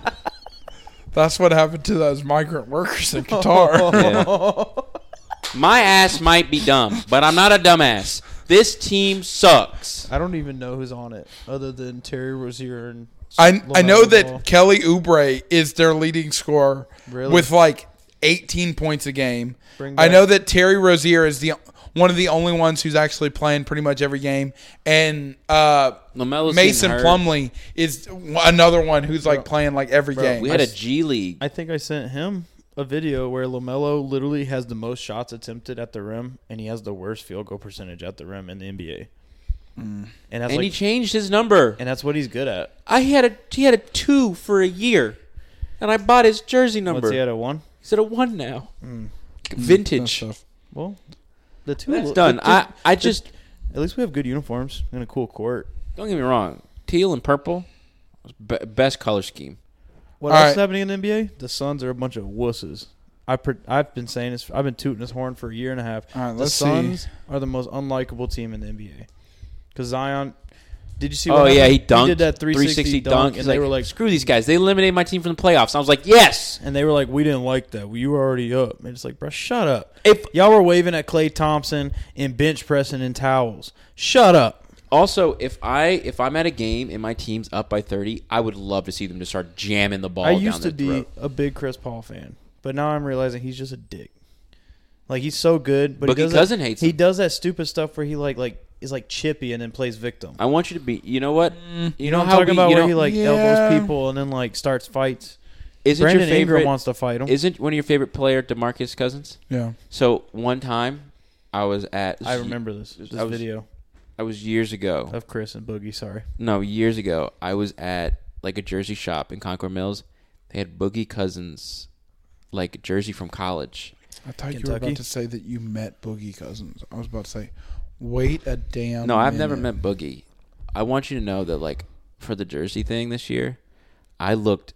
[SPEAKER 1] That's what happened to those migrant workers in Qatar.
[SPEAKER 2] My ass might be dumb, but I'm not a dumbass. This team sucks.
[SPEAKER 4] I don't even know who's on it other than Terry Rozier and.
[SPEAKER 1] I I know
[SPEAKER 4] LaMelo Ball.
[SPEAKER 1] that Kelly Oubre is their leading scorer
[SPEAKER 4] Really?
[SPEAKER 1] with like 18 points a game.
[SPEAKER 4] Bring
[SPEAKER 1] I
[SPEAKER 4] back-
[SPEAKER 1] know that Terry Rozier is the one of the only ones who's actually playing pretty much every game, and uh,
[SPEAKER 2] LaMelo's getting
[SPEAKER 1] Mason
[SPEAKER 2] hurt.
[SPEAKER 1] Plumley is another one who's like playing like every game.
[SPEAKER 2] We had a G League.
[SPEAKER 3] I think I sent him a video where LaMelo literally has the most shots attempted at the rim and he has the worst field goal percentage at the rim in the NBA. And that's
[SPEAKER 2] and
[SPEAKER 3] like,
[SPEAKER 2] he changed his number.
[SPEAKER 3] and that's what he's good at.
[SPEAKER 2] I had a he had a two for a year, and I bought his jersey number.
[SPEAKER 3] What's he Hmm. at a one?
[SPEAKER 2] He's at a one now. Vintage.
[SPEAKER 1] That's tough.
[SPEAKER 3] Well, the two
[SPEAKER 2] That's done. I, I just
[SPEAKER 3] at least we have good uniforms and a cool court.
[SPEAKER 2] don't get me wrong. Teal and purple, was be- best color scheme.
[SPEAKER 3] What
[SPEAKER 1] All
[SPEAKER 3] else is
[SPEAKER 1] right.
[SPEAKER 3] happening in the NBA? The Suns are a bunch of wusses. I pre- I've been saying this. I've been tooting this horn for a year and a half.
[SPEAKER 1] All right,
[SPEAKER 3] the
[SPEAKER 1] let's see.
[SPEAKER 3] Suns are the most unlikable team in the NBA. Because Zion, did you see?
[SPEAKER 2] Oh
[SPEAKER 3] what
[SPEAKER 2] yeah,
[SPEAKER 3] happened?
[SPEAKER 2] he dunked.
[SPEAKER 3] did that three sixty dunk,
[SPEAKER 2] He's
[SPEAKER 3] and they were like,
[SPEAKER 2] "Screw these guys! They eliminated my team from the playoffs." I was like, "Yes."
[SPEAKER 3] and they were like, we didn't like that. You were already up. And it's like, bro, shut up.
[SPEAKER 2] If
[SPEAKER 3] Y'all were waving at Clay Thompson and bench pressing in towels. Shut up.
[SPEAKER 2] also if I if I'm at a game and my team's up by thirty, I would love to see them just start jamming the ball.
[SPEAKER 3] I
[SPEAKER 2] down
[SPEAKER 3] used
[SPEAKER 2] their
[SPEAKER 3] to be
[SPEAKER 2] throat.
[SPEAKER 3] a big Chris Paul fan, but now I'm realizing he's just a dick. Like he's so good, but,
[SPEAKER 2] Boogie
[SPEAKER 3] he does
[SPEAKER 2] Cousin
[SPEAKER 3] that,
[SPEAKER 2] hates
[SPEAKER 3] He
[SPEAKER 2] him.
[SPEAKER 3] does that stupid stuff where he like like is like chippy and then plays victim.
[SPEAKER 2] I want you to be. You know what? Uh, you know
[SPEAKER 3] I'm
[SPEAKER 2] how
[SPEAKER 3] talking
[SPEAKER 2] we,
[SPEAKER 3] about
[SPEAKER 2] you
[SPEAKER 3] where
[SPEAKER 2] know,
[SPEAKER 3] he like
[SPEAKER 1] Yeah.
[SPEAKER 3] elbows people and then like starts fights.
[SPEAKER 2] isn't
[SPEAKER 3] Brandon
[SPEAKER 2] your favorite
[SPEAKER 3] Ingram wants to fight him.
[SPEAKER 2] isn't one of your favorite player Demarcus Cousins?
[SPEAKER 1] Yeah.
[SPEAKER 2] So one time, I was at
[SPEAKER 3] I remember this this
[SPEAKER 2] I was-
[SPEAKER 3] video
[SPEAKER 2] I was years ago.
[SPEAKER 3] of Chris and Boogie. Sorry,
[SPEAKER 2] no, years ago, I was at like a jersey shop in Concord Mills. They had Boogie Cousins, like jersey from college.
[SPEAKER 1] I thought you were
[SPEAKER 3] Kentucky?
[SPEAKER 1] about to say that you met Boogie Cousins. I was about to say, wait a damn.
[SPEAKER 2] No, I've never
[SPEAKER 1] minute.
[SPEAKER 2] met Boogie. I want you to know that like for the jersey thing this year, I looked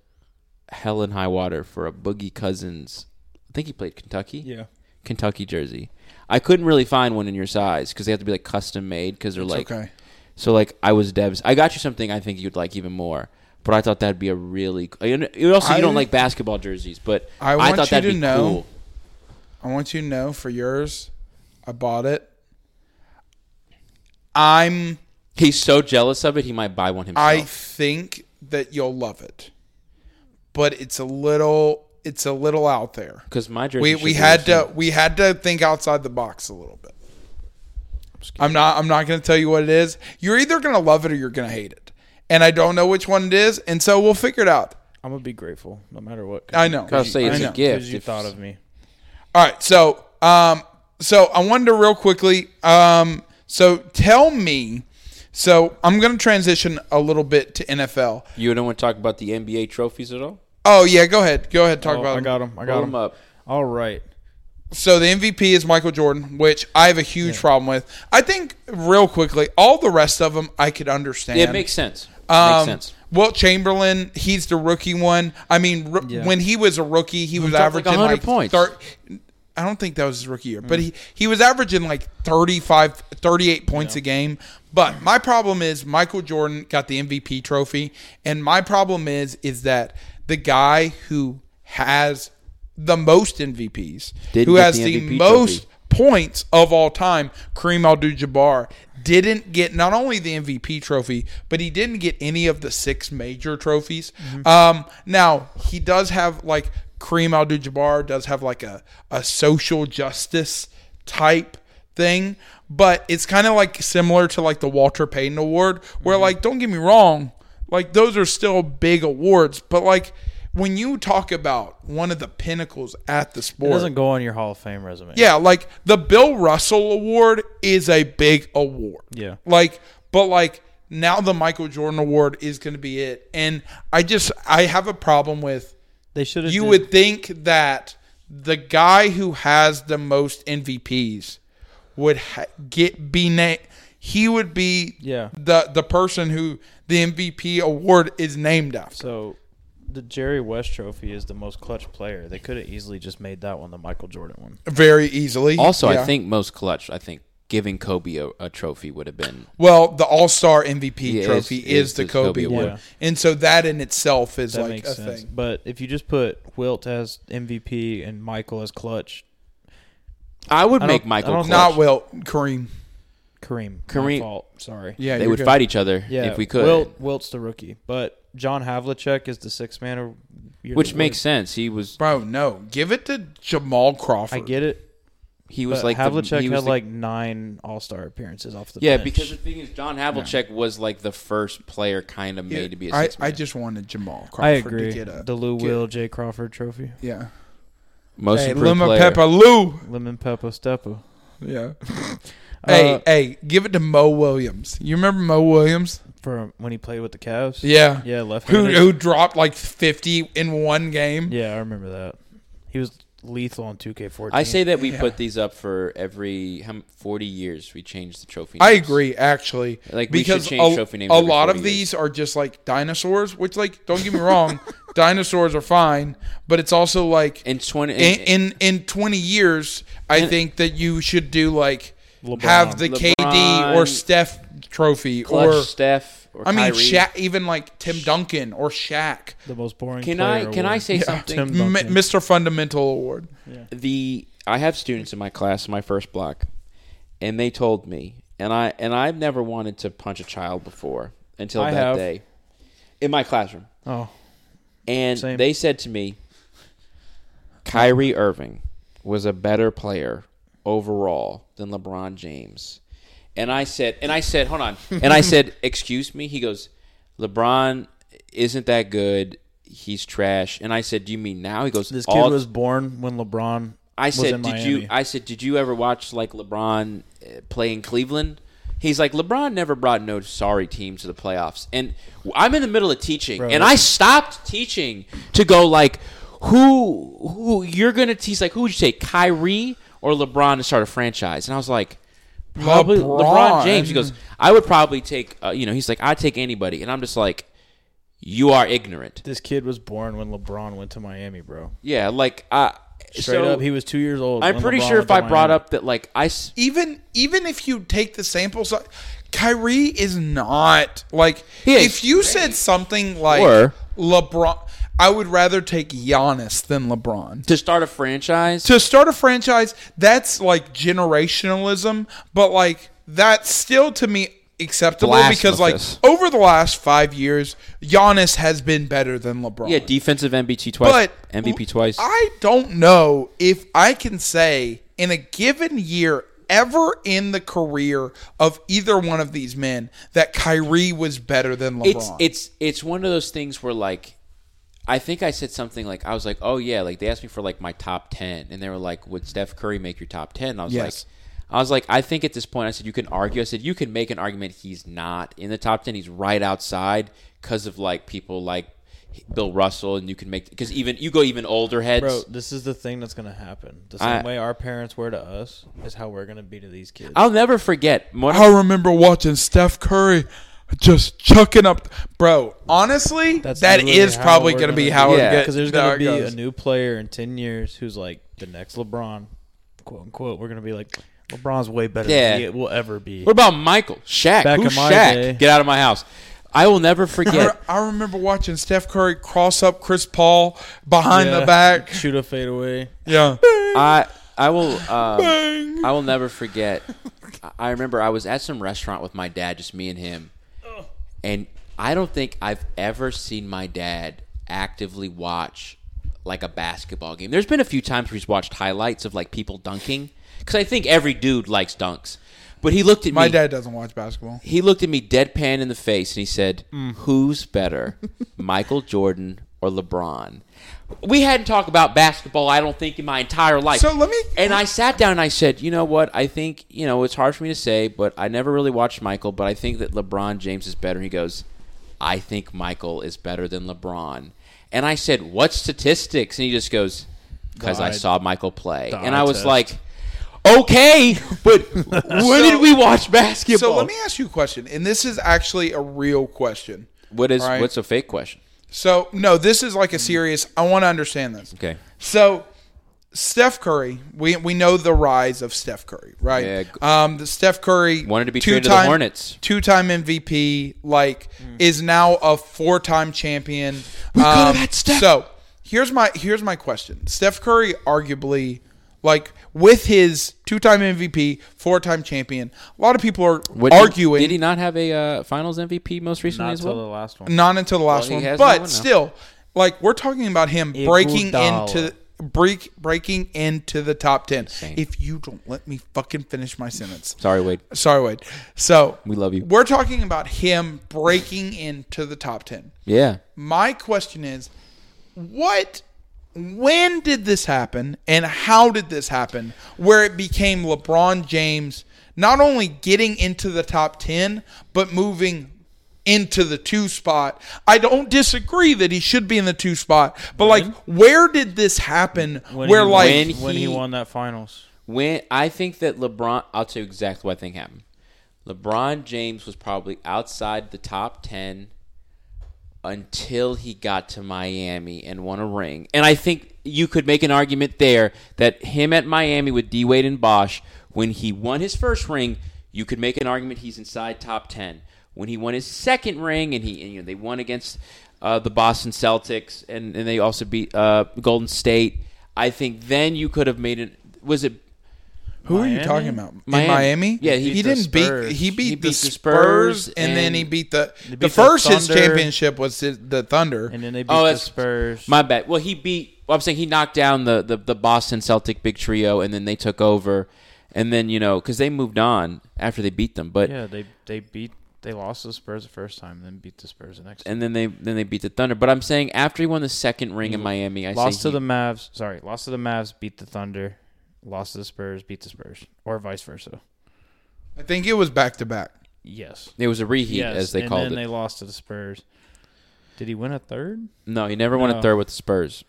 [SPEAKER 2] hell in high water for a Boogie Cousins. I think he played Kentucky.
[SPEAKER 3] yeah,
[SPEAKER 2] Kentucky jersey. I couldn't really find one in your size because they have to be like custom made because they're like.
[SPEAKER 1] okay.
[SPEAKER 2] So like I was Debs. I got you something I think you'd like even more. But I thought that'd be a really. And you also you don't
[SPEAKER 1] I-
[SPEAKER 2] like basketball jerseys, but
[SPEAKER 1] I
[SPEAKER 2] I,
[SPEAKER 1] want
[SPEAKER 2] thought
[SPEAKER 1] you
[SPEAKER 2] that'd
[SPEAKER 1] to
[SPEAKER 2] be
[SPEAKER 1] know-
[SPEAKER 2] cool.
[SPEAKER 1] I want you to know for yours, I bought it. I'm.
[SPEAKER 2] He's so jealous of it, he might buy one himself.
[SPEAKER 1] I think that you'll love it, but it's a little. It's a little out there.
[SPEAKER 2] because my jersey.
[SPEAKER 1] We
[SPEAKER 2] should
[SPEAKER 1] we
[SPEAKER 2] be
[SPEAKER 1] had
[SPEAKER 2] the same.
[SPEAKER 1] to we had to think outside the box a little bit. I'm not I'm not going to tell you what it is. You're either going to love it or you're going to hate it, and I don't know which one it is. And so we'll figure it out.
[SPEAKER 3] I'm gonna be grateful no matter what.
[SPEAKER 1] I know.
[SPEAKER 2] I'll say it's
[SPEAKER 1] I
[SPEAKER 2] a
[SPEAKER 1] know.
[SPEAKER 2] gift.
[SPEAKER 3] because you
[SPEAKER 2] if-
[SPEAKER 3] thought of me.
[SPEAKER 1] All right, so um, so I wanted to real quickly. Um, so tell me. So I'm going to transition a little bit to NFL.
[SPEAKER 2] you don't want to talk about the NBA trophies at all.
[SPEAKER 1] Oh yeah, go ahead, go ahead, talk
[SPEAKER 3] Oh,
[SPEAKER 1] about.
[SPEAKER 3] I
[SPEAKER 1] them.
[SPEAKER 3] got him.
[SPEAKER 2] Pull
[SPEAKER 3] I got
[SPEAKER 2] them
[SPEAKER 3] him.
[SPEAKER 2] up.
[SPEAKER 3] All right.
[SPEAKER 1] So the MVP is Michael Jordan, which I have a huge problem with. I think real quickly, all the rest of them I could understand.
[SPEAKER 2] It makes sense.
[SPEAKER 1] Um,
[SPEAKER 2] makes sense.
[SPEAKER 1] Wilt Chamberlain, he's the rookie one. I mean, r- when he was a rookie, he was
[SPEAKER 2] dropped like
[SPEAKER 1] averaging
[SPEAKER 2] 100
[SPEAKER 1] like,
[SPEAKER 2] points. Mm.
[SPEAKER 1] thir- I don't think that was his rookie year, but he, he was averaging like 35, 38 points a game. But my problem is Michael Jordan got the MVP trophy, and my problem is is that the guy who has the most MVPs,
[SPEAKER 2] Didn't
[SPEAKER 1] who
[SPEAKER 2] get
[SPEAKER 1] has
[SPEAKER 2] the
[SPEAKER 1] the,
[SPEAKER 2] MVP
[SPEAKER 1] most
[SPEAKER 2] trophy.
[SPEAKER 1] points of all time, Kareem Abdul-Jabbar didn't get not only the MVP trophy, but he didn't get any of the six major trophies. Um, now he does have like Kareem Abdul-Jabbar does have like a a social justice type thing, but it's kind of like similar to like the Walter Payton Award, where like don't get me wrong, like those are still big awards, but like. When you talk about one of the pinnacles at the
[SPEAKER 3] It
[SPEAKER 1] sport,
[SPEAKER 3] doesn't go on your Hall of Fame resume.
[SPEAKER 1] yeah, like the Bill Russell Award is a big award.
[SPEAKER 3] Yeah.
[SPEAKER 1] Like, but like now the Michael Jordan Award is going to be it. And I just, I have a problem with
[SPEAKER 3] They should have
[SPEAKER 1] you
[SPEAKER 3] did-
[SPEAKER 1] would think that the guy who has the most MVPs would ha- get be named. He would be
[SPEAKER 3] Yeah.
[SPEAKER 1] the the person who the MVP award is named after.
[SPEAKER 3] So the Jerry West Trophy is the most clutch player. They could have easily just made that one the Michael Jordan one.
[SPEAKER 1] very easily.
[SPEAKER 2] Also, I
[SPEAKER 1] Yeah.
[SPEAKER 2] think most clutch. I think giving Kobe a, a trophy would have been
[SPEAKER 1] Well, the All Star MVP
[SPEAKER 2] Yeah,
[SPEAKER 1] trophy
[SPEAKER 2] it's-
[SPEAKER 1] is,
[SPEAKER 2] it's
[SPEAKER 1] the
[SPEAKER 2] the
[SPEAKER 1] Kobe,
[SPEAKER 2] Kobe
[SPEAKER 1] one,
[SPEAKER 3] Award.
[SPEAKER 1] and so that in itself is
[SPEAKER 3] That
[SPEAKER 1] like
[SPEAKER 3] makes
[SPEAKER 1] a
[SPEAKER 3] sense.
[SPEAKER 1] thing.
[SPEAKER 3] But if you just put Wilt as MVP and Michael as clutch,
[SPEAKER 2] I would
[SPEAKER 3] I don't-
[SPEAKER 2] make
[SPEAKER 3] I
[SPEAKER 2] Michael
[SPEAKER 3] don't-
[SPEAKER 2] clutch.
[SPEAKER 1] Not well, Kareem.
[SPEAKER 3] Kareem. my
[SPEAKER 2] Kareem-
[SPEAKER 3] fault. Sorry.
[SPEAKER 1] Yeah,
[SPEAKER 2] they
[SPEAKER 1] you're
[SPEAKER 2] would
[SPEAKER 1] good.
[SPEAKER 2] fight each other
[SPEAKER 3] Yeah.
[SPEAKER 2] if we could,
[SPEAKER 3] Wilt, Wilt's the rookie, but John Havlicek is the sixth man. Or you're
[SPEAKER 2] which
[SPEAKER 3] the
[SPEAKER 2] makes
[SPEAKER 3] worst.
[SPEAKER 2] sense. He was
[SPEAKER 1] Bro, no, give it to Jamal Crawford.
[SPEAKER 3] I get it.
[SPEAKER 2] he was
[SPEAKER 3] but
[SPEAKER 2] like the-
[SPEAKER 3] Havlicek
[SPEAKER 2] he was
[SPEAKER 3] had
[SPEAKER 2] the-
[SPEAKER 3] like nine All Star appearances off the
[SPEAKER 2] yeah
[SPEAKER 3] bench.
[SPEAKER 2] because the thing is John Havlicek was like the first player kind of
[SPEAKER 1] Yeah,
[SPEAKER 2] made to be a
[SPEAKER 1] I,
[SPEAKER 2] six
[SPEAKER 1] I
[SPEAKER 2] man.
[SPEAKER 1] just wanted Jamal Crawford
[SPEAKER 3] I agree.
[SPEAKER 1] to get a
[SPEAKER 3] the Lou
[SPEAKER 1] get-
[SPEAKER 3] Will J Crawford Trophy,
[SPEAKER 1] Yeah,
[SPEAKER 2] most
[SPEAKER 1] hey,
[SPEAKER 2] improved
[SPEAKER 1] Luma
[SPEAKER 2] player.
[SPEAKER 1] Peppa Lou.
[SPEAKER 3] Lemon Peppo Steppo.
[SPEAKER 1] Yeah. hey,
[SPEAKER 3] Uh,
[SPEAKER 1] hey, give it to Mo Williams. You remember Mo Williams?
[SPEAKER 3] for when he played with the Cavs.
[SPEAKER 1] Yeah.
[SPEAKER 3] yeah, left.
[SPEAKER 1] Who who dropped like fifty in one game?
[SPEAKER 3] Yeah, I remember that. He was lethal on 2K14.
[SPEAKER 2] I say that we
[SPEAKER 1] Yeah.
[SPEAKER 2] put these up for every how, m- forty years. We change the trophy.
[SPEAKER 1] I
[SPEAKER 2] names.
[SPEAKER 1] agree, actually.
[SPEAKER 2] Like, we should
[SPEAKER 1] because
[SPEAKER 2] change
[SPEAKER 1] a,
[SPEAKER 2] trophy names
[SPEAKER 1] a
[SPEAKER 2] every
[SPEAKER 1] lot
[SPEAKER 2] 40
[SPEAKER 1] of
[SPEAKER 2] years.
[SPEAKER 1] these are just like dinosaurs, which like don't get me wrong, dinosaurs are fine, but it's also like in
[SPEAKER 2] in twenty
[SPEAKER 1] in, in, twenty years, I
[SPEAKER 2] And-
[SPEAKER 1] think that you should do like
[SPEAKER 3] LeBron.
[SPEAKER 1] have the KD or
[SPEAKER 2] LeBron,
[SPEAKER 1] Steph trophy
[SPEAKER 2] clutch
[SPEAKER 1] or
[SPEAKER 2] Steph. Or
[SPEAKER 1] I mean
[SPEAKER 2] Kyrie.
[SPEAKER 1] Sha even like Tim Duncan or Shaq,
[SPEAKER 3] the most boring.
[SPEAKER 2] Can I-
[SPEAKER 3] player
[SPEAKER 2] can I
[SPEAKER 3] award.
[SPEAKER 2] say something?
[SPEAKER 3] Tim
[SPEAKER 1] M-
[SPEAKER 3] Duncan.
[SPEAKER 1] Mr. Fundamental Award.
[SPEAKER 2] the I have students in my class in my first block, and they told me, and I and I've never wanted to punch a child before until
[SPEAKER 3] I
[SPEAKER 2] that
[SPEAKER 3] have.
[SPEAKER 2] day, in my classroom,
[SPEAKER 3] oh,
[SPEAKER 2] and
[SPEAKER 3] Same.
[SPEAKER 2] they said to me, Kyrie Irving was a better player overall than LeBron James, and I said, and I said, hold on, and I said, excuse me. He goes, LeBron isn't that good. He's trash. And I said, do you mean now? He goes,
[SPEAKER 3] this kid
[SPEAKER 2] all
[SPEAKER 3] was born when LeBron.
[SPEAKER 2] I
[SPEAKER 3] was
[SPEAKER 2] said,
[SPEAKER 3] in
[SPEAKER 2] did
[SPEAKER 3] Miami.
[SPEAKER 2] you? I said, did you ever watch like LeBron uh, play in Cleveland? He's like, LeBron never brought no sorry team to the playoffs. And I'm in the middle of teaching, and I stopped teaching to go like, who, who you're gonna? He's like, who would you say, Kyrie or LeBron to start a franchise? And I was like, probably LeBron,
[SPEAKER 1] LeBron.
[SPEAKER 2] James. He goes, I would probably take, uh, you know, he's like, I'd take anybody, and I'm just like, you are ignorant.
[SPEAKER 3] this kid was born when LeBron went to Miami, bro.
[SPEAKER 2] Yeah, like, uh,
[SPEAKER 3] Straight
[SPEAKER 2] so
[SPEAKER 3] up, he was two years old.
[SPEAKER 2] I'm
[SPEAKER 3] when
[SPEAKER 2] pretty
[SPEAKER 3] LeBron
[SPEAKER 2] sure
[SPEAKER 3] went
[SPEAKER 2] if
[SPEAKER 3] to
[SPEAKER 2] I brought
[SPEAKER 3] Miami.
[SPEAKER 2] up that like I s-
[SPEAKER 1] even even if you take the sample size, Kyrie is not like
[SPEAKER 2] He is
[SPEAKER 1] if you said something like
[SPEAKER 2] Or-
[SPEAKER 1] LeBron. I would rather take Giannis than LeBron.
[SPEAKER 2] to start a franchise,
[SPEAKER 1] To start a franchise, that's like generationalism, but like that's still to me acceptable because like
[SPEAKER 2] Blasphemous.
[SPEAKER 1] over the last five years, Giannis has been better than LeBron.
[SPEAKER 2] yeah, defensive MVP twice,
[SPEAKER 1] But
[SPEAKER 2] MVP twice.
[SPEAKER 1] I don't know if I can say in a given year ever in the career of either one of these men that Kyrie was better than LeBron.
[SPEAKER 2] it's it's it's one of those things where like I think I said something like I was like, "Oh yeah," like they asked me for like my top 10 and they were like, "Would Steph Curry make your top 10?" I was
[SPEAKER 1] Yes.
[SPEAKER 2] like I was like, I think at this point, I said you can argue. I said you can make an argument he's not in the top ten. He's right outside because of like people like Bill Russell, and you can make because even you go even older heads.
[SPEAKER 3] Bro, this is the thing that's gonna happen. The same
[SPEAKER 2] I-
[SPEAKER 3] way our parents were to us is how we're gonna be to these kids.
[SPEAKER 2] I'll never forget. One of-
[SPEAKER 1] I remember watching Steph Curry just chucking up bro honestly That's
[SPEAKER 3] literally how
[SPEAKER 1] probably
[SPEAKER 3] we're
[SPEAKER 1] going to be
[SPEAKER 3] gonna
[SPEAKER 1] how
[SPEAKER 2] Yeah.
[SPEAKER 1] it gets
[SPEAKER 3] because there's going to be a new player in 10 years who's like the next LeBron, quote unquote. We're going to be like, LeBron's way better
[SPEAKER 2] Yeah.
[SPEAKER 3] than it will ever be.
[SPEAKER 2] What about Michael? Shaq.
[SPEAKER 3] Back
[SPEAKER 2] Who's
[SPEAKER 3] in my
[SPEAKER 2] Shaq?
[SPEAKER 3] day.
[SPEAKER 2] Get out of my house. I will never forget.
[SPEAKER 1] I remember watching Steph Curry cross up Chris Paul behind
[SPEAKER 3] Yeah.
[SPEAKER 1] the back.
[SPEAKER 3] Shoot a fadeaway.
[SPEAKER 1] Yeah.
[SPEAKER 2] I I will um, I will never forget. I- I remember I was at some restaurant with my dad, just me and him, and I don't think I've ever seen my dad actively watch like a basketball game. There's been a few times where he's watched highlights of like people dunking because I think every dude likes dunks. But he looked at
[SPEAKER 1] My
[SPEAKER 2] me.
[SPEAKER 1] dad doesn't watch basketball.
[SPEAKER 2] he looked at me deadpan in the face and he said, "Who's better, Michael Jordan or LeBron?" We hadn't talked about basketball, I don't think, in my entire life.
[SPEAKER 1] So let me-
[SPEAKER 2] And I sat down and I said, "You know what? I think you know it's hard for me to say, but I never really watched Michael, but I think that LeBron James is better." And he goes, "I think Michael is better than LeBron." And I said, "What statistics?" And he just goes, "Because I
[SPEAKER 3] The eye-
[SPEAKER 2] saw Michael play."
[SPEAKER 3] the
[SPEAKER 2] And
[SPEAKER 3] eye
[SPEAKER 2] I was
[SPEAKER 3] test.
[SPEAKER 2] like. Okay, but when did we watch basketball?
[SPEAKER 1] So let me ask you a question, and this is actually a real question.
[SPEAKER 2] What is
[SPEAKER 1] All right.
[SPEAKER 2] what's a fake question?
[SPEAKER 1] So no, this is like a serious. I want to understand this.
[SPEAKER 2] Mm-hmm. Okay.
[SPEAKER 1] So Steph Curry, we we know the rise of Steph Curry, right?
[SPEAKER 2] Yeah.
[SPEAKER 1] Um, the Steph Curry
[SPEAKER 2] Wanted to be traded to the Hornets. Mm.
[SPEAKER 1] two-time MVP, like is now a four-time champion. We um,
[SPEAKER 2] had Steph.
[SPEAKER 1] So here's my here's my question: Steph Curry, arguably, like with his two-time MVP, four-time champion, a lot of people are
[SPEAKER 2] What-
[SPEAKER 1] arguing.
[SPEAKER 2] Did he not have a uh, Finals MVP most recently
[SPEAKER 3] Not
[SPEAKER 2] as
[SPEAKER 3] until
[SPEAKER 2] well?
[SPEAKER 3] the last one.
[SPEAKER 1] Not until the last
[SPEAKER 2] he
[SPEAKER 1] one,
[SPEAKER 2] has
[SPEAKER 1] but
[SPEAKER 2] no one now.
[SPEAKER 1] still, like we're talking about him breaking
[SPEAKER 3] Iguodala.
[SPEAKER 1] into break breaking into the top ten.
[SPEAKER 2] Insane.
[SPEAKER 1] If you don't let me fucking finish my sentence,
[SPEAKER 2] Sorry, Wade.
[SPEAKER 1] sorry, Wade. So
[SPEAKER 2] We love you.
[SPEAKER 1] We're talking about him breaking into the top ten.
[SPEAKER 2] Yeah.
[SPEAKER 1] My question is, what? When did this happen, and how did this happen? Where it became LeBron James not only getting into the top ten, but moving into the two spot. I don't disagree that he should be in the two spot, but like, where did this happen? where
[SPEAKER 3] he
[SPEAKER 1] like,
[SPEAKER 2] when
[SPEAKER 3] won, when he
[SPEAKER 2] he-
[SPEAKER 3] won that finals.
[SPEAKER 2] When I think that LeBron, I'll tell you exactly what I think happened. LeBron James was probably outside the top ten until he got to Miami and won a ring. And I think you could make an argument there that him at Miami with D Wade and Bosch, when he won his first ring, you could make an argument he's inside top ten. When he won his second ring, and he and, you know they won against uh, the Boston Celtics, and, and they also beat uh, Golden State. I think then you could have made it. Was it
[SPEAKER 1] who are you
[SPEAKER 3] Miami?
[SPEAKER 1] talking about? In
[SPEAKER 2] Miami?
[SPEAKER 1] Miami?
[SPEAKER 2] Yeah, he
[SPEAKER 1] he,
[SPEAKER 2] beat the
[SPEAKER 1] didn't beat.
[SPEAKER 3] Spurs.
[SPEAKER 1] He beat,
[SPEAKER 2] He
[SPEAKER 1] the
[SPEAKER 2] beat
[SPEAKER 1] Spurs,
[SPEAKER 2] the Spurs
[SPEAKER 1] and, then
[SPEAKER 2] and-
[SPEAKER 1] he beat the.
[SPEAKER 3] beat
[SPEAKER 1] the
[SPEAKER 3] the
[SPEAKER 1] first his
[SPEAKER 3] Thunder.
[SPEAKER 1] championship was the, the Thunder.
[SPEAKER 3] And then they beat
[SPEAKER 2] Oh,
[SPEAKER 3] the
[SPEAKER 2] that's-
[SPEAKER 3] Spurs.
[SPEAKER 2] My bad. Well, he beat. Well, I'm saying he knocked down the, the, the Boston Celtic big trio, and then they took over, and then you know because they moved on after they beat them, but
[SPEAKER 3] yeah, they they beat they lost to the Spurs the first time, then beat the Spurs the next. time.
[SPEAKER 2] and then they then they beat the Thunder. But I'm saying after he won the second ring in Miami, I
[SPEAKER 3] lost
[SPEAKER 2] say
[SPEAKER 3] to
[SPEAKER 2] he-
[SPEAKER 3] the Mavs. Sorry, lost to the Mavs. Beat the Thunder. Lost to the Spurs. Beat the Spurs, or vice versa.
[SPEAKER 1] I think it was back to back.
[SPEAKER 3] Yes.
[SPEAKER 2] It was a reheat,
[SPEAKER 3] yes.
[SPEAKER 2] as they
[SPEAKER 3] and
[SPEAKER 2] called
[SPEAKER 3] then
[SPEAKER 2] it.
[SPEAKER 3] they lost to the Spurs. Did he win a third?
[SPEAKER 2] no, he never won a
[SPEAKER 3] No.
[SPEAKER 2] third with the Spurs.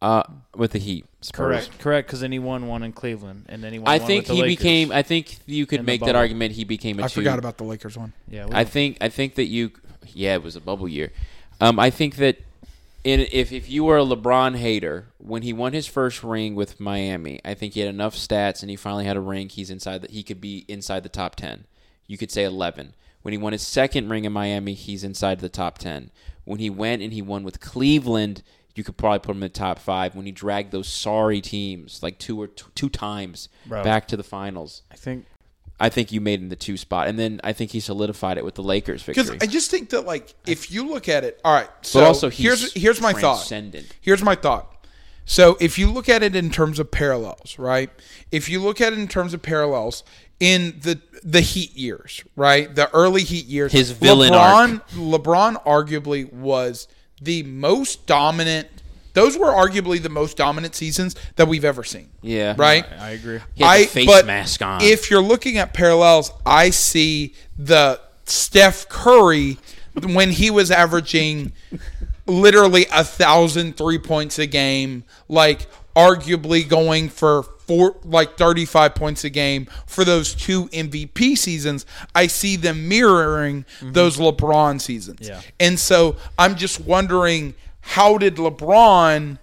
[SPEAKER 2] Uh, with the Heat. Spurs.
[SPEAKER 3] Correct. Correct. Because then he won one in Cleveland, and then he won.
[SPEAKER 2] I
[SPEAKER 3] one
[SPEAKER 2] think
[SPEAKER 3] with the
[SPEAKER 2] he
[SPEAKER 3] Lakers.
[SPEAKER 2] became. I think you could
[SPEAKER 3] And the
[SPEAKER 2] make that
[SPEAKER 3] bubble.
[SPEAKER 2] argument. He became a
[SPEAKER 1] I
[SPEAKER 2] two.
[SPEAKER 1] forgot about the Lakers one.
[SPEAKER 3] Yeah. we
[SPEAKER 2] I
[SPEAKER 3] don't-
[SPEAKER 2] think I think that you yeah, it was a bubble year. Um, I think that in if if you were a LeBron hater, when he won his first ring with Miami, I think he had enough stats and he finally had a ring he's inside that he could be inside the top 10. You could say 11. When he won his second ring in Miami, he's inside the top 10. When he went and he won with Cleveland, you could probably put him in the top 5 when he dragged those sorry teams like two or t- two times
[SPEAKER 3] Bro.
[SPEAKER 2] back to the finals.
[SPEAKER 3] I think.
[SPEAKER 2] I think you made in the two spot, and then I think he solidified it with the Lakers
[SPEAKER 1] Because
[SPEAKER 2] victory.
[SPEAKER 1] I just think that like if you look at it, all right. So
[SPEAKER 2] but also, he's
[SPEAKER 1] here's here's my thought.
[SPEAKER 2] transcendent.
[SPEAKER 1] Here's my thought. So if you look at it in terms of parallels, right? If you look at it in terms of parallels in the the Heat years, right? The early Heat years,
[SPEAKER 2] His villain
[SPEAKER 1] LeBron, LeBron arguably was the most dominant. Those were arguably the most dominant seasons that we've ever seen.
[SPEAKER 2] Yeah.
[SPEAKER 1] Right.
[SPEAKER 3] I agree.
[SPEAKER 2] He had the face
[SPEAKER 1] but
[SPEAKER 2] mask on.
[SPEAKER 1] If you're looking at parallels, I see the Steph Curry when he was averaging literally a thousand three points a game, like arguably going for four like 35 points a game for those two MVP seasons I see them mirroring
[SPEAKER 2] Mm-hmm.
[SPEAKER 1] those LeBron seasons.
[SPEAKER 3] Yeah.
[SPEAKER 1] And so I'm just wondering how did LeBron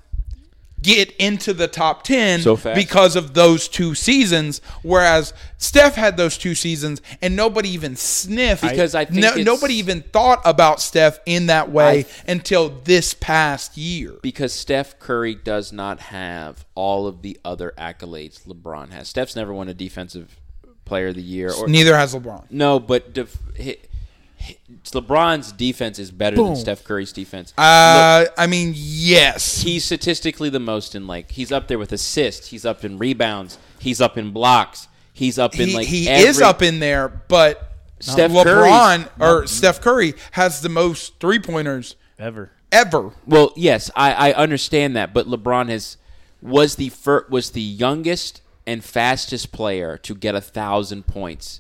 [SPEAKER 1] get into the top 10
[SPEAKER 2] So fast.
[SPEAKER 1] because of those two seasons whereas Steph had those two seasons and nobody even sniffed
[SPEAKER 2] Because I think
[SPEAKER 1] no,
[SPEAKER 2] it's-
[SPEAKER 1] nobody even thought about Steph in that way until this past year
[SPEAKER 2] because Steph Curry does not have all of the other accolades LeBron has. Steph's never won a Defensive Player of the Year. Or,
[SPEAKER 1] neither has LeBron
[SPEAKER 2] no, but def, hi hi- LeBron's defense is better than Steph Curry's defense.
[SPEAKER 1] uh, I mean yes
[SPEAKER 2] he's statistically the most in like he's up there with assists. He's up in rebounds. He's up in blocks. He's up in
[SPEAKER 1] he,
[SPEAKER 2] like
[SPEAKER 1] he
[SPEAKER 2] every,
[SPEAKER 1] is up in there but
[SPEAKER 2] Steph
[SPEAKER 1] LeBron or Steph Curry has the most three pointers
[SPEAKER 3] Ever.
[SPEAKER 1] ever
[SPEAKER 2] Well, yes, I, I understand that, but LeBron has was the fir- was the youngest and fastest player to get a thousand points.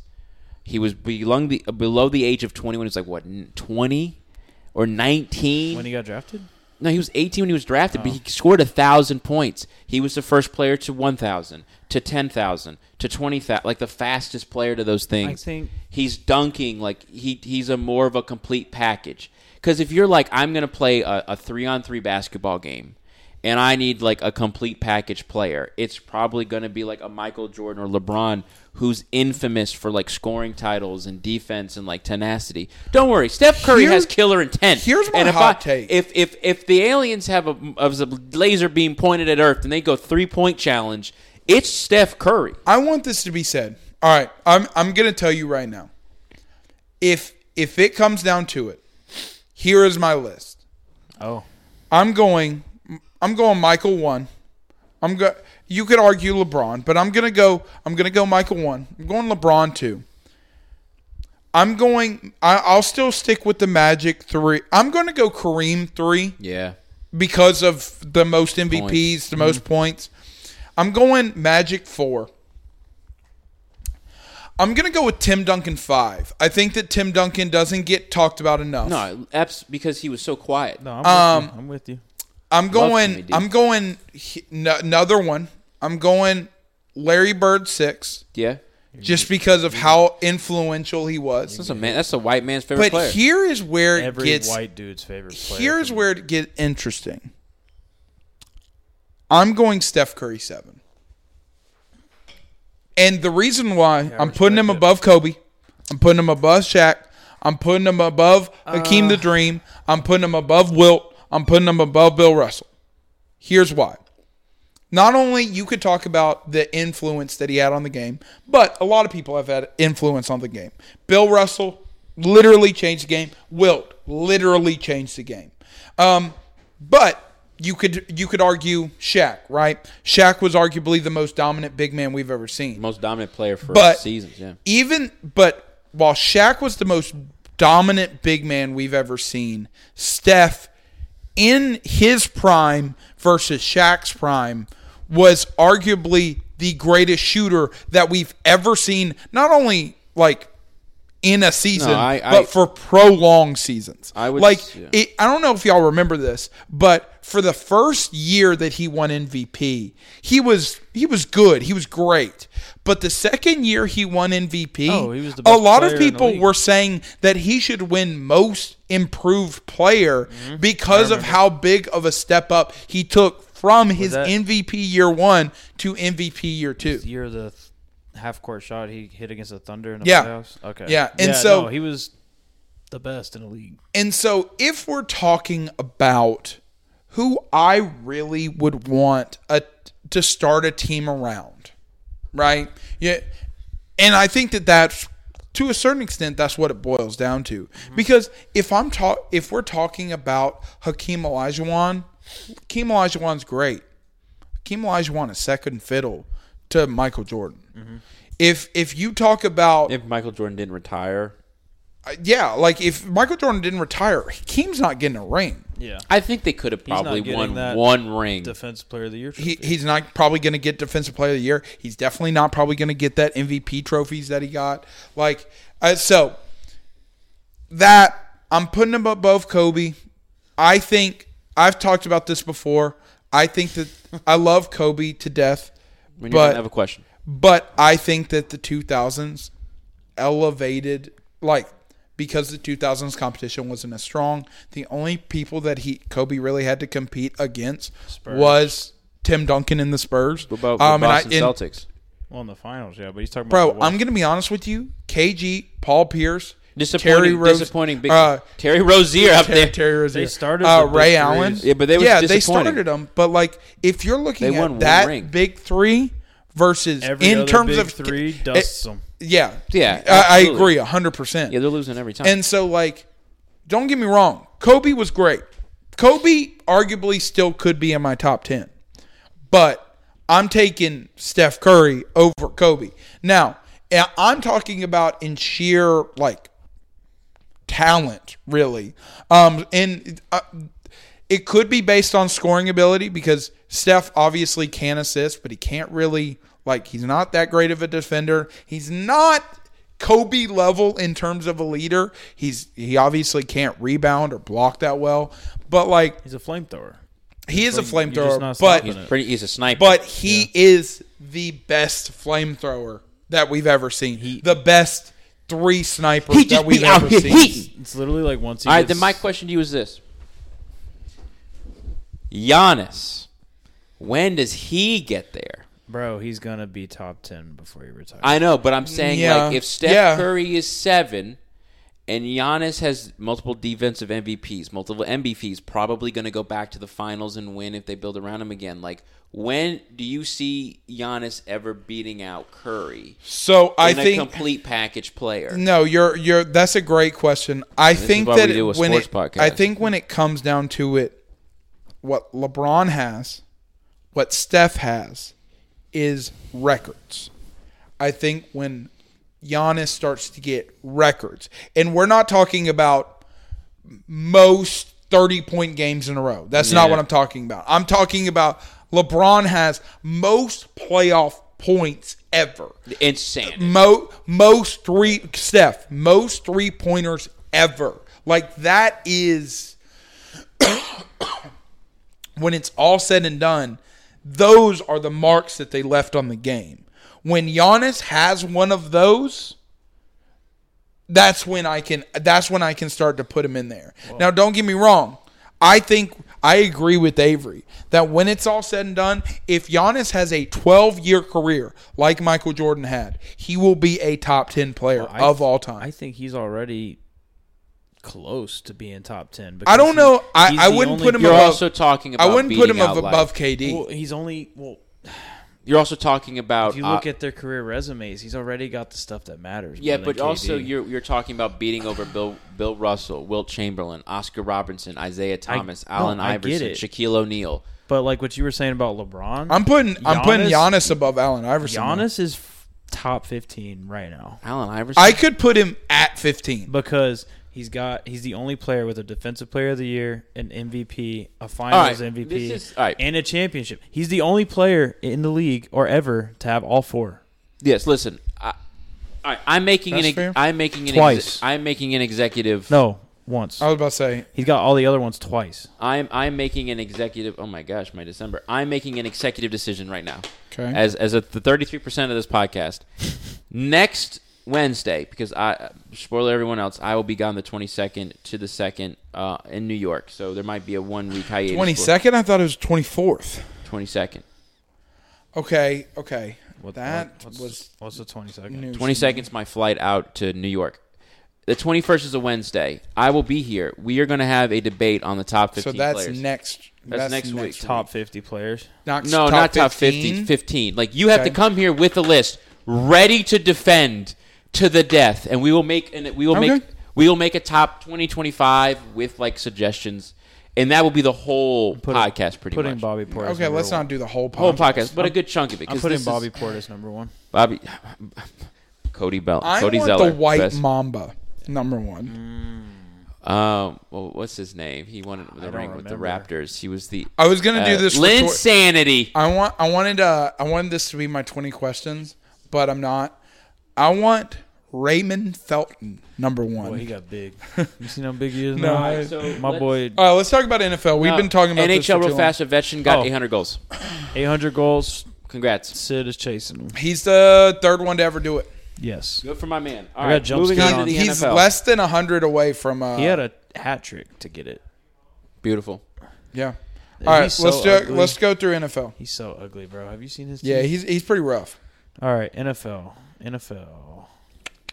[SPEAKER 2] He was below the below the age of twenty when he was like what twenty or nineteen
[SPEAKER 3] When he got drafted.
[SPEAKER 2] No, he was 18 when he was drafted, but he scored a thousand points. He was the first player to 1,000, to 10,000, to 20,000, like the fastest player to those things.
[SPEAKER 3] think-
[SPEAKER 2] he's dunking like he he's a more of a complete package. Because if you're like, I'm gonna play a, a three on three basketball game, and I need like a complete package player, it's probably gonna be like a Michael Jordan or LeBron, who's infamous for like scoring titles and defense and like tenacity. Don't worry, Steph Curry
[SPEAKER 1] Here-
[SPEAKER 2] has killer intent.
[SPEAKER 1] here's my
[SPEAKER 2] and if
[SPEAKER 1] hot
[SPEAKER 2] I-
[SPEAKER 1] take.
[SPEAKER 2] If if if the aliens have a, of a laser beam pointed at Earth and they go three point challenge, it's Steph Curry.
[SPEAKER 1] I want this to be said. All right, I'm I'm gonna tell you right now. If if it comes down to it, here is my list.
[SPEAKER 3] Oh,
[SPEAKER 1] I'm going. I'm going Michael one. I'm go. You could argue LeBron, but I'm gonna go. I'm gonna go Michael one. I'm going LeBron two. I'm going. I, I'll still stick with the Magic three. I'm gonna go Kareem three
[SPEAKER 2] Yeah.
[SPEAKER 1] because of the most MVPs, the most
[SPEAKER 2] Mm-hmm.
[SPEAKER 1] points. I'm going Magic four. I'm gonna go with Tim Duncan five. I think that Tim Duncan doesn't get talked about enough.
[SPEAKER 2] No, abs- because he was so quiet.
[SPEAKER 3] no,
[SPEAKER 1] Um,
[SPEAKER 3] I'm, with you. I'm
[SPEAKER 1] I'm
[SPEAKER 3] with you.
[SPEAKER 2] Timmy
[SPEAKER 1] going.
[SPEAKER 2] D.
[SPEAKER 1] I'm going. he- n- another one. I'm going Larry Bird six,
[SPEAKER 2] Yeah.
[SPEAKER 1] just because of how influential he was.
[SPEAKER 2] That's a man. That's a white man's favorite
[SPEAKER 1] But
[SPEAKER 2] player.
[SPEAKER 1] here is where it
[SPEAKER 3] Every
[SPEAKER 1] gets.
[SPEAKER 3] white dude's favorite player.
[SPEAKER 1] Here's where it gets interesting. I'm going Steph Curry seven, and the reason why I'm putting him above Kobe, I'm putting him above Shaq, I'm putting him above Hakeem the Dream, I'm putting him above Wilt, I'm putting him above Bill Russell. Here's why. Not only you could talk about the influence that he had on the game, but a lot of people have had influence on the game. Bill Russell literally changed the game. Wilt literally changed the game. Um, but you could you could argue Shaq, right? Shaq was arguably the most dominant big man we've ever seen.
[SPEAKER 2] Most dominant player for
[SPEAKER 1] But
[SPEAKER 2] seasons. Yeah.
[SPEAKER 1] even but while Shaq was the most dominant big man we've ever seen, Steph in his prime versus Shaq's prime was arguably the greatest shooter that we've ever seen, not only like in a season,
[SPEAKER 2] No, I- I-
[SPEAKER 1] but for prolonged seasons.
[SPEAKER 2] I would
[SPEAKER 1] like
[SPEAKER 2] s- yeah.
[SPEAKER 1] it, I don't know if y'all remember this, but for the first year that he won MVP, he was he was good, he was great. But the second year he won MVP,
[SPEAKER 3] Oh, he was the
[SPEAKER 1] a
[SPEAKER 3] best
[SPEAKER 1] lot of
[SPEAKER 3] player in the
[SPEAKER 1] people
[SPEAKER 3] league.
[SPEAKER 1] were saying that he should win most improved player
[SPEAKER 3] Mm-hmm.
[SPEAKER 1] because of how big of a step up he took from his
[SPEAKER 3] that-
[SPEAKER 1] MVP year 1 to MVP year 2.
[SPEAKER 3] year of the half court shot he hit against the Thunder in the
[SPEAKER 1] Yeah.
[SPEAKER 3] playoffs. Okay.
[SPEAKER 1] Yeah, and so-
[SPEAKER 3] no, he was the best in the league.
[SPEAKER 1] And so, if we're talking about who I really would want a, to start a team around, right? Yeah, and I think that that's to a certain extent that's what it boils down to. Because if I'm talk, if we're talking about Hakeem Olajuwon, Hakeem Olajuwon's great. Hakeem Olajuwon is second fiddle to Michael Jordan. If if you talk about
[SPEAKER 2] If Michael Jordan didn't retire,
[SPEAKER 1] uh, yeah, like if Michael Jordan didn't retire, Hakeem's not getting a ring.
[SPEAKER 3] Yeah.
[SPEAKER 2] I think they could have
[SPEAKER 3] not
[SPEAKER 2] probably
[SPEAKER 3] getting
[SPEAKER 2] won
[SPEAKER 3] that
[SPEAKER 2] one ring.
[SPEAKER 3] Defense player of the year.
[SPEAKER 1] He,
[SPEAKER 3] trophy.
[SPEAKER 1] he's not probably going to get defensive player of the year. He's definitely not probably going to get that MVP trophies that he got. Like uh, so that I'm putting him above Kobe. I think I've talked about this before. I think that I love Kobe to death,
[SPEAKER 2] when you
[SPEAKER 1] but
[SPEAKER 2] don't have a question.
[SPEAKER 1] but I think that the 2000s elevated, like, because the 2000s competition wasn't as strong. The only people that he Kobe really had to compete against was Tim Duncan and the Spurs.
[SPEAKER 2] What about
[SPEAKER 1] Um, and
[SPEAKER 2] the
[SPEAKER 1] I-
[SPEAKER 2] Boston
[SPEAKER 1] and-
[SPEAKER 2] Celtics?
[SPEAKER 3] well in the finals. Yeah, but he's talking
[SPEAKER 1] Bro,
[SPEAKER 3] about. the
[SPEAKER 1] I'm
[SPEAKER 3] West.
[SPEAKER 1] gonna be honest with you. KG, Paul Pierce,
[SPEAKER 2] Disappointing.
[SPEAKER 1] Terry Rose,
[SPEAKER 2] disappointing. Big,
[SPEAKER 1] uh,
[SPEAKER 2] Terry Rozier up there.
[SPEAKER 1] Ter- Terry Rozier.
[SPEAKER 3] They started
[SPEAKER 1] uh,
[SPEAKER 3] with big
[SPEAKER 1] Ray
[SPEAKER 3] threes.
[SPEAKER 1] Allen.
[SPEAKER 2] Yeah, but they was
[SPEAKER 1] yeah they
[SPEAKER 2] disappointing.
[SPEAKER 1] started them. But like, if you're looking
[SPEAKER 2] They won
[SPEAKER 1] at
[SPEAKER 2] one
[SPEAKER 1] that
[SPEAKER 2] ring.
[SPEAKER 1] big three versus
[SPEAKER 3] Every
[SPEAKER 1] in
[SPEAKER 3] other
[SPEAKER 1] terms
[SPEAKER 3] big
[SPEAKER 1] of
[SPEAKER 3] three
[SPEAKER 1] it-
[SPEAKER 3] dusts them.
[SPEAKER 1] Yeah,
[SPEAKER 2] Yeah,
[SPEAKER 1] I, I
[SPEAKER 2] absolutely.
[SPEAKER 1] agree hundred percent.
[SPEAKER 2] yeah, they're losing every time.
[SPEAKER 1] And so, like, don't get me wrong, Kobe was great. Kobe arguably still could be in my top 10, but I'm taking Steph Curry over Kobe. Now, I- I'm talking about in sheer, like, talent, really. Um, and uh, it could be based on scoring ability because Steph obviously can assist, but he can't really like he's not that great of a defender. He's not Kobe level in terms of a leader. He's he obviously can't rebound or block that well, but like
[SPEAKER 3] He's a flamethrower.
[SPEAKER 1] he is a
[SPEAKER 3] Like, you're just
[SPEAKER 1] flamethrower,
[SPEAKER 3] not
[SPEAKER 1] but
[SPEAKER 3] stopping
[SPEAKER 2] He's pretty. He's a sniper.
[SPEAKER 1] but he is the best flamethrower that we've ever seen. the best three snipers
[SPEAKER 2] he
[SPEAKER 1] that
[SPEAKER 2] just
[SPEAKER 1] we've
[SPEAKER 2] be out
[SPEAKER 1] ever
[SPEAKER 2] here
[SPEAKER 1] seen.
[SPEAKER 2] heating.
[SPEAKER 3] It's literally like once he
[SPEAKER 2] All right,
[SPEAKER 3] gets,
[SPEAKER 2] then my question to you is this: Giannis, when does he get there?
[SPEAKER 3] bro, he's gonna be top ten before he retires.
[SPEAKER 2] I know, but I'm saying
[SPEAKER 1] Yeah.
[SPEAKER 2] like if Steph
[SPEAKER 1] Yeah.
[SPEAKER 2] Curry is seven and Giannis has multiple defensive MVPs, multiple MVPs, probably going to go back to the finals and win if they build around him again. Like, when do you see Giannis ever beating out Curry?
[SPEAKER 1] So I
[SPEAKER 2] in a
[SPEAKER 1] think
[SPEAKER 2] complete package player.
[SPEAKER 1] No, you're you're that's a great question. I think
[SPEAKER 2] why
[SPEAKER 1] that
[SPEAKER 2] we do a
[SPEAKER 1] when
[SPEAKER 2] sports
[SPEAKER 1] it,
[SPEAKER 2] podcast.
[SPEAKER 1] I think when it comes down to it what LeBron has, what Steph has is records. I think when Giannis starts to get records, and we're not talking about most 30 point games in a row. That's not
[SPEAKER 2] Yeah.
[SPEAKER 1] what I'm talking about. I'm talking about LeBron has most playoff points ever.
[SPEAKER 2] Insane.
[SPEAKER 1] Mo- most three Steph, most three pointers ever. Like that is when it's all said and done, those are the marks that they left on the game. When Giannis has one of those, that's when I can that's when I can start to put him in there. Now don't get me wrong. I think I agree with Avery that when it's all said and done, if Giannis has a 12-year career like Michael Jordan had, he will be a top 10 player
[SPEAKER 3] I-
[SPEAKER 1] Uh, of all time.
[SPEAKER 3] I think he's already close to being top ten.
[SPEAKER 1] I,
[SPEAKER 3] because
[SPEAKER 1] don't know.
[SPEAKER 3] he-
[SPEAKER 1] I,
[SPEAKER 3] he's
[SPEAKER 1] I
[SPEAKER 3] the
[SPEAKER 1] wouldn't
[SPEAKER 3] only
[SPEAKER 1] put him
[SPEAKER 2] You're
[SPEAKER 1] above
[SPEAKER 2] also talking about.
[SPEAKER 1] I wouldn't put
[SPEAKER 2] beating
[SPEAKER 1] him ab-
[SPEAKER 2] out, like-
[SPEAKER 1] above KD.
[SPEAKER 3] Well, he's only well.
[SPEAKER 2] You're also talking about.
[SPEAKER 3] If you
[SPEAKER 2] uh,
[SPEAKER 3] look at their career resumes, he's already got the stuff that matters.
[SPEAKER 2] Yeah,
[SPEAKER 3] more than
[SPEAKER 2] but also
[SPEAKER 3] KD.
[SPEAKER 2] you're you're talking about beating over Bill Bill Russell, Wilt Chamberlain, Oscar Robertson, Isaiah Thomas,
[SPEAKER 3] no,
[SPEAKER 2] Allen
[SPEAKER 3] I get
[SPEAKER 2] Iverson,
[SPEAKER 3] it.
[SPEAKER 2] Shaquille O'Neal.
[SPEAKER 3] But like what you were saying about LeBron,
[SPEAKER 1] I'm putting I'm putting
[SPEAKER 3] Giannis-
[SPEAKER 1] Giannis above Allen Iverson. though.
[SPEAKER 3] Giannis is f- top fifteen right now
[SPEAKER 2] Allen Iverson.
[SPEAKER 1] I could put him at 15.
[SPEAKER 3] because he's got he's the only player with a Defensive Player of the Year, an MVP, a Finals
[SPEAKER 2] All right,
[SPEAKER 3] MVP,
[SPEAKER 2] this is- all right.
[SPEAKER 3] and a championship. He's the only player in the league or ever to have all four.
[SPEAKER 2] yes, listen. I, all right, I'm making
[SPEAKER 1] That's
[SPEAKER 2] an.
[SPEAKER 1] fair.
[SPEAKER 2] Ex- I'm making an.
[SPEAKER 3] Twice.
[SPEAKER 2] Exe- I'm making an executive.
[SPEAKER 3] No, once
[SPEAKER 1] I was about to say
[SPEAKER 3] he's got all the other ones twice.
[SPEAKER 2] I'm I'm making an executive. Oh my gosh, my December. I'm making an executive decision right now.
[SPEAKER 1] Okay.
[SPEAKER 2] As as a, the 33 percent of this podcast, next Wednesday, because I spoiler everyone else, I will be gone the 22nd to the 2nd uh, in New York. So there might be a one week hiatus. for-
[SPEAKER 1] 22nd. I thought it was 24th.
[SPEAKER 2] 22nd.
[SPEAKER 1] Okay, okay.
[SPEAKER 3] What,
[SPEAKER 1] that
[SPEAKER 3] what's,
[SPEAKER 1] was
[SPEAKER 3] what's the twenty second?
[SPEAKER 1] news.
[SPEAKER 2] 22nd is my flight out to New York. The 21st is a Wednesday. I will be here. We are going to have a debate on the top 15
[SPEAKER 1] So that's
[SPEAKER 2] players.
[SPEAKER 1] next.
[SPEAKER 2] That's next week.
[SPEAKER 3] Top fifty players.
[SPEAKER 1] Not
[SPEAKER 2] No, not top 15. 15. Like, you have
[SPEAKER 1] Okay.
[SPEAKER 2] to come here with a list ready to defend to the death, and we will make and we will make
[SPEAKER 1] Okay.
[SPEAKER 2] we will make a top 20, 25 with like suggestions, and that will be the whole podcast pretty
[SPEAKER 3] Putting
[SPEAKER 2] much.
[SPEAKER 3] Bobby Portis.
[SPEAKER 1] Okay,
[SPEAKER 3] number
[SPEAKER 1] let's
[SPEAKER 3] one.
[SPEAKER 1] not do the whole podcast.
[SPEAKER 2] whole podcast, but a good chunk of it. 'cause
[SPEAKER 3] I'm putting
[SPEAKER 2] this is-
[SPEAKER 3] Bobby Portis number one.
[SPEAKER 2] Bobby, Cody Bell,
[SPEAKER 1] I
[SPEAKER 2] Cody
[SPEAKER 1] want
[SPEAKER 2] Zeller,
[SPEAKER 1] the white
[SPEAKER 2] best- Mm.
[SPEAKER 1] mamba number one.
[SPEAKER 2] Um, well, what's his name? He won it with the ring with the
[SPEAKER 3] remember.
[SPEAKER 2] Raptors. He was the.
[SPEAKER 1] I was gonna do
[SPEAKER 2] uh,
[SPEAKER 1] this. for
[SPEAKER 2] Lin
[SPEAKER 1] Tor-
[SPEAKER 2] Sanity.
[SPEAKER 1] I want. I wanted. Uh, I wanted this to be my twenty questions, but I'm not. I want Raymond Felton number one.
[SPEAKER 3] Boy, he got big. You seen how big he is
[SPEAKER 1] No,
[SPEAKER 3] now?
[SPEAKER 1] I-
[SPEAKER 2] so
[SPEAKER 3] My
[SPEAKER 2] let's-
[SPEAKER 3] boy,
[SPEAKER 1] All right, let's talk about NFL. We've been talking about
[SPEAKER 2] NHL
[SPEAKER 1] this for too
[SPEAKER 2] real
[SPEAKER 1] long.
[SPEAKER 2] fast. A veteran got
[SPEAKER 3] Oh.
[SPEAKER 2] 800 goals.
[SPEAKER 3] 800 goals.
[SPEAKER 2] Congrats.
[SPEAKER 3] Sid is chasing him.
[SPEAKER 1] He's the third one to ever do it.
[SPEAKER 3] Yes.
[SPEAKER 2] Good for my man. All
[SPEAKER 3] I got
[SPEAKER 2] right,
[SPEAKER 3] jump
[SPEAKER 2] moving
[SPEAKER 3] scared
[SPEAKER 2] on to
[SPEAKER 3] on.
[SPEAKER 2] the
[SPEAKER 1] He's
[SPEAKER 2] NFL.
[SPEAKER 1] less than hundred away from. Uh,
[SPEAKER 3] He had a hat trick to get it.
[SPEAKER 2] Beautiful.
[SPEAKER 1] Yeah. All right,
[SPEAKER 3] so
[SPEAKER 1] let's do,
[SPEAKER 3] ugly.
[SPEAKER 1] let's go through NFL.
[SPEAKER 3] He's so ugly, bro. Have you seen his?
[SPEAKER 1] Yeah,
[SPEAKER 3] teeth?
[SPEAKER 1] he's he's pretty rough.
[SPEAKER 3] All right, NFL, NFL.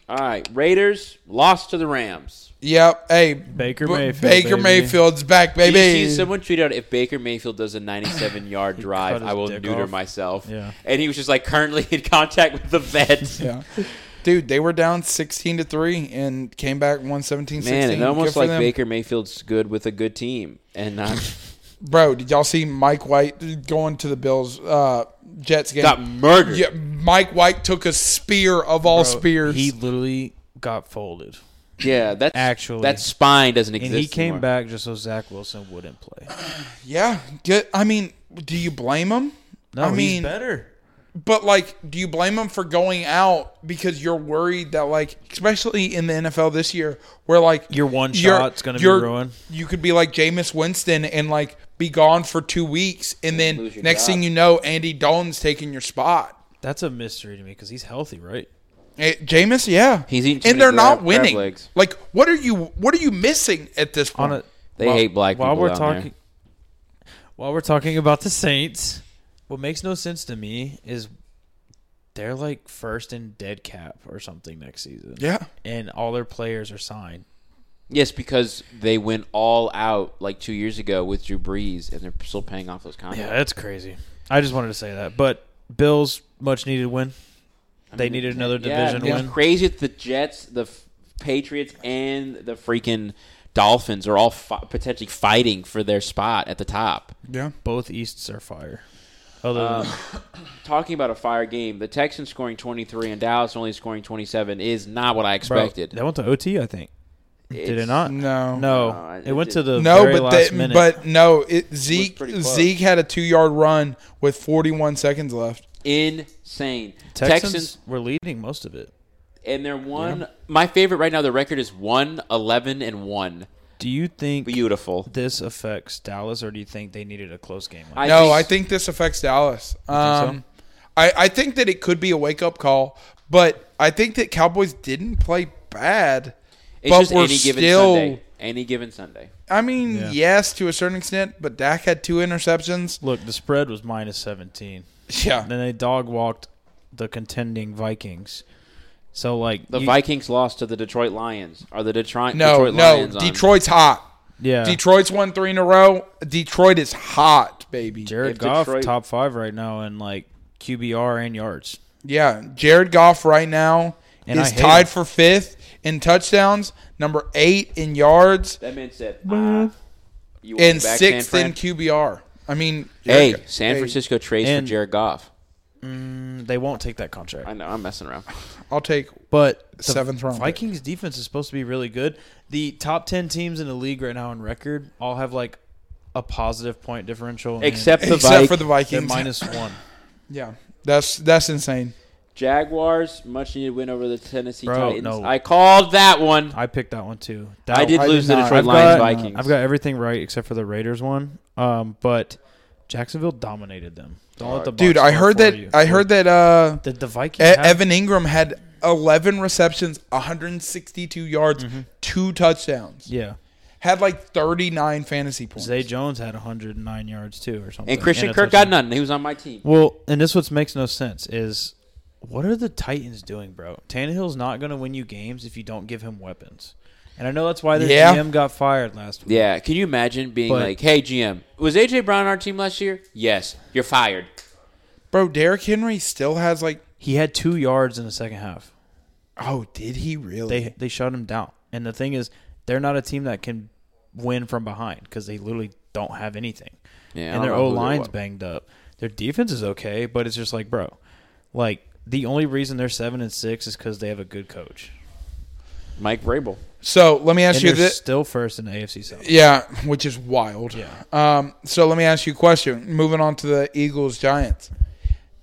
[SPEAKER 2] All right, Raiders lost to the Rams.
[SPEAKER 1] Yep. Hey,
[SPEAKER 3] Baker
[SPEAKER 1] B-
[SPEAKER 3] Mayfield.
[SPEAKER 1] Baker
[SPEAKER 3] baby.
[SPEAKER 1] Mayfield's back, baby.
[SPEAKER 2] Did you see someone tweet out if Baker Mayfield does a 97 yard drive,
[SPEAKER 3] cut his
[SPEAKER 2] I will
[SPEAKER 3] dick
[SPEAKER 2] neuter
[SPEAKER 3] off.
[SPEAKER 2] myself.
[SPEAKER 3] Yeah.
[SPEAKER 2] And he was just like currently in contact with the vet.
[SPEAKER 1] yeah. Dude, they were down 16 to 3 and came back 117
[SPEAKER 2] Man,
[SPEAKER 1] 16.
[SPEAKER 2] it
[SPEAKER 1] Good
[SPEAKER 2] almost
[SPEAKER 1] for
[SPEAKER 2] like
[SPEAKER 1] them.
[SPEAKER 2] Baker Mayfield's good with a good team and not
[SPEAKER 1] Bro, did y'all see Mike White going to the Bills uh Jets game?
[SPEAKER 2] got murdered.
[SPEAKER 1] Yeah, Mike White took a spear of all
[SPEAKER 3] Bro,
[SPEAKER 1] spears.
[SPEAKER 3] He literally got folded,
[SPEAKER 2] Yeah, that's
[SPEAKER 3] Actually.
[SPEAKER 2] that spine doesn't
[SPEAKER 3] and
[SPEAKER 2] exist.
[SPEAKER 3] he came
[SPEAKER 2] anymore.
[SPEAKER 3] back just so Zach Wilson wouldn't play.
[SPEAKER 1] yeah, good. I mean, do you blame him?
[SPEAKER 3] No,
[SPEAKER 1] I mean,
[SPEAKER 3] he's better.
[SPEAKER 1] But like, do you blame them for going out because you're worried that like, especially in the NFL this year, where like
[SPEAKER 3] Your one
[SPEAKER 1] you're-
[SPEAKER 3] shot's gonna be
[SPEAKER 1] you're-
[SPEAKER 3] ruined.
[SPEAKER 1] You could be like Jameis Winston and like be gone for two weeks, and then
[SPEAKER 2] Lose your
[SPEAKER 1] next
[SPEAKER 2] job.
[SPEAKER 1] thing you know, Andy Dalton's taking your spot.
[SPEAKER 3] That's a mystery to me because he's healthy, right?
[SPEAKER 1] Eh, Jameis, yeah,
[SPEAKER 2] He's eating too
[SPEAKER 1] and
[SPEAKER 2] many
[SPEAKER 1] they're not
[SPEAKER 2] crab- crab
[SPEAKER 1] winning.
[SPEAKER 2] legs.
[SPEAKER 1] Like, what are you? What are you missing at this point?
[SPEAKER 3] On a
[SPEAKER 2] They hate black
[SPEAKER 3] while
[SPEAKER 2] people
[SPEAKER 3] we're
[SPEAKER 2] down there.
[SPEAKER 3] talking while we're talking about the Saints, what makes no sense to me is they're like first in dead cap or something next season.
[SPEAKER 1] yeah,
[SPEAKER 3] And all their players are signed.
[SPEAKER 2] Yes, because they went all out like two years ago with Drew Brees, and they're still paying off those
[SPEAKER 3] Yeah,
[SPEAKER 2] contracts.
[SPEAKER 3] that's crazy. I just wanted to say that. But Bills much needed win. They needed another division
[SPEAKER 2] it's
[SPEAKER 3] win.
[SPEAKER 2] Crazy that the Jets, the F- Patriots, and the freaking Dolphins are all fi- potentially fighting for their spot at the top.
[SPEAKER 1] yeah.
[SPEAKER 3] Both Easts are fire. Other than,
[SPEAKER 2] Uh, Talking about a fire game, the Texans scoring 23 and Dallas only scoring 27 is not what I
[SPEAKER 3] Bro,
[SPEAKER 2] expected.
[SPEAKER 3] They went to OT, I think. Did it
[SPEAKER 2] It's-
[SPEAKER 3] not?
[SPEAKER 1] No.
[SPEAKER 3] No.
[SPEAKER 2] No, it-
[SPEAKER 3] it went
[SPEAKER 2] it-
[SPEAKER 3] to the
[SPEAKER 1] No,
[SPEAKER 3] very
[SPEAKER 1] but
[SPEAKER 3] last
[SPEAKER 1] they-
[SPEAKER 3] minute.
[SPEAKER 1] but no, it, Zeke
[SPEAKER 2] pretty close.
[SPEAKER 1] Zeke had a two yard run with 41 seconds left.
[SPEAKER 2] Insane.
[SPEAKER 3] Texans,
[SPEAKER 2] Texans
[SPEAKER 3] were leading most of it.
[SPEAKER 2] and they're one. My favorite right now. The record is one eleven and one.
[SPEAKER 3] Do you think
[SPEAKER 2] Beautiful.
[SPEAKER 3] this affects Dallas, or do you think they needed a close game?
[SPEAKER 2] I
[SPEAKER 1] no,
[SPEAKER 2] think-
[SPEAKER 1] I think this affects Dallas. Um,
[SPEAKER 3] so?
[SPEAKER 1] I I think that it could be a wake up call, but I think that Cowboys didn't play bad.
[SPEAKER 2] It's
[SPEAKER 1] but
[SPEAKER 2] just
[SPEAKER 1] we're
[SPEAKER 2] any given
[SPEAKER 1] still.
[SPEAKER 2] Sunday. Any given Sunday.
[SPEAKER 1] I mean,
[SPEAKER 3] Yeah.
[SPEAKER 1] yes, to a certain extent, but Dak had two interceptions.
[SPEAKER 3] Look, the spread was minus seventeen.
[SPEAKER 1] Yeah,
[SPEAKER 3] Then they dog walked the contending Vikings. So like
[SPEAKER 2] The
[SPEAKER 3] you-
[SPEAKER 2] Vikings lost to the Detroit Lions. Are the Detri-
[SPEAKER 1] no,
[SPEAKER 2] Detroit
[SPEAKER 1] no,
[SPEAKER 2] Lions on-
[SPEAKER 1] Detroit's hot.
[SPEAKER 3] yeah.
[SPEAKER 1] Detroit's won three in a row. Detroit is hot, baby.
[SPEAKER 3] Jared
[SPEAKER 2] If
[SPEAKER 3] Goff
[SPEAKER 2] Detroit-
[SPEAKER 3] top five right now in like QBR and yards.
[SPEAKER 1] Yeah, Jared Goff right now
[SPEAKER 3] And I
[SPEAKER 1] is
[SPEAKER 3] hate
[SPEAKER 1] tied
[SPEAKER 3] him.
[SPEAKER 1] for fifth in touchdowns, number eight in yards,
[SPEAKER 2] That man said. "Ah, you want
[SPEAKER 1] and
[SPEAKER 2] me back,
[SPEAKER 1] sixth
[SPEAKER 2] San
[SPEAKER 1] in
[SPEAKER 2] Fran?"
[SPEAKER 1] QBR. I mean,
[SPEAKER 2] Hey,
[SPEAKER 1] Jared-
[SPEAKER 2] San
[SPEAKER 1] hey,
[SPEAKER 2] Francisco trades
[SPEAKER 3] And-
[SPEAKER 2] for Jared Goff.
[SPEAKER 3] Mm, They won't take that contract.
[SPEAKER 2] I know. I'm messing around.
[SPEAKER 1] I'll take.
[SPEAKER 3] But the
[SPEAKER 1] Seventh round pick.
[SPEAKER 3] Vikings defense is supposed to be really good. The top ten teams in the league right now in record all have like a positive point differential, and
[SPEAKER 2] Except the
[SPEAKER 1] Except
[SPEAKER 2] Vikings.
[SPEAKER 1] for the
[SPEAKER 3] they're
[SPEAKER 1] Vikings,
[SPEAKER 3] minus one.
[SPEAKER 1] yeah, that's that's insane.
[SPEAKER 2] Jaguars much needed win over the Tennessee
[SPEAKER 3] Bro,
[SPEAKER 2] Titans.
[SPEAKER 3] no.
[SPEAKER 2] I called that one.
[SPEAKER 3] I picked that one too. That
[SPEAKER 2] I did
[SPEAKER 1] I did
[SPEAKER 2] lose the
[SPEAKER 1] not.
[SPEAKER 2] Detroit
[SPEAKER 1] I've
[SPEAKER 2] Lions
[SPEAKER 3] got-
[SPEAKER 2] Vikings.
[SPEAKER 3] I've got everything right except for the Raiders one. Um, but Jacksonville dominated them. Don't let the
[SPEAKER 1] Dude,
[SPEAKER 3] box
[SPEAKER 1] I
[SPEAKER 3] score
[SPEAKER 1] heard
[SPEAKER 3] for
[SPEAKER 1] that.
[SPEAKER 3] you.
[SPEAKER 1] I heard that. Uh,
[SPEAKER 3] the, the
[SPEAKER 1] E-
[SPEAKER 3] Vikings. have-
[SPEAKER 1] Evan Ingram had 11 receptions, 162 yards, two touchdowns.
[SPEAKER 3] Mm-hmm. yeah,
[SPEAKER 1] Had like 39 fantasy points.
[SPEAKER 3] Zay Jones had 109 yards too, or something.
[SPEAKER 2] and Christian
[SPEAKER 3] a
[SPEAKER 2] Kirk
[SPEAKER 3] touchdown.
[SPEAKER 2] got none. He was on my team.
[SPEAKER 3] Well, and this what makes no sense is what are the Titans doing, bro? Tannehill's not going to win you games if you don't give him weapons. And I know that's why the
[SPEAKER 1] Yeah.
[SPEAKER 3] GM got fired last week.
[SPEAKER 2] Yeah, can you imagine being
[SPEAKER 3] But-
[SPEAKER 2] like, "Hey GM, was AJ Brown on our team last year?" Yes, you're fired.
[SPEAKER 1] Bro, Derrick Henry still has like.
[SPEAKER 3] He had two yards in the second half.
[SPEAKER 1] Oh, did he really?
[SPEAKER 3] They they shut him down. And the thing is, they're not a team that can win from behind because they literally don't have anything.
[SPEAKER 2] Yeah, I
[SPEAKER 3] and
[SPEAKER 2] don't
[SPEAKER 3] their
[SPEAKER 2] know
[SPEAKER 3] O
[SPEAKER 2] who they
[SPEAKER 3] line's
[SPEAKER 2] were.
[SPEAKER 3] banged up. Their defense is okay, but it's just like, bro, like the only reason they're seven and six is because they have a good coach.
[SPEAKER 2] Mike Vrabel.
[SPEAKER 1] so let me ask
[SPEAKER 3] And
[SPEAKER 1] you
[SPEAKER 3] they're
[SPEAKER 1] this.
[SPEAKER 3] still first in the AFC South.
[SPEAKER 1] Yeah, which is wild.
[SPEAKER 3] Yeah.
[SPEAKER 1] Um, so let me ask you a question. Moving on to the Eagles Giants.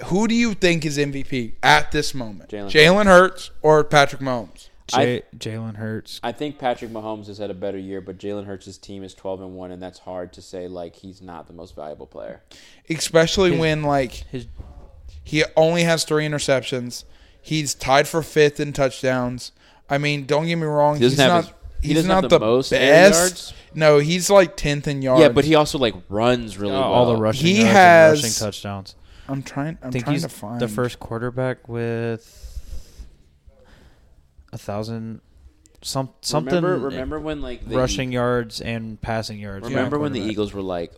[SPEAKER 1] Who do you think is MVP at this moment?
[SPEAKER 2] Jalen
[SPEAKER 1] Jalen Hurts or Patrick Mahomes?
[SPEAKER 2] I-
[SPEAKER 3] J- Jalen Hurts.
[SPEAKER 2] I think Patrick Mahomes has had a better year, but Jalen Hurts' team is 12 and 1 and that's hard to say like he's not the most valuable player.
[SPEAKER 1] Especially when like
[SPEAKER 3] His
[SPEAKER 1] He only has three interceptions. He's tied for fifth in touchdowns. I mean, don't get me wrong.
[SPEAKER 2] doesn't
[SPEAKER 1] he's
[SPEAKER 2] have
[SPEAKER 1] not.
[SPEAKER 2] his- he
[SPEAKER 1] he's
[SPEAKER 2] doesn't
[SPEAKER 1] not
[SPEAKER 2] have
[SPEAKER 1] the
[SPEAKER 2] the most air
[SPEAKER 1] best.
[SPEAKER 2] yards?
[SPEAKER 1] No, he's like tenth in yards.
[SPEAKER 2] Yeah, but he also like runs really well.
[SPEAKER 3] all the rushing
[SPEAKER 1] Oh, he
[SPEAKER 3] yards and
[SPEAKER 1] has-
[SPEAKER 3] rushing touchdowns.
[SPEAKER 1] I'm trying. I'm
[SPEAKER 3] I think
[SPEAKER 1] trying
[SPEAKER 3] he's
[SPEAKER 1] to find
[SPEAKER 3] the first quarterback with a thousand some something
[SPEAKER 2] Remember, remember when like the E-
[SPEAKER 3] rushing yards and passing yards. by
[SPEAKER 2] Remember when the
[SPEAKER 3] quarterback.
[SPEAKER 2] Eagles were like,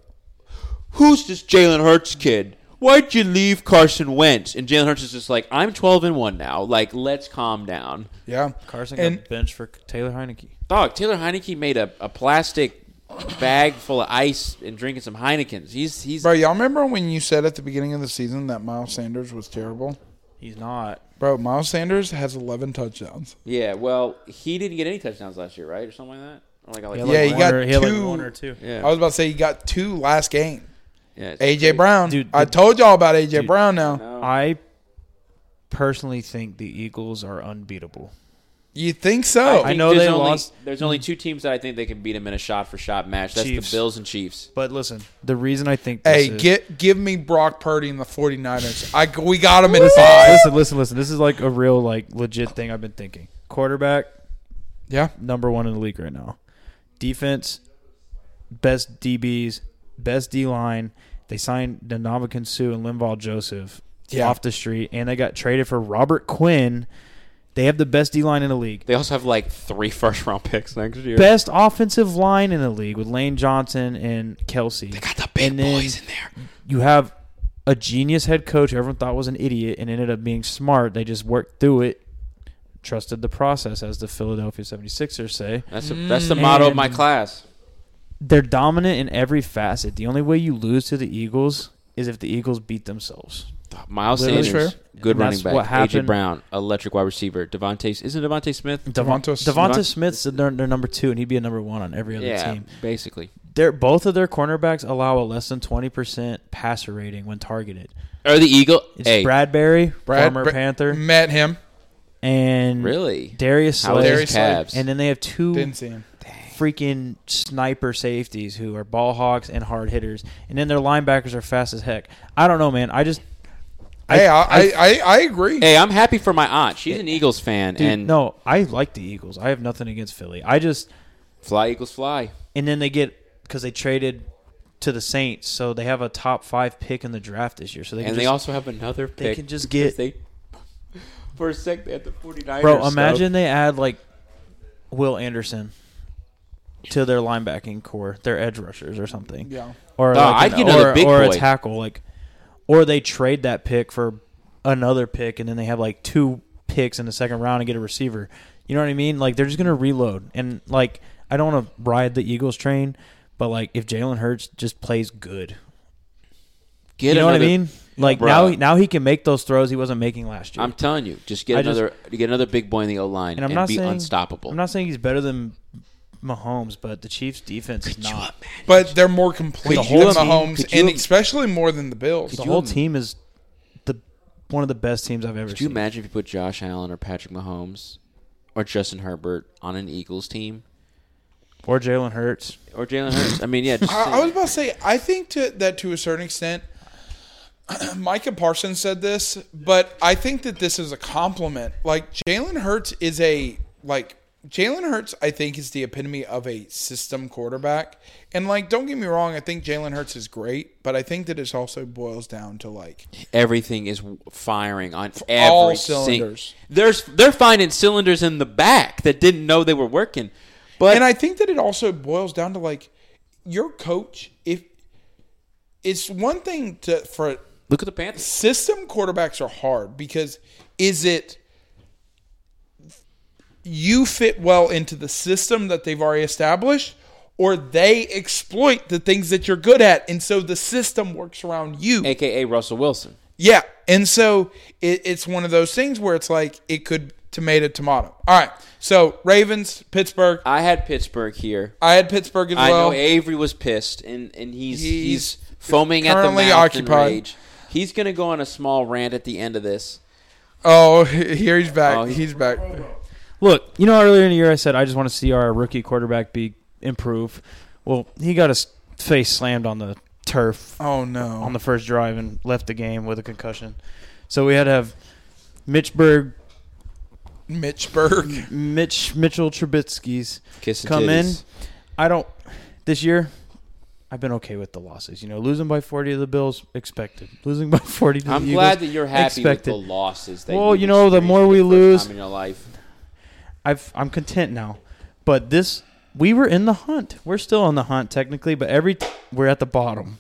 [SPEAKER 2] "Who's this Jalen Hurts kid? Why'd you leave Carson Wentz?" And Jalen Hurts is just like, "I'm 12 and 1 now. Like, let's calm down."
[SPEAKER 1] Yeah,
[SPEAKER 3] Carson
[SPEAKER 1] and
[SPEAKER 3] got benched for Taylor Heineke?
[SPEAKER 2] Dog, Taylor Heineke made a, a plastic bag full of ice and drinking some Heinekens. He's he's
[SPEAKER 1] bro, y'all remember when you said at the beginning of the season that Miles Sanders was terrible?
[SPEAKER 3] He's not.
[SPEAKER 1] Bro, Miles Sanders has 11 touchdowns.
[SPEAKER 2] yeah. Well, he didn't get any touchdowns last year, right, or something like that. Or like, I like,
[SPEAKER 1] Yeah, he
[SPEAKER 3] one
[SPEAKER 1] got
[SPEAKER 3] or, he had
[SPEAKER 1] two-
[SPEAKER 3] like one or two.
[SPEAKER 2] yeah,
[SPEAKER 1] I was about to say he got two last game.
[SPEAKER 2] yeah, it's
[SPEAKER 1] AJ
[SPEAKER 2] crazy.
[SPEAKER 1] Brown,
[SPEAKER 3] Dude,
[SPEAKER 1] I
[SPEAKER 3] the-
[SPEAKER 1] told y'all about AJ
[SPEAKER 3] Dude.
[SPEAKER 1] Brown. Now
[SPEAKER 2] No.
[SPEAKER 3] I personally think the Eagles are unbeatable.
[SPEAKER 1] You think so?
[SPEAKER 3] I
[SPEAKER 2] think
[SPEAKER 3] know
[SPEAKER 2] there's
[SPEAKER 3] they
[SPEAKER 2] only,
[SPEAKER 3] lost-
[SPEAKER 2] There's only two teams that I think they can beat them in a shot for shot match. That's
[SPEAKER 3] Chiefs.
[SPEAKER 2] the Bills and Chiefs.
[SPEAKER 3] But listen, the reason I think this
[SPEAKER 1] hey,
[SPEAKER 3] is,
[SPEAKER 1] get give me Brock Purdy and the 49ers. I we got him in five.
[SPEAKER 3] listen, listen, listen. This is like a real, like legit thing I've been thinking. Quarterback,
[SPEAKER 1] Yeah.
[SPEAKER 3] number one in the league right now. Defense, best DBs, best D line. They signed Namakin Sue and Linval Joseph
[SPEAKER 1] Yeah.
[SPEAKER 3] off the street, and they got traded for Robert Quinn. They have the best D line in the league.
[SPEAKER 2] They also have like three first round picks next year.
[SPEAKER 3] Best offensive line in the league with Lane Johnson and Kelsey. They
[SPEAKER 2] Got the big
[SPEAKER 3] and then
[SPEAKER 2] boys in there.
[SPEAKER 3] you have a genius head coach who everyone thought was an idiot and ended up being smart. They just worked through it, trusted the process, as the Philadelphia 76ers say.
[SPEAKER 2] That's the- that's the motto of my
[SPEAKER 3] Mm. And-
[SPEAKER 2] class.
[SPEAKER 3] They're dominant in every facet. The only way you lose to the Eagles is if the Eagles beat themselves.
[SPEAKER 2] Miles
[SPEAKER 1] Literally
[SPEAKER 2] Sanders,
[SPEAKER 1] true.
[SPEAKER 2] good
[SPEAKER 3] And
[SPEAKER 2] running
[SPEAKER 3] that's
[SPEAKER 2] back.
[SPEAKER 3] what
[SPEAKER 2] AJ
[SPEAKER 3] happened.
[SPEAKER 2] Brown, electric wide receiver. Devontae isn't Devontae Smith?
[SPEAKER 3] Devon-
[SPEAKER 1] Devonta-
[SPEAKER 3] Devonta
[SPEAKER 2] Devon-
[SPEAKER 3] Smith's their, their number two, and he'd be a number one on every other
[SPEAKER 2] Yeah,
[SPEAKER 3] team.
[SPEAKER 2] basically.
[SPEAKER 3] They're, both of their cornerbacks allow a less than 20% passer rating when targeted.
[SPEAKER 2] Or the Eagle.
[SPEAKER 3] It's
[SPEAKER 2] Hey,
[SPEAKER 3] Bradbury,
[SPEAKER 1] Brad Mm.
[SPEAKER 3] former
[SPEAKER 1] Br-
[SPEAKER 3] Panther,
[SPEAKER 1] met him.
[SPEAKER 3] and
[SPEAKER 2] really?
[SPEAKER 3] Darius
[SPEAKER 2] How are
[SPEAKER 3] Slay.
[SPEAKER 1] Darius
[SPEAKER 2] his
[SPEAKER 1] Slay.
[SPEAKER 2] calves?
[SPEAKER 3] And then they have 2
[SPEAKER 1] Didn't see him.
[SPEAKER 3] freaking sniper safeties who are ball hogs and hard hitters, and then their linebackers are fast as heck. I don't know, man. I just
[SPEAKER 1] hey, I I, I, I agree.
[SPEAKER 2] Hey, I'm happy for my aunt. She's an Eagles fan,
[SPEAKER 3] dude,
[SPEAKER 2] and
[SPEAKER 3] no, I like the Eagles. I have nothing against Philly. I just
[SPEAKER 2] fly Eagles fly.
[SPEAKER 3] and then they get because they traded to the Saints, so they have a top five pick in the draft this year. So they can
[SPEAKER 2] And
[SPEAKER 3] just,
[SPEAKER 2] they also have another pick.
[SPEAKER 3] they can just
[SPEAKER 2] because
[SPEAKER 3] get-
[SPEAKER 2] they for a sec they had the 49ers.
[SPEAKER 3] bro.
[SPEAKER 2] so-
[SPEAKER 3] Imagine they add like Will Anderson to their linebacking core, their edge rushers or something.
[SPEAKER 1] Yeah.
[SPEAKER 3] or
[SPEAKER 2] No,
[SPEAKER 3] like
[SPEAKER 2] I'd
[SPEAKER 3] an-
[SPEAKER 2] get another
[SPEAKER 3] or,
[SPEAKER 2] big
[SPEAKER 3] or a
[SPEAKER 2] boy.
[SPEAKER 3] tackle like or they trade that pick for another pick and then they have like two picks in the second round and get a receiver you know what i mean like they're just gonna reload and like i don't want to ride the eagles train but like if jalen hurts just plays good
[SPEAKER 2] get
[SPEAKER 3] you know what i
[SPEAKER 2] another-
[SPEAKER 3] mean like
[SPEAKER 2] Bruh.
[SPEAKER 3] now he, now he can make those throws he wasn't making last year
[SPEAKER 2] I'm telling you, just get
[SPEAKER 3] I just-
[SPEAKER 2] another you get another big boy in the O line
[SPEAKER 3] and
[SPEAKER 2] and,
[SPEAKER 3] i'm not
[SPEAKER 2] be
[SPEAKER 3] saying
[SPEAKER 2] unstoppable.
[SPEAKER 3] i'm not saying he's better than mahomes but the chiefs defense is not
[SPEAKER 1] But they're more complete
[SPEAKER 3] Could you
[SPEAKER 1] than
[SPEAKER 3] imagine-
[SPEAKER 1] Mahomes,
[SPEAKER 2] could you
[SPEAKER 1] and
[SPEAKER 2] im-
[SPEAKER 1] especially more than the Bills.
[SPEAKER 3] the
[SPEAKER 2] you
[SPEAKER 3] whole
[SPEAKER 2] im-
[SPEAKER 3] team is the one of the best teams i've ever
[SPEAKER 2] Could you
[SPEAKER 3] seen
[SPEAKER 2] imagine if you put Josh Allen or Patrick Mahomes or Justin Herbert on an Eagles team
[SPEAKER 3] or jalen hurts
[SPEAKER 2] or Jalen Hurts? I mean, yeah, just
[SPEAKER 1] I, I was
[SPEAKER 2] saying.
[SPEAKER 1] about to say, I think to, that to a certain extent, Micah Parsons said this, but I think that this is a compliment. Like Jalen Hurts is a like Jalen Hurts, I think is the epitome of a system quarterback. And like, don't get me wrong, I think Jalen Hurts is great, but I think that it also boils down to like
[SPEAKER 2] everything is w- firing on every
[SPEAKER 1] all
[SPEAKER 2] sing-
[SPEAKER 1] cylinders.
[SPEAKER 2] There's they're finding cylinders in the back that didn't know they were working. But
[SPEAKER 1] and I think that it also boils down to like your coach. If it's one thing to for
[SPEAKER 2] look at the Panthers.
[SPEAKER 1] system quarterbacks are hard because is it you fit well into the system that they've already established or they exploit the things that you're good at and so the system works around you
[SPEAKER 2] aka Russell Wilson.
[SPEAKER 1] yeah and so it, it's one of those things where it's like it could tomato tomato all right so ravens pittsburgh
[SPEAKER 2] I had Pittsburgh here.
[SPEAKER 1] i had pittsburgh as
[SPEAKER 2] I
[SPEAKER 1] well
[SPEAKER 2] know Avery was pissed, and and he's
[SPEAKER 1] He's
[SPEAKER 2] he's, foaming at the
[SPEAKER 1] currently
[SPEAKER 2] mouth
[SPEAKER 1] occupied.
[SPEAKER 2] in rage. He's gonna go on a small rant at the end of this.
[SPEAKER 1] oh here he's back
[SPEAKER 2] Oh, he-
[SPEAKER 1] he's back
[SPEAKER 3] Look, you know, earlier in the year I said I just want to see our rookie quarterback be improve. Well, he got his face slammed on the turf
[SPEAKER 1] oh no
[SPEAKER 3] on the first drive and left the game with a concussion. So we had to have Mitch Berg,
[SPEAKER 1] mitch
[SPEAKER 3] Hmm.
[SPEAKER 1] berg
[SPEAKER 3] Mitch Mitchell Trubisky's
[SPEAKER 2] Kissing
[SPEAKER 3] come
[SPEAKER 2] titties.
[SPEAKER 3] in. I don't this year. I've been okay with the losses. You know, losing by 40 to the Bills expected. Losing by 40 to
[SPEAKER 2] I'm
[SPEAKER 3] the
[SPEAKER 2] glad
[SPEAKER 3] Eagles
[SPEAKER 2] that you're happy
[SPEAKER 3] expected.
[SPEAKER 2] with the losses. That
[SPEAKER 3] Well, you
[SPEAKER 2] you've
[SPEAKER 3] know, the
[SPEAKER 2] experienced
[SPEAKER 3] more
[SPEAKER 2] for
[SPEAKER 3] we
[SPEAKER 2] the first
[SPEAKER 3] lose-
[SPEAKER 2] time in your life,
[SPEAKER 3] I've I'm content now. But this we were in the hunt. We're still on the hunt technically, but every t- we're at the bottom.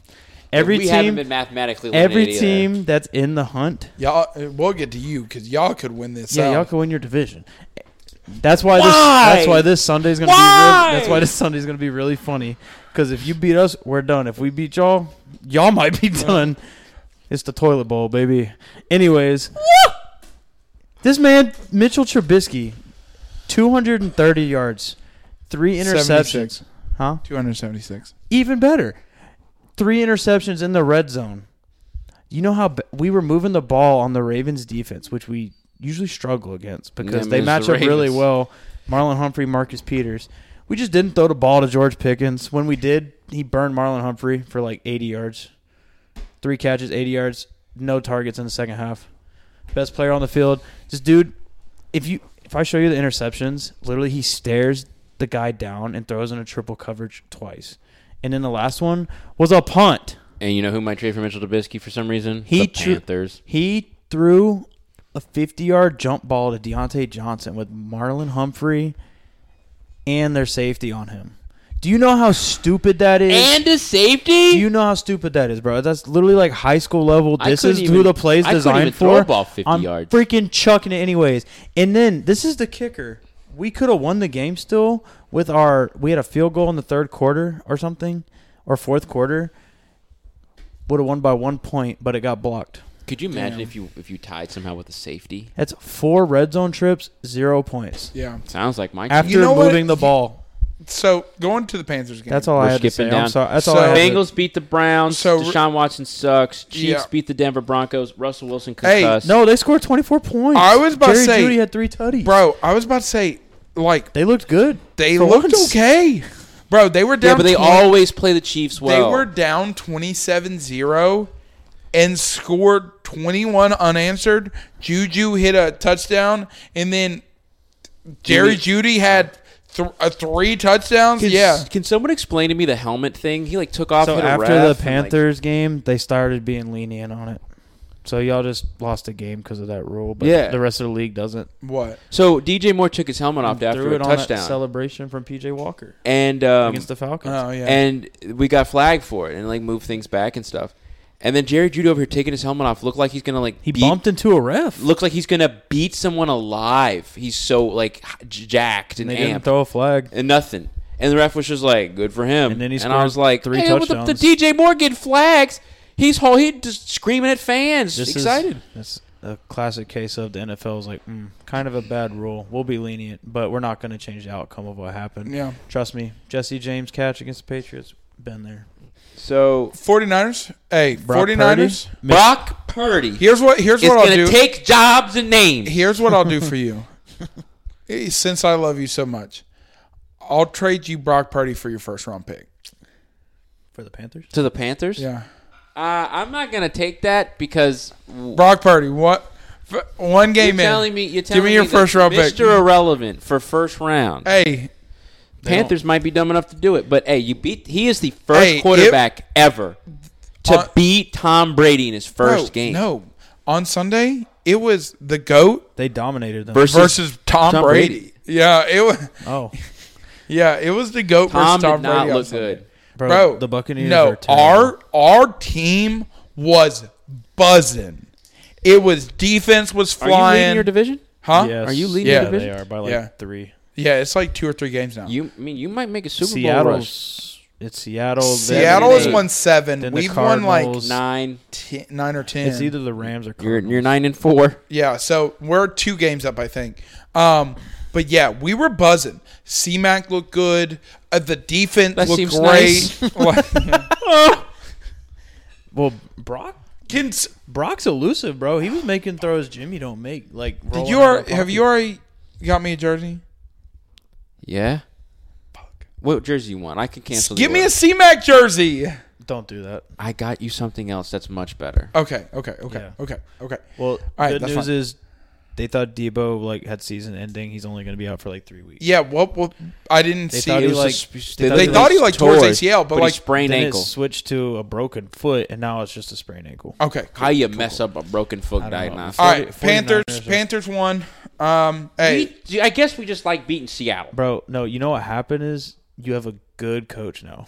[SPEAKER 3] Every
[SPEAKER 2] we haven't been
[SPEAKER 3] team
[SPEAKER 2] mathematically
[SPEAKER 3] every
[SPEAKER 2] eliminated either.
[SPEAKER 3] team that's in the hunt.
[SPEAKER 1] Y'all, uh, we'll get to you because y'all could win this.
[SPEAKER 3] Yeah,
[SPEAKER 1] out.
[SPEAKER 3] y'all can win your division. That's why, this
[SPEAKER 2] Why?
[SPEAKER 3] that's why this Sunday's going to be
[SPEAKER 2] Why?
[SPEAKER 3] real, that's why this Sunday's going to be really funny cuz if you beat us, we're done. If we beat y'all, y'all might be done. It's the toilet bowl, baby. Anyways, this man Mitchell Trubisky 230 yards, 3 interceptions.
[SPEAKER 1] 76.
[SPEAKER 3] Huh?
[SPEAKER 1] 276.
[SPEAKER 3] Even better. Three interceptions in the red zone. You know how b- we were moving the ball on the Ravens defense, which we usually struggle against because
[SPEAKER 2] Them
[SPEAKER 3] they
[SPEAKER 2] is
[SPEAKER 3] match
[SPEAKER 2] the
[SPEAKER 3] up really
[SPEAKER 2] Ravens.
[SPEAKER 3] well. Marlon Humphrey, Marcus Peters. We just didn't throw the ball to George Pickens. When we did, he burned Marlon Humphrey for like 80 yards. Three catches, 80 yards, no targets in the second half. Best player on the field. Just dude, if you if I show you the interceptions, literally he stares the guy down and throws in a triple coverage twice. And then the last one was a punt.
[SPEAKER 2] And you know who might trade for Mitchell Trubisky for some reason?
[SPEAKER 3] He
[SPEAKER 2] the
[SPEAKER 3] tr-
[SPEAKER 2] Panthers.
[SPEAKER 3] He threw a 50 yard jump ball to Deontay Johnson with Marlon Humphrey and their safety on him. Do you know how stupid that is?
[SPEAKER 2] And a safety?
[SPEAKER 3] Do you know how stupid that is, bro? That's literally like high school level.
[SPEAKER 2] I
[SPEAKER 3] This
[SPEAKER 2] couldn't
[SPEAKER 3] is
[SPEAKER 2] even-
[SPEAKER 3] who the plays
[SPEAKER 2] I couldn't
[SPEAKER 3] designed
[SPEAKER 2] even
[SPEAKER 3] for.
[SPEAKER 2] throw a ball 50
[SPEAKER 3] I'm
[SPEAKER 2] yards.
[SPEAKER 3] freaking chucking it anyways. And then this is the kicker. We could have won the game still with our. We had a field goal in the third quarter or something, or fourth quarter. Would have won by one point, but it got blocked.
[SPEAKER 2] Could you imagine if you if you tied somehow with a safety?
[SPEAKER 3] That's four red zone trips, zero points
[SPEAKER 1] Yeah.
[SPEAKER 2] Sounds like my
[SPEAKER 3] after
[SPEAKER 2] team.
[SPEAKER 1] You know what?
[SPEAKER 3] moving the ball.
[SPEAKER 1] So going to the Panthers game.
[SPEAKER 3] That's all
[SPEAKER 2] We're
[SPEAKER 3] I had to
[SPEAKER 2] skipping
[SPEAKER 3] say.
[SPEAKER 2] down.
[SPEAKER 3] I'm sorry. That's all
[SPEAKER 1] So-
[SPEAKER 3] I had. to-
[SPEAKER 2] Bengals beat the Browns.
[SPEAKER 1] So-
[SPEAKER 2] Deshaun Watson sucks. Chiefs
[SPEAKER 1] Yeah.
[SPEAKER 2] beat the Denver Broncos. Russell Wilson
[SPEAKER 1] Hey,
[SPEAKER 2] concussed.
[SPEAKER 3] No, they scored 24 points.
[SPEAKER 1] I was about to
[SPEAKER 3] Jerry
[SPEAKER 1] say-
[SPEAKER 3] Judy had three tutties.
[SPEAKER 1] Bro, I was about to say, like
[SPEAKER 3] They looked good.
[SPEAKER 1] they
[SPEAKER 3] for
[SPEAKER 1] looked
[SPEAKER 3] once.
[SPEAKER 1] okay. Bro, they were down.
[SPEAKER 2] yeah, but they
[SPEAKER 1] 20
[SPEAKER 2] always play the Chiefs
[SPEAKER 1] they
[SPEAKER 2] well.
[SPEAKER 1] were down 27-0 and scored 21 unanswered. Juju hit a touchdown, and then Jerry Judy had th- a three touchdowns.
[SPEAKER 2] Can,
[SPEAKER 1] yeah,
[SPEAKER 2] Can someone explain to me the helmet thing? He like took off.
[SPEAKER 3] So
[SPEAKER 2] hit a
[SPEAKER 3] after
[SPEAKER 2] ref,
[SPEAKER 3] the
[SPEAKER 2] and, like-
[SPEAKER 3] Panthers game, they started being lenient on it. So y'all just lost a game because of that rule, but
[SPEAKER 2] Yeah.
[SPEAKER 3] the rest of the league doesn't.
[SPEAKER 1] what?
[SPEAKER 2] so DJ Moore took his helmet off after
[SPEAKER 3] Threw
[SPEAKER 2] a
[SPEAKER 3] it on that
[SPEAKER 2] touchdown,
[SPEAKER 3] celebration from PJ Walker
[SPEAKER 2] and um,
[SPEAKER 3] against the Falcons.
[SPEAKER 1] Oh yeah,
[SPEAKER 2] and we got flagged for it, and like moved things back and stuff. And then Jerry Judy over here taking his helmet off, looked like he's gonna like
[SPEAKER 3] he
[SPEAKER 2] beat-
[SPEAKER 3] bumped into a ref.
[SPEAKER 2] Looks like he's gonna beat someone alive. He's so like j- jacked and
[SPEAKER 3] and they
[SPEAKER 2] amped.
[SPEAKER 3] didn't throw a flag.
[SPEAKER 2] and nothing. And the ref was just like, "Good for him."
[SPEAKER 3] And then he
[SPEAKER 2] I
[SPEAKER 3] scored
[SPEAKER 2] was like,
[SPEAKER 3] three
[SPEAKER 2] hey, what The,
[SPEAKER 3] touchdowns."
[SPEAKER 2] the DJ Moore getting flags. He's whole. He just screaming at fans,
[SPEAKER 3] This
[SPEAKER 2] excited.
[SPEAKER 3] Is, that's a classic case of the NFL is like mm, kind of a bad rule. We'll be lenient, but we're not going to change the outcome of what happened.
[SPEAKER 1] yeah.
[SPEAKER 3] Trust me, Jesse James catch against the Patriots, been there.
[SPEAKER 2] so
[SPEAKER 1] 49ers. Hey,
[SPEAKER 3] Brock
[SPEAKER 1] 49ers.
[SPEAKER 3] Purdy, Mitch-
[SPEAKER 2] Brock Purdy
[SPEAKER 1] Here's what here's
[SPEAKER 2] is
[SPEAKER 1] what I'll
[SPEAKER 2] going
[SPEAKER 1] do.
[SPEAKER 2] to take jobs and names.
[SPEAKER 1] here's what I'll do for you. Eh, Since I love you so much, I'll trade you Brock Purdy for your first round pick.
[SPEAKER 3] for the Panthers.
[SPEAKER 2] To the Panthers,
[SPEAKER 1] Yeah.
[SPEAKER 2] uh, I'm not going to take that because w-
[SPEAKER 1] Brock Purdy, what f- one
[SPEAKER 2] you're
[SPEAKER 1] game in.
[SPEAKER 2] telling me you're telling
[SPEAKER 1] me your
[SPEAKER 2] that
[SPEAKER 1] first round pick.
[SPEAKER 2] Mr. Irrelevant for first round.
[SPEAKER 1] hey,
[SPEAKER 2] Panthers might be dumb enough to do it, but hey, you beat. He is the first
[SPEAKER 1] Hey, if-
[SPEAKER 2] quarterback ever to
[SPEAKER 1] Uh,
[SPEAKER 2] beat Tom Brady in his first
[SPEAKER 1] no,
[SPEAKER 2] game.
[SPEAKER 1] No, on Sunday it was the goat
[SPEAKER 3] They dominated them.
[SPEAKER 2] versus,
[SPEAKER 1] versus Tom,
[SPEAKER 2] Tom
[SPEAKER 1] Brady.
[SPEAKER 2] Brady.
[SPEAKER 1] Yeah, it was.
[SPEAKER 3] oh,
[SPEAKER 1] Yeah, it was the goat
[SPEAKER 2] Tom
[SPEAKER 1] versus Tom
[SPEAKER 2] did not
[SPEAKER 1] Brady. on
[SPEAKER 2] look
[SPEAKER 1] Sunday.
[SPEAKER 2] good.
[SPEAKER 3] bro,
[SPEAKER 1] bro.
[SPEAKER 3] the Buccaneers.
[SPEAKER 1] No,
[SPEAKER 3] are terrible.
[SPEAKER 1] our our team was buzzing. It was defense was
[SPEAKER 2] Are you leading
[SPEAKER 1] flying.
[SPEAKER 2] your division?
[SPEAKER 1] huh?
[SPEAKER 3] Yes.
[SPEAKER 2] Are you
[SPEAKER 1] Yeah.
[SPEAKER 2] leading
[SPEAKER 3] Yeah,
[SPEAKER 1] the
[SPEAKER 3] they
[SPEAKER 2] division?
[SPEAKER 3] are by like
[SPEAKER 1] Yeah.
[SPEAKER 3] three.
[SPEAKER 1] Yeah, it's like two or three games now.
[SPEAKER 2] You I mean you might make a Super Bowl rush.
[SPEAKER 3] Seattle's. It's Seattle. then
[SPEAKER 1] Seattle
[SPEAKER 3] they-
[SPEAKER 1] has won seven.
[SPEAKER 3] then the
[SPEAKER 1] We've won like
[SPEAKER 3] Cardinals.
[SPEAKER 2] Nine.
[SPEAKER 1] ten, nine or ten.
[SPEAKER 3] It's either the Rams or
[SPEAKER 2] You're
[SPEAKER 3] Cardinals.
[SPEAKER 2] you're nine and four.
[SPEAKER 1] Yeah, so we're two games up, I think. Um, but yeah, we were buzzing. C Mac looked good. Uh, the defense
[SPEAKER 2] That
[SPEAKER 1] looked
[SPEAKER 2] seems
[SPEAKER 1] great. Like,
[SPEAKER 3] well, Brock.
[SPEAKER 1] Can s-
[SPEAKER 3] Brock's elusive, bro. He was making throws Jimmy don't make. Like,
[SPEAKER 1] did you are, have you already got me a jersey?
[SPEAKER 2] Yeah. What jersey you want? I can cancel. the
[SPEAKER 1] Give me
[SPEAKER 2] order.
[SPEAKER 1] a C Mac jersey.
[SPEAKER 3] Don't do that.
[SPEAKER 2] I got you something else that's much better.
[SPEAKER 1] Okay, okay, okay,
[SPEAKER 3] Yeah.
[SPEAKER 1] okay, okay.
[SPEAKER 3] Well,
[SPEAKER 1] right,
[SPEAKER 3] good
[SPEAKER 1] that's
[SPEAKER 3] news
[SPEAKER 1] fine.
[SPEAKER 3] is they thought Debo like had season ending. He's only going to be out for like three weeks.
[SPEAKER 1] Yeah, well, well I didn't see.
[SPEAKER 3] thought he
[SPEAKER 1] it.
[SPEAKER 3] was- like-
[SPEAKER 2] they,
[SPEAKER 1] they thought he, like, tore his ACL, but, like,
[SPEAKER 2] he sprained
[SPEAKER 3] then
[SPEAKER 2] ankle.
[SPEAKER 3] it switched to a broken foot, and now it's just a sprained ankle.
[SPEAKER 1] okay.
[SPEAKER 2] How you mess up a broken foot
[SPEAKER 3] I don't know.
[SPEAKER 2] diagnostic?
[SPEAKER 1] All
[SPEAKER 3] Forty-
[SPEAKER 1] right, Panthers.
[SPEAKER 3] 49ers are-
[SPEAKER 1] Panthers won. Um, hey,
[SPEAKER 2] We- I guess we just like beating Seattle.
[SPEAKER 3] Bro, no, you know what happened is you have a good coach now.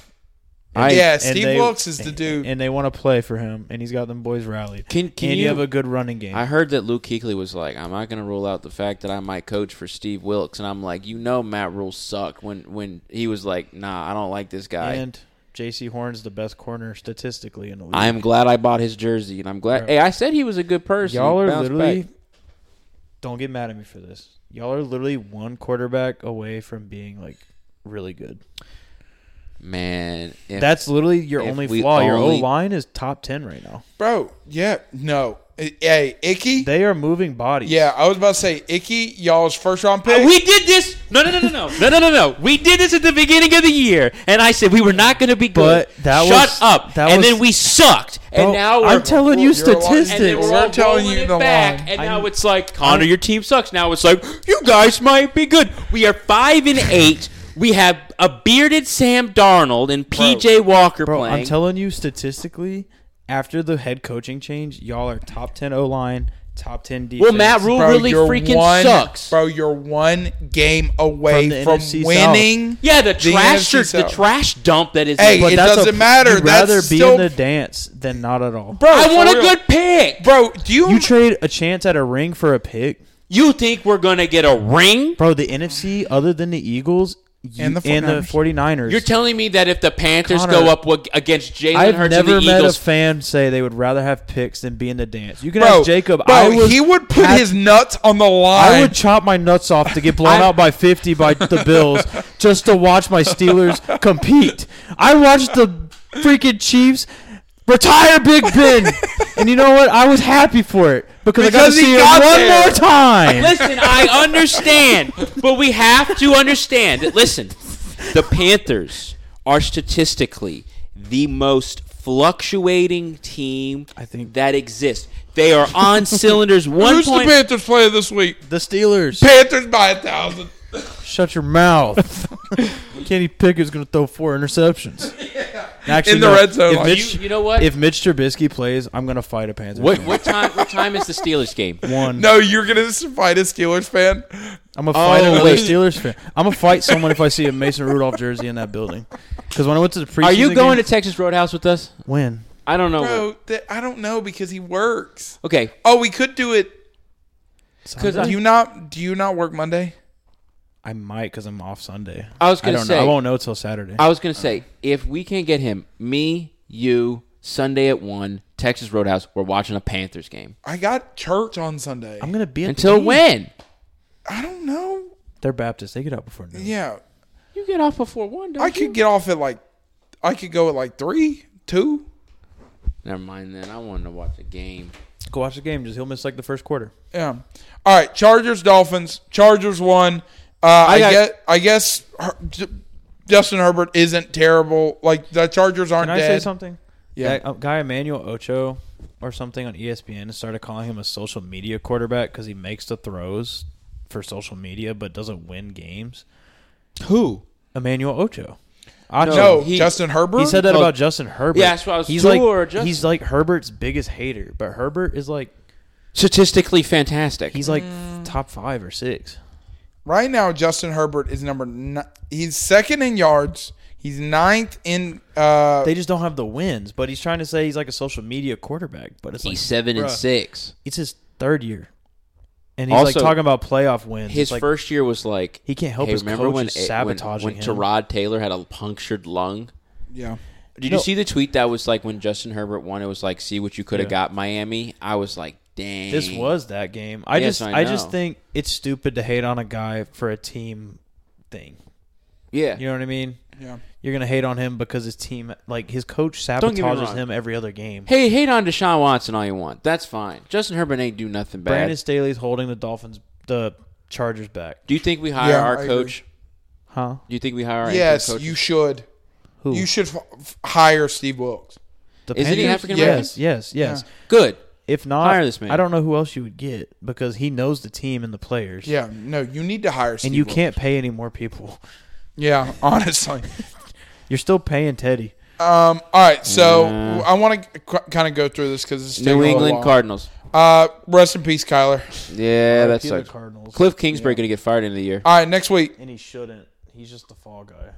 [SPEAKER 2] I,
[SPEAKER 1] yeah,
[SPEAKER 2] yes.
[SPEAKER 1] Steve
[SPEAKER 3] they-
[SPEAKER 1] Wilkes is the dude.
[SPEAKER 3] and they want to play for him, and he's got them boys rallied.
[SPEAKER 2] Can- can
[SPEAKER 3] and you,
[SPEAKER 2] you-
[SPEAKER 3] have a good running game.
[SPEAKER 2] I heard that Luke Kuechly was like, "I'm not going to rule out the fact that I might coach for Steve Wilkes," and I'm like, "You know, Matt rules suck." When when he was like, "Nah, I don't like this guy."
[SPEAKER 3] and J.C. Horn's the best corner statistically in the league.
[SPEAKER 2] I am glad I bought his jersey, and I'm glad.
[SPEAKER 3] Right.
[SPEAKER 2] Hey, I said he was a good person.
[SPEAKER 3] Y'all are
[SPEAKER 2] Bounce
[SPEAKER 3] literally.
[SPEAKER 2] back.
[SPEAKER 3] Don't get mad at me for this. Y'all are literally one quarterback away from being like really good.
[SPEAKER 2] man. And if-
[SPEAKER 3] That's literally your
[SPEAKER 2] if
[SPEAKER 3] only
[SPEAKER 2] we
[SPEAKER 3] flaw. Your O
[SPEAKER 2] only-
[SPEAKER 3] line is top ten right now.
[SPEAKER 1] Bro, yeah, no. I- Hey, Icky?
[SPEAKER 3] They are moving bodies.
[SPEAKER 1] yeah, I was about to say, Icky, y'all's first round pick.
[SPEAKER 2] we did this. No, no, no, no, no, no, no, no, no. We did this at the beginning of the year, and I said we were not going to be good.
[SPEAKER 3] But that
[SPEAKER 2] Shut
[SPEAKER 3] was-
[SPEAKER 2] up.
[SPEAKER 3] that
[SPEAKER 2] and
[SPEAKER 3] was-
[SPEAKER 2] then we sucked, and
[SPEAKER 3] Bro,
[SPEAKER 2] now we're
[SPEAKER 3] I'm telling you
[SPEAKER 1] you're a lot-
[SPEAKER 2] and then
[SPEAKER 3] statistics.
[SPEAKER 2] we're,
[SPEAKER 1] We're
[SPEAKER 2] all
[SPEAKER 1] telling
[SPEAKER 2] rolling
[SPEAKER 1] you
[SPEAKER 2] it
[SPEAKER 1] the
[SPEAKER 2] back,
[SPEAKER 1] line.
[SPEAKER 2] and now it's like Connor, your team sucks. Now it's like you guys might be good. We are five and eight. We have a bearded Sam Darnold and PJ Walker
[SPEAKER 3] Bro,
[SPEAKER 2] playing.
[SPEAKER 3] I'm telling you statistically, after the head coaching change, y'all are top ten O line, top ten defense.
[SPEAKER 2] well, Matt Rule
[SPEAKER 1] Bro,
[SPEAKER 2] really
[SPEAKER 1] you're
[SPEAKER 2] freaking
[SPEAKER 1] one-
[SPEAKER 2] sucks.
[SPEAKER 1] Bro, you're one game away
[SPEAKER 3] the
[SPEAKER 1] from,
[SPEAKER 3] NFC South.
[SPEAKER 1] winning.
[SPEAKER 2] Yeah, the
[SPEAKER 1] The
[SPEAKER 2] trash,
[SPEAKER 1] NFC
[SPEAKER 2] the
[SPEAKER 1] South.
[SPEAKER 2] trash dump that is.
[SPEAKER 1] Hey,
[SPEAKER 3] But
[SPEAKER 1] It
[SPEAKER 3] that's
[SPEAKER 1] doesn't
[SPEAKER 3] a,
[SPEAKER 1] matter.
[SPEAKER 3] You'd
[SPEAKER 1] That's
[SPEAKER 3] rather be
[SPEAKER 1] still-
[SPEAKER 3] in the dance than not at all.
[SPEAKER 1] Bro,
[SPEAKER 2] I want a
[SPEAKER 1] for real.
[SPEAKER 2] good pick.
[SPEAKER 1] Bro, do you,
[SPEAKER 3] You trade a chance at a ring for a pick,
[SPEAKER 2] You think we're gonna get a ring?
[SPEAKER 3] bro. The NFC, other than the Eagles you,
[SPEAKER 1] And
[SPEAKER 3] and,
[SPEAKER 1] the
[SPEAKER 3] the 49ers,
[SPEAKER 2] You're telling me that if the Panthers
[SPEAKER 3] Connor,
[SPEAKER 2] go up wa- against Jalen
[SPEAKER 3] I've
[SPEAKER 2] Hurts and the
[SPEAKER 3] never met
[SPEAKER 2] Eagles,
[SPEAKER 3] a fan say they would rather have picks than be in the dance. You can
[SPEAKER 1] bro,
[SPEAKER 3] ask Jacob.
[SPEAKER 1] Bro,
[SPEAKER 3] I was
[SPEAKER 1] he would put
[SPEAKER 3] hap-
[SPEAKER 1] his nuts on the line.
[SPEAKER 3] I would chop my nuts off to get blown out by 50 by the Bills just to watch my Steelers compete. I watched the freaking Chiefs retire Big Ben. And you know what? I was happy for it because, I got to
[SPEAKER 1] Because he
[SPEAKER 3] see
[SPEAKER 1] got
[SPEAKER 3] it one
[SPEAKER 1] there.
[SPEAKER 3] more time.
[SPEAKER 2] listen, I understand, but we have to understand that. Listen, the Panthers are statistically the most fluctuating team I
[SPEAKER 3] think-
[SPEAKER 2] that exists. They are on cylinders. One
[SPEAKER 1] Who's
[SPEAKER 2] point.
[SPEAKER 1] the Panthers player this week?
[SPEAKER 3] the Steelers.
[SPEAKER 1] Panthers by a thousand.
[SPEAKER 3] Shut your mouth. Kenny Pickett's going to throw four interceptions. Actually,
[SPEAKER 1] In the red zone,
[SPEAKER 3] If
[SPEAKER 1] like-
[SPEAKER 3] Mitch,
[SPEAKER 2] You- you know what?
[SPEAKER 3] If Mitch Trubisky plays, I'm going to fight a Panther.
[SPEAKER 2] what, what time? What time is the Steelers game?
[SPEAKER 3] One.
[SPEAKER 1] No, you're gonna fight a Steelers fan.
[SPEAKER 3] I'm gonna fight
[SPEAKER 2] Oh,
[SPEAKER 3] another
[SPEAKER 2] wait.
[SPEAKER 3] Steelers fan. I'm gonna fight someone if I see a Mason Rudolph jersey in that building. Because when I went to the preseason,
[SPEAKER 2] Are you going to Texas Roadhouse with us?
[SPEAKER 3] win?
[SPEAKER 2] I don't know.
[SPEAKER 1] Bro, that, I don't know because he works.
[SPEAKER 2] Okay,
[SPEAKER 1] Oh, we could do it.
[SPEAKER 2] because
[SPEAKER 1] Do you not? Do you not work Monday?
[SPEAKER 3] I might because I'm off Sunday.
[SPEAKER 2] I was gonna
[SPEAKER 3] I don't
[SPEAKER 2] say-
[SPEAKER 3] know. I won't know till Saturday.
[SPEAKER 2] I was gonna say, if we can't get him, me, you, Sunday at one, Texas Roadhouse, we're watching a Panthers game.
[SPEAKER 1] I got church on Sunday.
[SPEAKER 3] I'm gonna be at the
[SPEAKER 2] Until
[SPEAKER 3] game.
[SPEAKER 2] when?
[SPEAKER 1] I don't know.
[SPEAKER 3] They're Baptist. They get out before noon.
[SPEAKER 1] Yeah,
[SPEAKER 2] You get off before one. Don't
[SPEAKER 1] I could get off at like, I could go at like three, two.
[SPEAKER 2] Never mind then. I wanted to watch a game.
[SPEAKER 3] Go watch the game. Just he'll miss like the first quarter.
[SPEAKER 1] Yeah. All right. Chargers, Dolphins. Chargers won. Uh, I,
[SPEAKER 2] got-
[SPEAKER 1] guess. I guess Her- J- Justin Herbert isn't terrible. Like the Chargers aren't
[SPEAKER 3] Can I say
[SPEAKER 1] dead.
[SPEAKER 3] something?
[SPEAKER 1] Yeah.
[SPEAKER 3] That, uh, guy Emmanuel Ocho or something on E ESPN started calling him a social media quarterback because he makes the throws for social media but doesn't win games.
[SPEAKER 2] Who?
[SPEAKER 3] Emmanuel Ocho. Ocho.
[SPEAKER 1] no,
[SPEAKER 2] he-
[SPEAKER 1] Justin Herbert.
[SPEAKER 3] He said that
[SPEAKER 2] Well,
[SPEAKER 3] about Justin Herbert.
[SPEAKER 2] yeah, that's what I was-
[SPEAKER 3] He's
[SPEAKER 2] Tua
[SPEAKER 3] like
[SPEAKER 2] or Justin?
[SPEAKER 3] he's like Herbert's biggest hater, but Herbert is like
[SPEAKER 2] Statistically fantastic.
[SPEAKER 3] he's like top five or six.
[SPEAKER 1] right now. Justin Herbert is number. Ni- he's second in yards. He's ninth in. Uh,
[SPEAKER 3] They just don't have the wins. But he's trying to say he's like a social media quarterback. But it's
[SPEAKER 2] he's
[SPEAKER 3] like
[SPEAKER 2] seven and
[SPEAKER 3] bruh.
[SPEAKER 2] six.
[SPEAKER 3] it's his third year, and he's
[SPEAKER 2] Also,
[SPEAKER 3] like talking about playoff wins.
[SPEAKER 2] His
[SPEAKER 3] It's like,
[SPEAKER 2] first year was like
[SPEAKER 3] He can't help
[SPEAKER 2] hey,
[SPEAKER 3] his
[SPEAKER 2] remember
[SPEAKER 3] coach
[SPEAKER 2] when
[SPEAKER 3] is
[SPEAKER 2] it-
[SPEAKER 3] sabotaging
[SPEAKER 2] when, when
[SPEAKER 3] him.
[SPEAKER 2] Terod Taylor had a punctured lung.
[SPEAKER 1] yeah.
[SPEAKER 2] Did
[SPEAKER 3] No.
[SPEAKER 2] you see the tweet that was like when Justin Herbert won? It was like, see what you could have got, Miami. I was like, dang.
[SPEAKER 3] this was that game. I
[SPEAKER 2] Yes,
[SPEAKER 3] just
[SPEAKER 2] I
[SPEAKER 3] I, just
[SPEAKER 2] know.
[SPEAKER 3] think it's stupid to hate on a guy for a team thing.
[SPEAKER 2] yeah.
[SPEAKER 3] You know what I mean?
[SPEAKER 1] Yeah.
[SPEAKER 3] You're gonna hate on him because his team, like his coach,
[SPEAKER 2] get me
[SPEAKER 3] sabotages
[SPEAKER 2] wrong.
[SPEAKER 3] him every other game.
[SPEAKER 2] Hey, hate on Deshaun Watson all you want. That's fine. Justin Herbert ain't do nothing bad.
[SPEAKER 3] Brandon Staley's holding the Dolphins, the Chargers back.
[SPEAKER 2] do you think we hire
[SPEAKER 1] Yeah,
[SPEAKER 2] our
[SPEAKER 1] I agree.
[SPEAKER 2] coach?
[SPEAKER 3] Huh?
[SPEAKER 2] Do you think we hire our
[SPEAKER 1] Yes,
[SPEAKER 2] coach?
[SPEAKER 1] you should.
[SPEAKER 3] Who?
[SPEAKER 1] You should f- f- hire Steve Wilkes.
[SPEAKER 3] The
[SPEAKER 2] Isn't he
[SPEAKER 3] Panthers?
[SPEAKER 2] African American?
[SPEAKER 3] Yes, yes, yes.
[SPEAKER 2] Good.
[SPEAKER 3] If not,
[SPEAKER 2] Hire this man.
[SPEAKER 3] I don't know who else you would get because he knows the team and the players.
[SPEAKER 1] Yeah. No, you need to hire. Steve
[SPEAKER 3] and you
[SPEAKER 1] Wilkes.
[SPEAKER 3] can't pay any more people.
[SPEAKER 1] Yeah. Honestly.
[SPEAKER 3] You're still paying Teddy.
[SPEAKER 1] um. All right. So I want to c- kind of go through this because it's taking
[SPEAKER 2] New
[SPEAKER 1] a little
[SPEAKER 2] England
[SPEAKER 1] while.
[SPEAKER 2] Cardinals.
[SPEAKER 1] Uh, rest in peace, Kyler.
[SPEAKER 2] Yeah, that
[SPEAKER 3] He the
[SPEAKER 2] sucks.
[SPEAKER 3] Cardinals,
[SPEAKER 2] Cliff Kingsbury gonna get fired in the year.
[SPEAKER 1] All right, next week.
[SPEAKER 3] and he shouldn't. He's just the fall guy,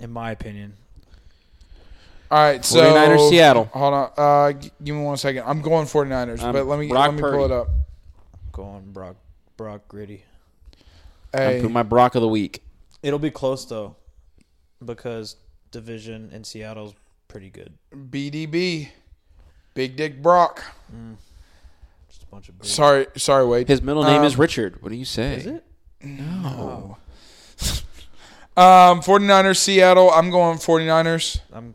[SPEAKER 3] in my opinion.
[SPEAKER 1] All right, so
[SPEAKER 2] 49ers, Seattle.
[SPEAKER 1] Hold on, uh, g- give me one second. I'm going 49ers,
[SPEAKER 2] Um,
[SPEAKER 1] but let me
[SPEAKER 2] Brock
[SPEAKER 1] let me
[SPEAKER 2] Purdy.
[SPEAKER 1] pull it up.
[SPEAKER 3] Go on, Brock. Brock Gritty.
[SPEAKER 2] I'm
[SPEAKER 1] Hey,
[SPEAKER 2] putting my Brock of the week.
[SPEAKER 3] It'll be close though, because division in Seattle's pretty good.
[SPEAKER 1] BDB, Big Dick Brock.
[SPEAKER 3] Just a bunch of. Big-
[SPEAKER 1] Sorry, sorry, Wade.
[SPEAKER 2] His middle name
[SPEAKER 1] Um,
[SPEAKER 2] is Richard. What do you say?
[SPEAKER 3] Is it?
[SPEAKER 1] Um, Um, 49ers, Seattle. I'm going 49ers.
[SPEAKER 5] I'm,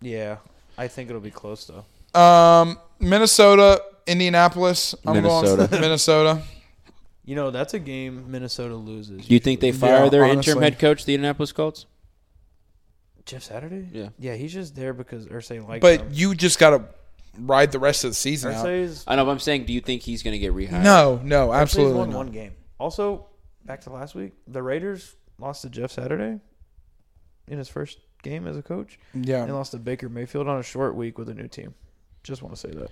[SPEAKER 5] yeah, I think it'll be close though.
[SPEAKER 1] Um, Minnesota, Indianapolis. I'm
[SPEAKER 2] Minnesota.
[SPEAKER 1] going Minnesota.
[SPEAKER 3] You know, that's a game Minnesota loses.
[SPEAKER 2] Do you think they
[SPEAKER 1] Yeah,
[SPEAKER 2] fire their interim
[SPEAKER 1] honestly.
[SPEAKER 2] head coach, the Indianapolis Colts?
[SPEAKER 5] Jeff Saturday?
[SPEAKER 2] Yeah.
[SPEAKER 5] Yeah, he's just there because Ursay likes
[SPEAKER 1] But
[SPEAKER 5] him.
[SPEAKER 1] you just got to ride the rest of the season out.
[SPEAKER 5] Ursay's
[SPEAKER 2] I know. But I'm saying, do you think he's going to get rehired?
[SPEAKER 1] No, no,
[SPEAKER 5] Absolutely
[SPEAKER 1] absolutely
[SPEAKER 5] won
[SPEAKER 1] not.
[SPEAKER 5] one game. Also, back to last week, the Raiders lost to Jeff Saturday in his first game as a coach, and
[SPEAKER 1] Yeah,
[SPEAKER 5] lost to Baker Mayfield on a short week with a new team. Just want to say that.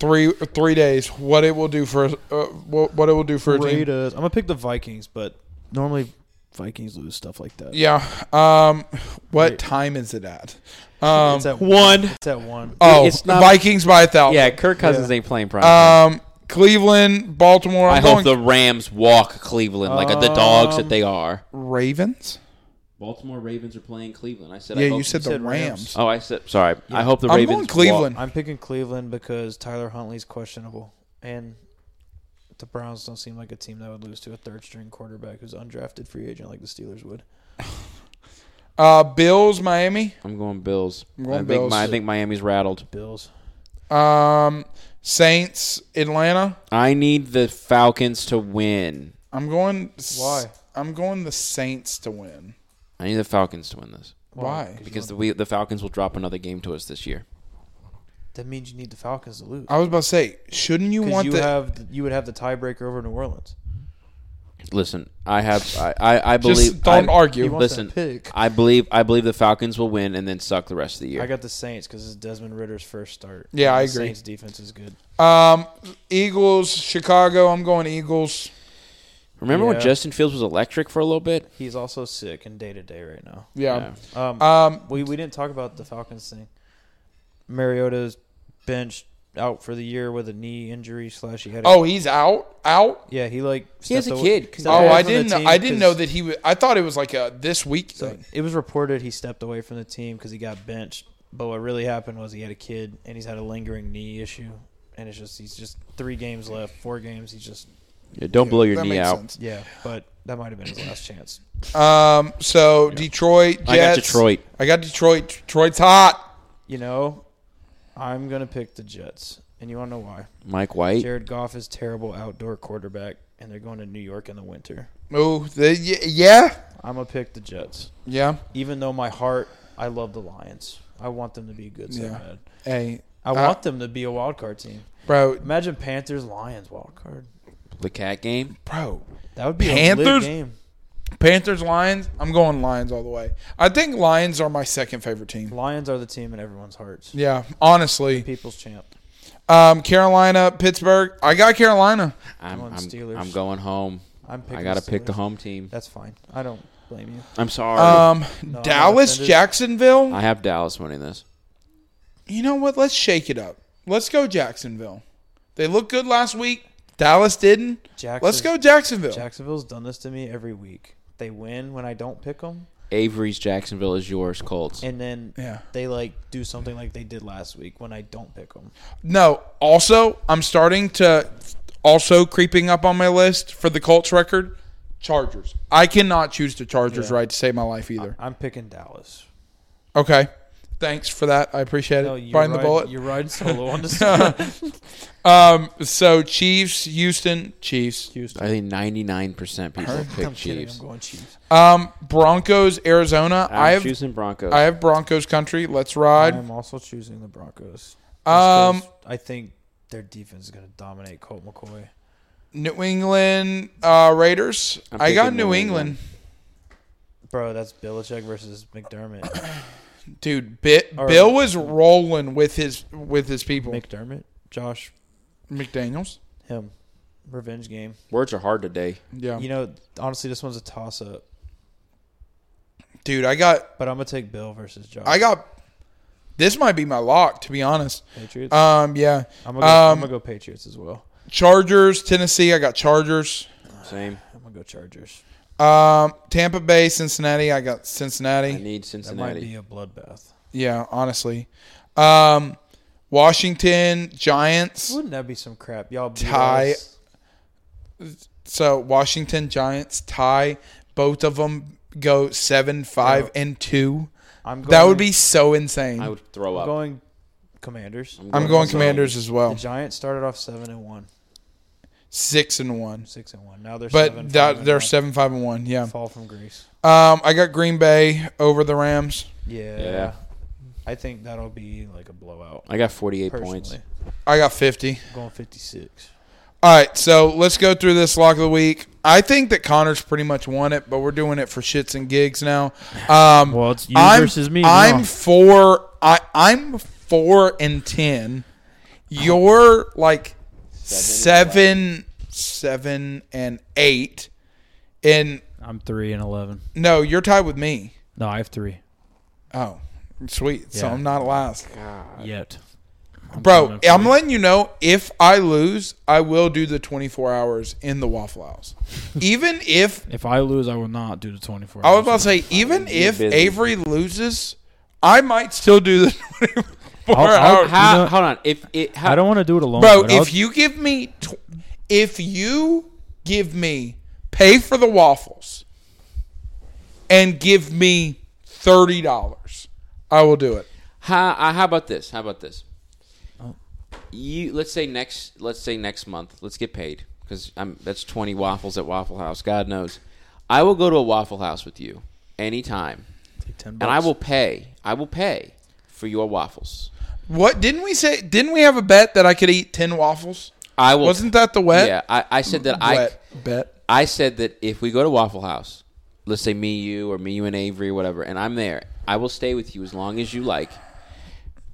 [SPEAKER 1] three three days. What it will do for uh, what what it will do for a team.
[SPEAKER 3] Raiders. I'm gonna pick the Vikings, but normally Vikings lose stuff like that.
[SPEAKER 1] Yeah. Um, what
[SPEAKER 3] Wait.
[SPEAKER 1] time is it at? Um,
[SPEAKER 3] it's at
[SPEAKER 2] one.
[SPEAKER 3] It's at one.
[SPEAKER 1] oh,
[SPEAKER 2] It's not-
[SPEAKER 1] Vikings by a thousand.
[SPEAKER 2] Yeah, Kirk Cousins ain't playing prime. time.
[SPEAKER 1] Um, Cleveland, Baltimore.
[SPEAKER 2] I
[SPEAKER 1] I'm
[SPEAKER 2] hope
[SPEAKER 1] going Um,
[SPEAKER 2] the Rams walk Cleveland like the dogs that they are.
[SPEAKER 1] Ravens.
[SPEAKER 2] Baltimore Ravens are playing Cleveland. I said.
[SPEAKER 1] Yeah,
[SPEAKER 2] I hope
[SPEAKER 1] you said the
[SPEAKER 3] said
[SPEAKER 1] Rams.
[SPEAKER 3] Rams.
[SPEAKER 2] Oh, I said. Sorry. I hope the
[SPEAKER 1] I'm
[SPEAKER 2] Ravens.
[SPEAKER 1] going Cleveland.
[SPEAKER 3] I'm picking Cleveland because Tyler Huntley's questionable, and the Browns don't seem like a team that would lose to a third string quarterback who's undrafted free agent like the Steelers would.
[SPEAKER 1] Uh, Bills, Miami.
[SPEAKER 2] Walk. I'm going Bills. i
[SPEAKER 1] I'm going
[SPEAKER 2] think
[SPEAKER 1] Bills.
[SPEAKER 2] My, I think Miami's rattled.
[SPEAKER 3] Bills.
[SPEAKER 1] Um, Saints, Atlanta.
[SPEAKER 2] I need the Falcons to win.
[SPEAKER 1] I'm going. s-
[SPEAKER 3] Why?
[SPEAKER 1] I'm going the Saints to win.
[SPEAKER 2] I need the Falcons to win this
[SPEAKER 1] Why?
[SPEAKER 2] because the we, the Falcons will drop another game to us this year.
[SPEAKER 3] That means you need the Falcons to lose.
[SPEAKER 1] I was about to say, shouldn't you
[SPEAKER 3] Because
[SPEAKER 1] want
[SPEAKER 3] you
[SPEAKER 1] the?
[SPEAKER 3] have you would have the tiebreaker over New Orleans.
[SPEAKER 2] Listen, I have I I, I believe
[SPEAKER 1] just don't
[SPEAKER 2] I,
[SPEAKER 1] argue.
[SPEAKER 3] You want
[SPEAKER 2] Listen.
[SPEAKER 3] that pick.
[SPEAKER 2] I believe I believe the Falcons will win and then suck the rest of the year.
[SPEAKER 3] I got the Saints because it's Desmond Ritter's first start.
[SPEAKER 1] Yeah,
[SPEAKER 3] And
[SPEAKER 1] I
[SPEAKER 3] the
[SPEAKER 1] agree.
[SPEAKER 3] Saints defense is good.
[SPEAKER 1] Um, Eagles, Chicago. I'm going Eagles.
[SPEAKER 2] Remember when
[SPEAKER 3] Yeah.
[SPEAKER 2] Justin Fields was electric for a little bit?
[SPEAKER 3] He's also sick and day to day right now.
[SPEAKER 1] Yeah.
[SPEAKER 3] Um,
[SPEAKER 1] Um,
[SPEAKER 3] we we didn't talk about the Falcons thing. Mariota's benched out for the year with a knee injury slash he had. A,
[SPEAKER 1] oh, he's out. Out.
[SPEAKER 3] yeah, he like
[SPEAKER 2] He has
[SPEAKER 3] stepped
[SPEAKER 2] a
[SPEAKER 3] away-
[SPEAKER 2] kid.
[SPEAKER 3] stepped
[SPEAKER 1] Oh,
[SPEAKER 3] away
[SPEAKER 1] I
[SPEAKER 3] from the
[SPEAKER 1] didn't. Know,
[SPEAKER 3] team
[SPEAKER 1] I didn't
[SPEAKER 3] 'cause-
[SPEAKER 1] know that he was. I thought it was like a this week
[SPEAKER 3] So
[SPEAKER 1] thing.
[SPEAKER 3] it was reported he stepped away from the team because he got benched. But what really happened was he had a kid and he's had a lingering knee issue, and it's just he's just three games left, four games. He's just
[SPEAKER 2] Yeah, don't blow your
[SPEAKER 1] That
[SPEAKER 2] knee
[SPEAKER 1] makes
[SPEAKER 2] out.
[SPEAKER 1] sense.
[SPEAKER 3] yeah, but that might have been his last chance.
[SPEAKER 1] Um, so Detroit. Jets.
[SPEAKER 2] I got Detroit.
[SPEAKER 1] I got Detroit. Detroit's hot.
[SPEAKER 3] You know, I'm gonna pick the Jets, and you want to know why?
[SPEAKER 2] Mike White.
[SPEAKER 3] Jared Goff is terrible outdoor quarterback, and they're going to New York in the winter.
[SPEAKER 1] Oh, the, y- yeah,
[SPEAKER 3] I'm gonna pick the Jets,
[SPEAKER 1] yeah.
[SPEAKER 3] even though my heart, I love the Lions. I want them to be good so
[SPEAKER 1] Yeah.
[SPEAKER 3] bad.
[SPEAKER 1] Hey,
[SPEAKER 3] I
[SPEAKER 1] Uh,
[SPEAKER 3] want them to be a wild card team.
[SPEAKER 1] bro,
[SPEAKER 3] Imagine Panthers Lions wild card.
[SPEAKER 2] The cat game.
[SPEAKER 1] bro.
[SPEAKER 3] That would be a
[SPEAKER 1] Panthers?
[SPEAKER 3] lit game.
[SPEAKER 1] Panthers, Lions. I'm going Lions all the way. I think Lions are my second favorite team.
[SPEAKER 3] Lions are the team in everyone's hearts.
[SPEAKER 1] Yeah, honestly.
[SPEAKER 3] People's champ.
[SPEAKER 1] Um, Carolina, Pittsburgh. I got Carolina.
[SPEAKER 2] I'm
[SPEAKER 3] Going
[SPEAKER 2] I'm,
[SPEAKER 3] Steelers.
[SPEAKER 2] I'm going home.
[SPEAKER 3] I'm picking.
[SPEAKER 2] I gotta pick the
[SPEAKER 3] Steelers.
[SPEAKER 2] home team.
[SPEAKER 3] That's fine. I don't blame you.
[SPEAKER 2] I'm sorry.
[SPEAKER 1] Um,
[SPEAKER 3] I'm
[SPEAKER 1] Dallas,
[SPEAKER 3] offended.
[SPEAKER 1] Jacksonville.
[SPEAKER 2] I have Dallas winning this.
[SPEAKER 1] You know what? Let's shake it up. Let's go Jacksonville. They looked good last week. Dallas didn't.
[SPEAKER 3] Jackson,
[SPEAKER 1] Let's go Jacksonville.
[SPEAKER 3] Jacksonville's done this to me every week. They win when I don't pick them,
[SPEAKER 2] Avery's Jacksonville is yours, Colts.
[SPEAKER 3] and then
[SPEAKER 1] Yeah.
[SPEAKER 3] they like do something like they did last week when I don't pick them.
[SPEAKER 1] No. Also, I'm starting to also creeping up on my list for the Colts record. Chargers. I cannot choose the Chargers
[SPEAKER 3] Yeah.
[SPEAKER 1] right to save my life either.
[SPEAKER 3] I'm picking Dallas.
[SPEAKER 1] Okay. Thanks for that. I appreciate it.
[SPEAKER 3] No,
[SPEAKER 1] Find
[SPEAKER 3] you're
[SPEAKER 1] the
[SPEAKER 3] riding-
[SPEAKER 1] bullet.
[SPEAKER 3] You're riding solo on this one.
[SPEAKER 1] Um. So Chiefs, Houston, Chiefs.
[SPEAKER 3] Houston.
[SPEAKER 2] I think 99% people pick
[SPEAKER 3] I'm kidding.
[SPEAKER 2] Chiefs.
[SPEAKER 3] I'm going Chiefs.
[SPEAKER 1] Um. Broncos, Arizona.
[SPEAKER 2] I'm
[SPEAKER 1] I have
[SPEAKER 2] choosing Broncos.
[SPEAKER 1] I have Broncos country. Let's
[SPEAKER 3] I
[SPEAKER 1] ride.
[SPEAKER 3] am also choosing the Broncos. Just
[SPEAKER 1] Um.
[SPEAKER 3] 'cause I think their defense is going to dominate Colt McCoy.
[SPEAKER 1] New England uh, Raiders.
[SPEAKER 2] I'm
[SPEAKER 1] I got
[SPEAKER 2] picking
[SPEAKER 1] New,
[SPEAKER 2] New
[SPEAKER 1] England.
[SPEAKER 3] Bro, that's Belichick versus McDermott.
[SPEAKER 1] dude. Bit,
[SPEAKER 3] Or-
[SPEAKER 1] Bill was rolling with his with his people.
[SPEAKER 3] McDermott, Josh,
[SPEAKER 1] McDaniel's.
[SPEAKER 3] him, revenge game.
[SPEAKER 2] Words are hard today.
[SPEAKER 1] Yeah,
[SPEAKER 3] You know, honestly, this one's a toss up.
[SPEAKER 1] dude. I got
[SPEAKER 3] But I'm gonna take Bill versus Josh.
[SPEAKER 1] I got. This might be my lock, to be honest.
[SPEAKER 3] Patriots.
[SPEAKER 1] Um. Yeah.
[SPEAKER 3] I'm, gonna go, I'm
[SPEAKER 1] um,
[SPEAKER 3] gonna go Patriots as well.
[SPEAKER 1] Chargers, Tennessee. I got Chargers.
[SPEAKER 2] Same.
[SPEAKER 3] I'm gonna go Chargers.
[SPEAKER 1] Um. Tampa Bay, Cincinnati. I got Cincinnati.
[SPEAKER 2] I need
[SPEAKER 3] That might
[SPEAKER 2] Cincinnati.
[SPEAKER 3] be a bloodbath.
[SPEAKER 1] Yeah, honestly. Um, Washington Giants.
[SPEAKER 3] Wouldn't that be some crap? Y'all beat
[SPEAKER 1] Tie.
[SPEAKER 3] us.
[SPEAKER 1] So Washington Giants tie. Both of them go seven, five, and two.
[SPEAKER 4] I'm going,
[SPEAKER 1] That would be so insane.
[SPEAKER 2] I would throw
[SPEAKER 4] I'm
[SPEAKER 2] up.
[SPEAKER 4] going Commanders.
[SPEAKER 1] I'm going
[SPEAKER 2] so-
[SPEAKER 1] Commanders as
[SPEAKER 4] The
[SPEAKER 1] well.
[SPEAKER 4] Giants started off seven and one,
[SPEAKER 1] Six and one,
[SPEAKER 4] six and one. Now they're seven,
[SPEAKER 1] but
[SPEAKER 4] five
[SPEAKER 1] that,
[SPEAKER 4] and
[SPEAKER 1] they're
[SPEAKER 4] one.
[SPEAKER 1] seven, five, and one. Yeah.
[SPEAKER 4] fall from grace.
[SPEAKER 1] Um, I got Green Bay over the Rams.
[SPEAKER 4] Yeah.
[SPEAKER 2] Yeah.
[SPEAKER 4] I think that'll be like a blowout.
[SPEAKER 2] I got 48
[SPEAKER 4] Personally,
[SPEAKER 2] points.
[SPEAKER 1] I got fifty.
[SPEAKER 4] I'm going 56.
[SPEAKER 1] All right, so let's go through this lock of the week. I think that Connor's pretty much won it, but we're doing it for shits and gigs now. Um,
[SPEAKER 3] Well, it's you
[SPEAKER 1] I'm,
[SPEAKER 3] versus me.
[SPEAKER 1] I'm
[SPEAKER 3] now.
[SPEAKER 1] four. I I'm four and ten. You're like seven, seven and eight. And
[SPEAKER 3] I'm three and eleven.
[SPEAKER 1] no, you're tied with me.
[SPEAKER 3] No, I have three
[SPEAKER 1] Oh, sweet. So
[SPEAKER 3] Yeah.
[SPEAKER 1] I'm not last,
[SPEAKER 3] yet.
[SPEAKER 1] bro.
[SPEAKER 3] coming for
[SPEAKER 1] I'm
[SPEAKER 3] you.
[SPEAKER 1] letting you know if I lose, I will do the 24 hours in the Waffle House, even if
[SPEAKER 3] If I lose, I will not do the 24.
[SPEAKER 1] I was
[SPEAKER 3] hours.
[SPEAKER 1] about to say, even if
[SPEAKER 2] busy.
[SPEAKER 1] Avery loses, I might still do the 24
[SPEAKER 3] I'll- I'll-
[SPEAKER 1] hours.
[SPEAKER 2] How,
[SPEAKER 3] You know-
[SPEAKER 2] hold on. If it, how,
[SPEAKER 3] I don't want to do it alone,
[SPEAKER 1] Bro,
[SPEAKER 3] but I'll-
[SPEAKER 1] if you give me, tw- if you give me, pay for the waffles and give me $30, I will do it.
[SPEAKER 2] How, uh, how about this? How about this?
[SPEAKER 1] Oh.
[SPEAKER 2] You let's say next let's say next month. Let's get paid because I'm that's twenty waffles at Waffle House. God knows, I will go to a Waffle House with you anytime,
[SPEAKER 4] Like 10
[SPEAKER 2] and I
[SPEAKER 4] bucks.
[SPEAKER 2] will pay. I will pay for your waffles.
[SPEAKER 1] What didn't we say? Didn't we have a bet that I could eat 10 waffles?
[SPEAKER 2] I will.
[SPEAKER 1] Wasn't that the wet?
[SPEAKER 2] Yeah, I, I said that
[SPEAKER 1] Wet bet.
[SPEAKER 2] I I said that if we go to Waffle House, let's say me, you, or me, you and Avery, or whatever, and I'm there, I will stay with you as long as you like.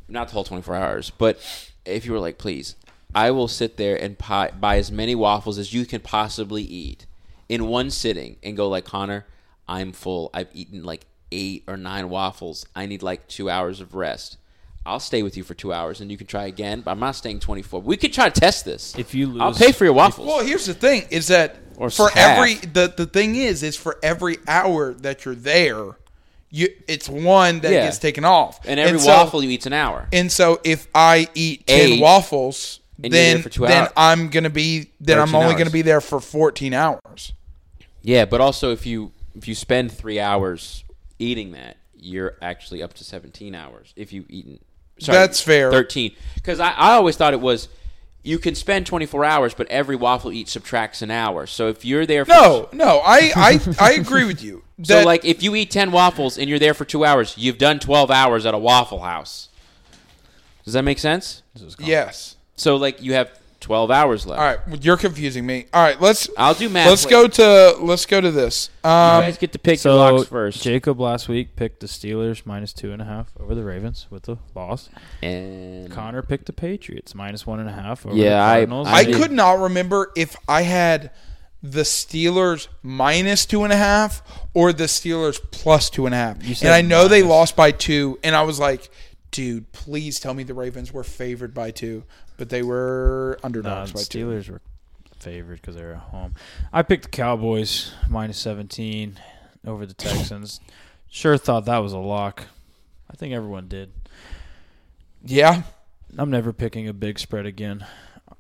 [SPEAKER 2] Not the whole 24 hours, but if you were like, please, I will sit there and pi- buy as many waffles as you can possibly eat in one sitting and go like, Connor, I'm full. I've eaten like eight or nine waffles. I need like two hours of rest. I'll stay with you for two hours and you can try again, but I'm not staying 24. We could try to test this.
[SPEAKER 3] If you
[SPEAKER 2] I'll
[SPEAKER 3] lose-
[SPEAKER 2] pay for your waffles.
[SPEAKER 1] Well, here's the thing is that
[SPEAKER 2] Or
[SPEAKER 1] for
[SPEAKER 2] half.
[SPEAKER 1] every the, the thing is is for every hour that you're there, you it's one that
[SPEAKER 2] Yeah.
[SPEAKER 1] gets taken off.
[SPEAKER 2] And every
[SPEAKER 1] so,
[SPEAKER 2] waffle you eat's an hour.
[SPEAKER 1] And so if I eat ten
[SPEAKER 2] Eight.
[SPEAKER 1] waffles,
[SPEAKER 2] And you're
[SPEAKER 1] then
[SPEAKER 2] there for two
[SPEAKER 1] then
[SPEAKER 2] hours.
[SPEAKER 1] I'm gonna be then I'm
[SPEAKER 2] 13
[SPEAKER 1] only
[SPEAKER 2] hours.
[SPEAKER 1] gonna be there for fourteen hours.
[SPEAKER 2] yeah, but also if you if you spend three hours eating that, you're actually up to seventeen hours if you eaten. Sorry,
[SPEAKER 1] That's fair.
[SPEAKER 2] Thirteen, because I, I always thought it was you can spend twenty four hours, but every waffle eat subtracts an hour. So if you're there, for
[SPEAKER 1] No, no, I I, I agree with you.
[SPEAKER 2] so
[SPEAKER 1] That-
[SPEAKER 2] like if you eat ten waffles and you're there for two hours, you've done twelve hours at a Waffle House. Does that make sense?
[SPEAKER 1] yes.
[SPEAKER 2] So like you have twelve hours left.
[SPEAKER 1] All right, well, you're confusing me. All right, let's
[SPEAKER 2] I'll do math.
[SPEAKER 1] let's go to let's go to this.
[SPEAKER 2] You
[SPEAKER 1] Um,
[SPEAKER 2] guys get to pick
[SPEAKER 3] so
[SPEAKER 2] your locks first.
[SPEAKER 3] Jacob last week picked the Steelers minus two and a half over the Ravens with the loss.
[SPEAKER 2] and
[SPEAKER 3] Connor picked the Patriots minus one and a half over
[SPEAKER 2] Yeah, I-
[SPEAKER 3] the Cardinals.
[SPEAKER 1] Mm. I
[SPEAKER 2] did.
[SPEAKER 1] could not remember if I had the Steelers minus two and a half or the Steelers plus two and a half.
[SPEAKER 3] said
[SPEAKER 1] And I know they
[SPEAKER 3] minus.
[SPEAKER 1] lost by two, and I was like, dude, please tell me the Ravens were favored by two, but they were
[SPEAKER 3] Nah,
[SPEAKER 1] underdogs
[SPEAKER 3] the
[SPEAKER 1] by two.
[SPEAKER 3] Um, Uh, Steelers were favored because they were at home. I picked the Cowboys minus 17 over the Texans. sure thought that was a lock. I think everyone did.
[SPEAKER 1] Yeah.
[SPEAKER 3] I'm never picking a big spread again.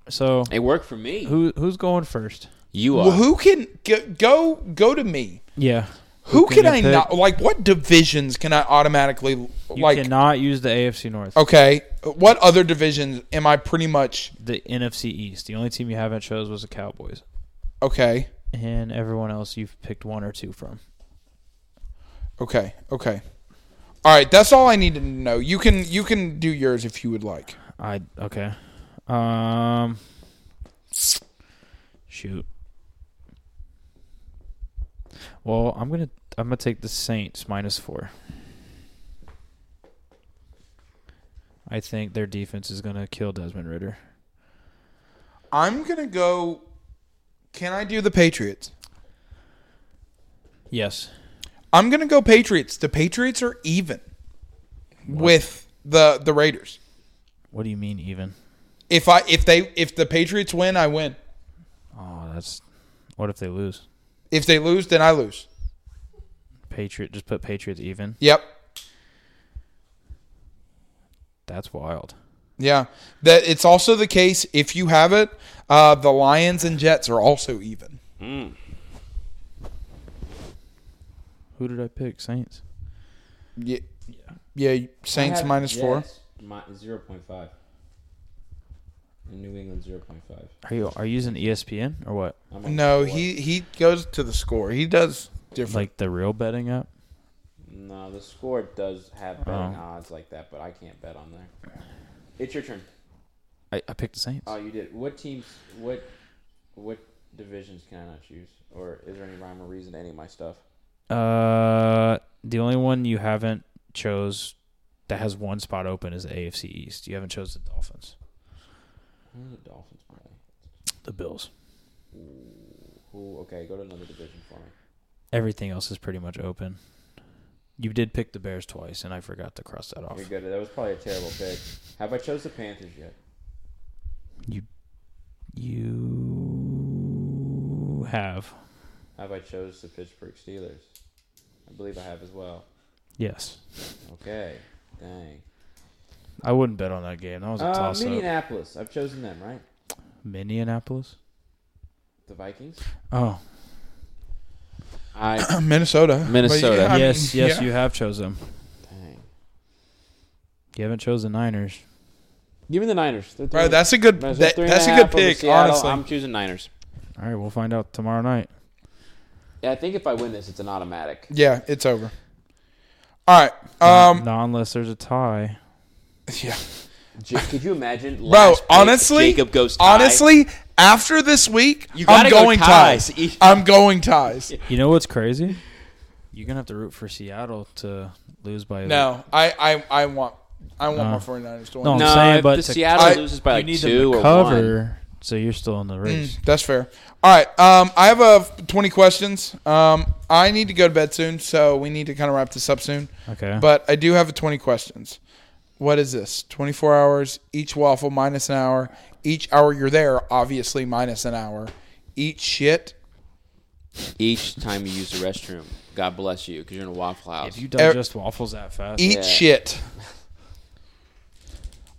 [SPEAKER 3] So
[SPEAKER 2] It worked for me.
[SPEAKER 3] who who's going first?
[SPEAKER 2] you are.
[SPEAKER 1] Well, who can go go, go to me?
[SPEAKER 3] Yeah.
[SPEAKER 1] Who, can,
[SPEAKER 3] you
[SPEAKER 1] I
[SPEAKER 3] pick?
[SPEAKER 1] not like? What divisions can I automatically
[SPEAKER 3] You
[SPEAKER 1] like?
[SPEAKER 3] cannot use the AFC North.
[SPEAKER 1] Okay, what other divisions am I pretty much
[SPEAKER 3] The NFC East. The only team you haven't chose was the Cowboys.
[SPEAKER 1] okay?
[SPEAKER 3] And everyone else you've picked one or two from.
[SPEAKER 1] Okay. Okay. All right. That's all I needed to know. You can you can do yours if you would like.
[SPEAKER 3] I okay. Um shoot. Well, I'm gonna I'm gonna take the Saints minus four. I think their defense is gonna kill Desmond Ritter.
[SPEAKER 1] I'm gonna go. Can I do the Patriots?
[SPEAKER 3] Yes.
[SPEAKER 1] I'm gonna go Patriots. The Patriots are even with the the Raiders.
[SPEAKER 3] What do you mean even?
[SPEAKER 1] If I if they if the Patriots win, I win.
[SPEAKER 3] Oh, that's what if they lose?
[SPEAKER 1] If they lose, then I lose.
[SPEAKER 3] Patriot just put Patriots even.
[SPEAKER 1] Yep.
[SPEAKER 3] That's wild.
[SPEAKER 1] Yeah. That it's also the case if you have it. Uh, the Lions and Jets are also even.
[SPEAKER 4] Who did I pick? Saints.
[SPEAKER 1] Yeah, yeah. Saints minus four.
[SPEAKER 2] zero point five. And New England zero point five.
[SPEAKER 4] Are you are you using
[SPEAKER 3] E
[SPEAKER 4] ESPN or what?
[SPEAKER 1] No, he he goes to the score. He does different.
[SPEAKER 4] Like the real betting app?
[SPEAKER 2] No, the score does have betting
[SPEAKER 4] Oh.
[SPEAKER 2] odds like that, but I can't bet on there. It's your turn.
[SPEAKER 4] I, I picked the Saints.
[SPEAKER 2] Oh, you did. What teams? What what divisions can I not choose? Or is there any rhyme or reason to any of my stuff?
[SPEAKER 4] Uh, the only one you haven't chose that has one spot open is the AFC East. You haven't chose the Dolphins,
[SPEAKER 2] Who do the Dolphins play?
[SPEAKER 4] the Bills.
[SPEAKER 2] Who? Okay, go to another division for me.
[SPEAKER 4] Everything else is pretty much open. You did pick the Bears twice, and I forgot to cross that off.
[SPEAKER 2] You're good. That was probably a terrible pick. Have I chose the Panthers yet?
[SPEAKER 4] You have
[SPEAKER 2] Have I chose the Pittsburgh Steelers? I believe I have as well.
[SPEAKER 4] yes.
[SPEAKER 2] Okay. Dang.
[SPEAKER 4] I wouldn't bet on that game. That was a
[SPEAKER 2] Uh,
[SPEAKER 4] toss up.
[SPEAKER 2] Minneapolis. I've chosen them, right?
[SPEAKER 4] Minneapolis.
[SPEAKER 2] The Vikings.
[SPEAKER 4] Oh
[SPEAKER 2] I
[SPEAKER 1] Minnesota. But
[SPEAKER 2] Minnesota.
[SPEAKER 1] yeah, I
[SPEAKER 4] yes,
[SPEAKER 1] mean,
[SPEAKER 4] yes,
[SPEAKER 1] yeah.
[SPEAKER 4] you have chose them.
[SPEAKER 2] dang.
[SPEAKER 4] You haven't chosen the Niners.
[SPEAKER 2] Give me the Niners. They're
[SPEAKER 1] Bro,
[SPEAKER 2] three-
[SPEAKER 1] that's a good.
[SPEAKER 2] they're
[SPEAKER 1] That,
[SPEAKER 2] three and
[SPEAKER 1] that's a
[SPEAKER 2] half
[SPEAKER 1] good
[SPEAKER 2] over
[SPEAKER 1] pick.
[SPEAKER 2] Seattle.
[SPEAKER 1] Honestly,
[SPEAKER 2] I'm choosing Niners.
[SPEAKER 4] All right, we'll find out tomorrow night.
[SPEAKER 2] Yeah, I think if I win this, it's an automatic.
[SPEAKER 1] yeah, it's over. All right. Um.
[SPEAKER 4] not unless there's a tie.
[SPEAKER 1] Yeah.
[SPEAKER 2] J- could you imagine?
[SPEAKER 1] Bro,
[SPEAKER 2] last pick,
[SPEAKER 1] honestly,
[SPEAKER 2] Jacob goes tie?
[SPEAKER 1] honestly, after this week,
[SPEAKER 2] You gotta
[SPEAKER 1] I'm
[SPEAKER 2] go
[SPEAKER 1] going
[SPEAKER 2] ties.
[SPEAKER 1] ties. I'm going ties.
[SPEAKER 4] You know what's crazy? You're gonna have to root for Seattle to lose by
[SPEAKER 1] No, I, I, I want, I want
[SPEAKER 4] No.
[SPEAKER 1] my 49ers to win.
[SPEAKER 4] No, I'm
[SPEAKER 2] no,
[SPEAKER 4] saying,
[SPEAKER 2] if
[SPEAKER 4] but
[SPEAKER 2] the
[SPEAKER 4] to-
[SPEAKER 2] Seattle
[SPEAKER 1] I-
[SPEAKER 2] loses by
[SPEAKER 4] You
[SPEAKER 2] like
[SPEAKER 4] need
[SPEAKER 2] two
[SPEAKER 4] them to
[SPEAKER 2] or one.
[SPEAKER 4] cover, so you're still in the race.
[SPEAKER 1] Mm, that's fair. All right. Um, I have uh, 20 questions. Um, I need to go to bed soon, so we need to kind of wrap this up soon.
[SPEAKER 4] Okay.
[SPEAKER 1] But I do have a 20 questions. What is this? 24 hours, each waffle minus an hour. Each hour you're there, obviously minus an hour. Eat shit.
[SPEAKER 2] Each time you use the restroom, God bless you, because you're in a Waffle House.
[SPEAKER 4] if you digest waffles that fast,
[SPEAKER 1] Eat
[SPEAKER 2] Yeah.
[SPEAKER 1] shit.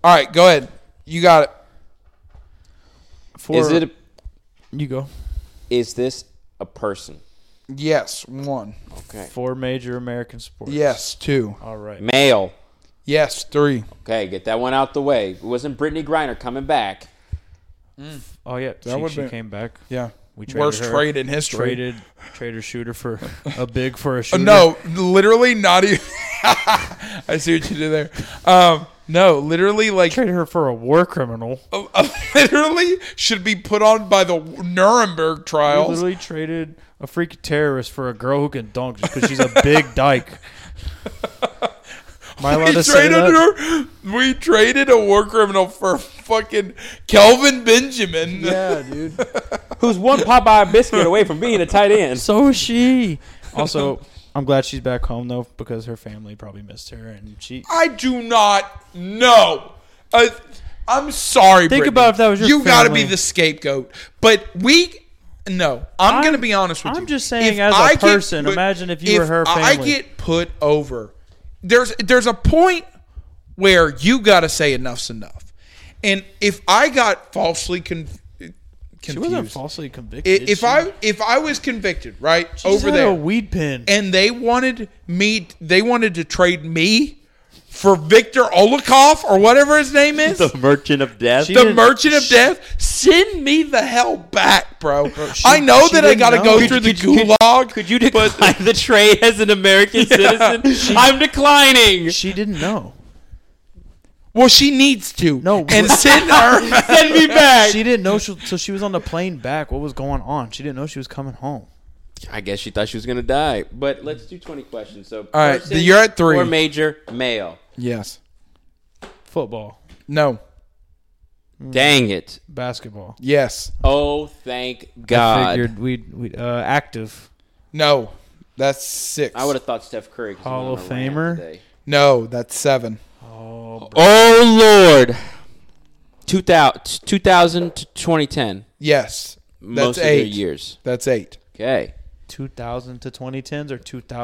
[SPEAKER 1] All right, go ahead. You got it.
[SPEAKER 4] for,
[SPEAKER 2] is it? A,
[SPEAKER 4] you go
[SPEAKER 2] is this a person?
[SPEAKER 1] Yes, one.
[SPEAKER 2] Okay.
[SPEAKER 3] Four major American sports.
[SPEAKER 1] Yes, two.
[SPEAKER 3] All right.
[SPEAKER 2] Male.
[SPEAKER 1] Yes, three.
[SPEAKER 2] Okay, get that one out the way. It wasn't Brittany Griner coming back.
[SPEAKER 4] Oh yeah,
[SPEAKER 1] That
[SPEAKER 4] she,
[SPEAKER 1] would
[SPEAKER 4] she
[SPEAKER 1] be-
[SPEAKER 4] came back.
[SPEAKER 1] Yeah.
[SPEAKER 4] We traded
[SPEAKER 1] Worst
[SPEAKER 4] her.
[SPEAKER 1] trade in history.
[SPEAKER 4] Traded trader shooter for a big for a
[SPEAKER 1] Uh,
[SPEAKER 4] shooter.
[SPEAKER 1] No, literally not even. I see what you did there. Um, no, literally, like,
[SPEAKER 4] traded her for a war criminal.
[SPEAKER 1] literally should be put on by the Nuremberg
[SPEAKER 4] We
[SPEAKER 1] trials.
[SPEAKER 4] literally traded a freak terrorist for a girl who can dunk just because she's a big dyke. Am I allowed
[SPEAKER 1] We
[SPEAKER 4] to say
[SPEAKER 1] traded,
[SPEAKER 4] that?
[SPEAKER 1] her, we traded a war criminal for fucking Kelvin Benjamin.
[SPEAKER 4] Yeah, dude.
[SPEAKER 2] Who's one Popeye biscuit away from being a tight end?
[SPEAKER 4] So is she.
[SPEAKER 3] Also, I'm glad she's back home though because her family probably missed her and she
[SPEAKER 1] I do not know. Uh, I'm sorry.
[SPEAKER 4] Think
[SPEAKER 1] Brittany.
[SPEAKER 4] about if that was your
[SPEAKER 1] You gotta be
[SPEAKER 4] family.
[SPEAKER 1] the scapegoat. But we. No, I'm,
[SPEAKER 4] I'm-
[SPEAKER 1] gonna be honest with you.
[SPEAKER 4] I'm just saying as
[SPEAKER 1] a
[SPEAKER 4] a person, imagine if you were her
[SPEAKER 1] I
[SPEAKER 4] family.
[SPEAKER 1] get put over. There's there's a point where you gotta say enough's enough. And if I got falsely con- confused,
[SPEAKER 3] she wasn't falsely convicted.
[SPEAKER 1] if
[SPEAKER 3] she,
[SPEAKER 1] I if I was convicted, right
[SPEAKER 3] she's
[SPEAKER 1] over
[SPEAKER 3] had
[SPEAKER 1] there,
[SPEAKER 3] a weed pin.
[SPEAKER 1] and they wanted me they wanted to trade me for Victor Olakov or whatever his name is. the
[SPEAKER 2] Merchant of Death.
[SPEAKER 3] didn't-
[SPEAKER 1] merchant of death, send me the hell back, bro.
[SPEAKER 3] she-
[SPEAKER 1] I know
[SPEAKER 3] she
[SPEAKER 1] that I
[SPEAKER 3] didn't
[SPEAKER 1] gotta
[SPEAKER 3] know.
[SPEAKER 1] go
[SPEAKER 3] Could-
[SPEAKER 1] through the gulag.
[SPEAKER 2] Could you decline the trade as an American citizen? I'm declining.
[SPEAKER 3] she didn't know.
[SPEAKER 1] well, she needs to.
[SPEAKER 3] No,
[SPEAKER 1] and
[SPEAKER 3] but-
[SPEAKER 1] send her.
[SPEAKER 2] Send me back.
[SPEAKER 3] She didn't know. She, so she was on the plane back. What was going on? She didn't know she was coming home.
[SPEAKER 2] I guess she thought she was gonna die. But let's do 20 questions. So,
[SPEAKER 1] All right,
[SPEAKER 2] person
[SPEAKER 1] you're at three.
[SPEAKER 2] Or major male.
[SPEAKER 1] yes.
[SPEAKER 3] Football,
[SPEAKER 1] No. Mm.
[SPEAKER 2] Dang it!
[SPEAKER 3] basketball.
[SPEAKER 1] Yes.
[SPEAKER 2] Oh, thank
[SPEAKER 3] I
[SPEAKER 2] God!
[SPEAKER 3] figured we'd, we'd uh, active.
[SPEAKER 1] No. That's six.
[SPEAKER 2] I would have thought Steph Curry. 'cause he
[SPEAKER 3] Hall
[SPEAKER 2] went
[SPEAKER 3] of
[SPEAKER 2] on a rant
[SPEAKER 3] Famer?
[SPEAKER 2] today.
[SPEAKER 1] no, that's seven.
[SPEAKER 3] Oh,
[SPEAKER 2] Oh Lord! 2000, 2000 to 2010.
[SPEAKER 1] Yes.
[SPEAKER 2] Most
[SPEAKER 1] That's
[SPEAKER 2] of their
[SPEAKER 1] eight.
[SPEAKER 2] years.
[SPEAKER 1] That's eight.
[SPEAKER 2] Okay.
[SPEAKER 3] 2000 to 2010s or 2000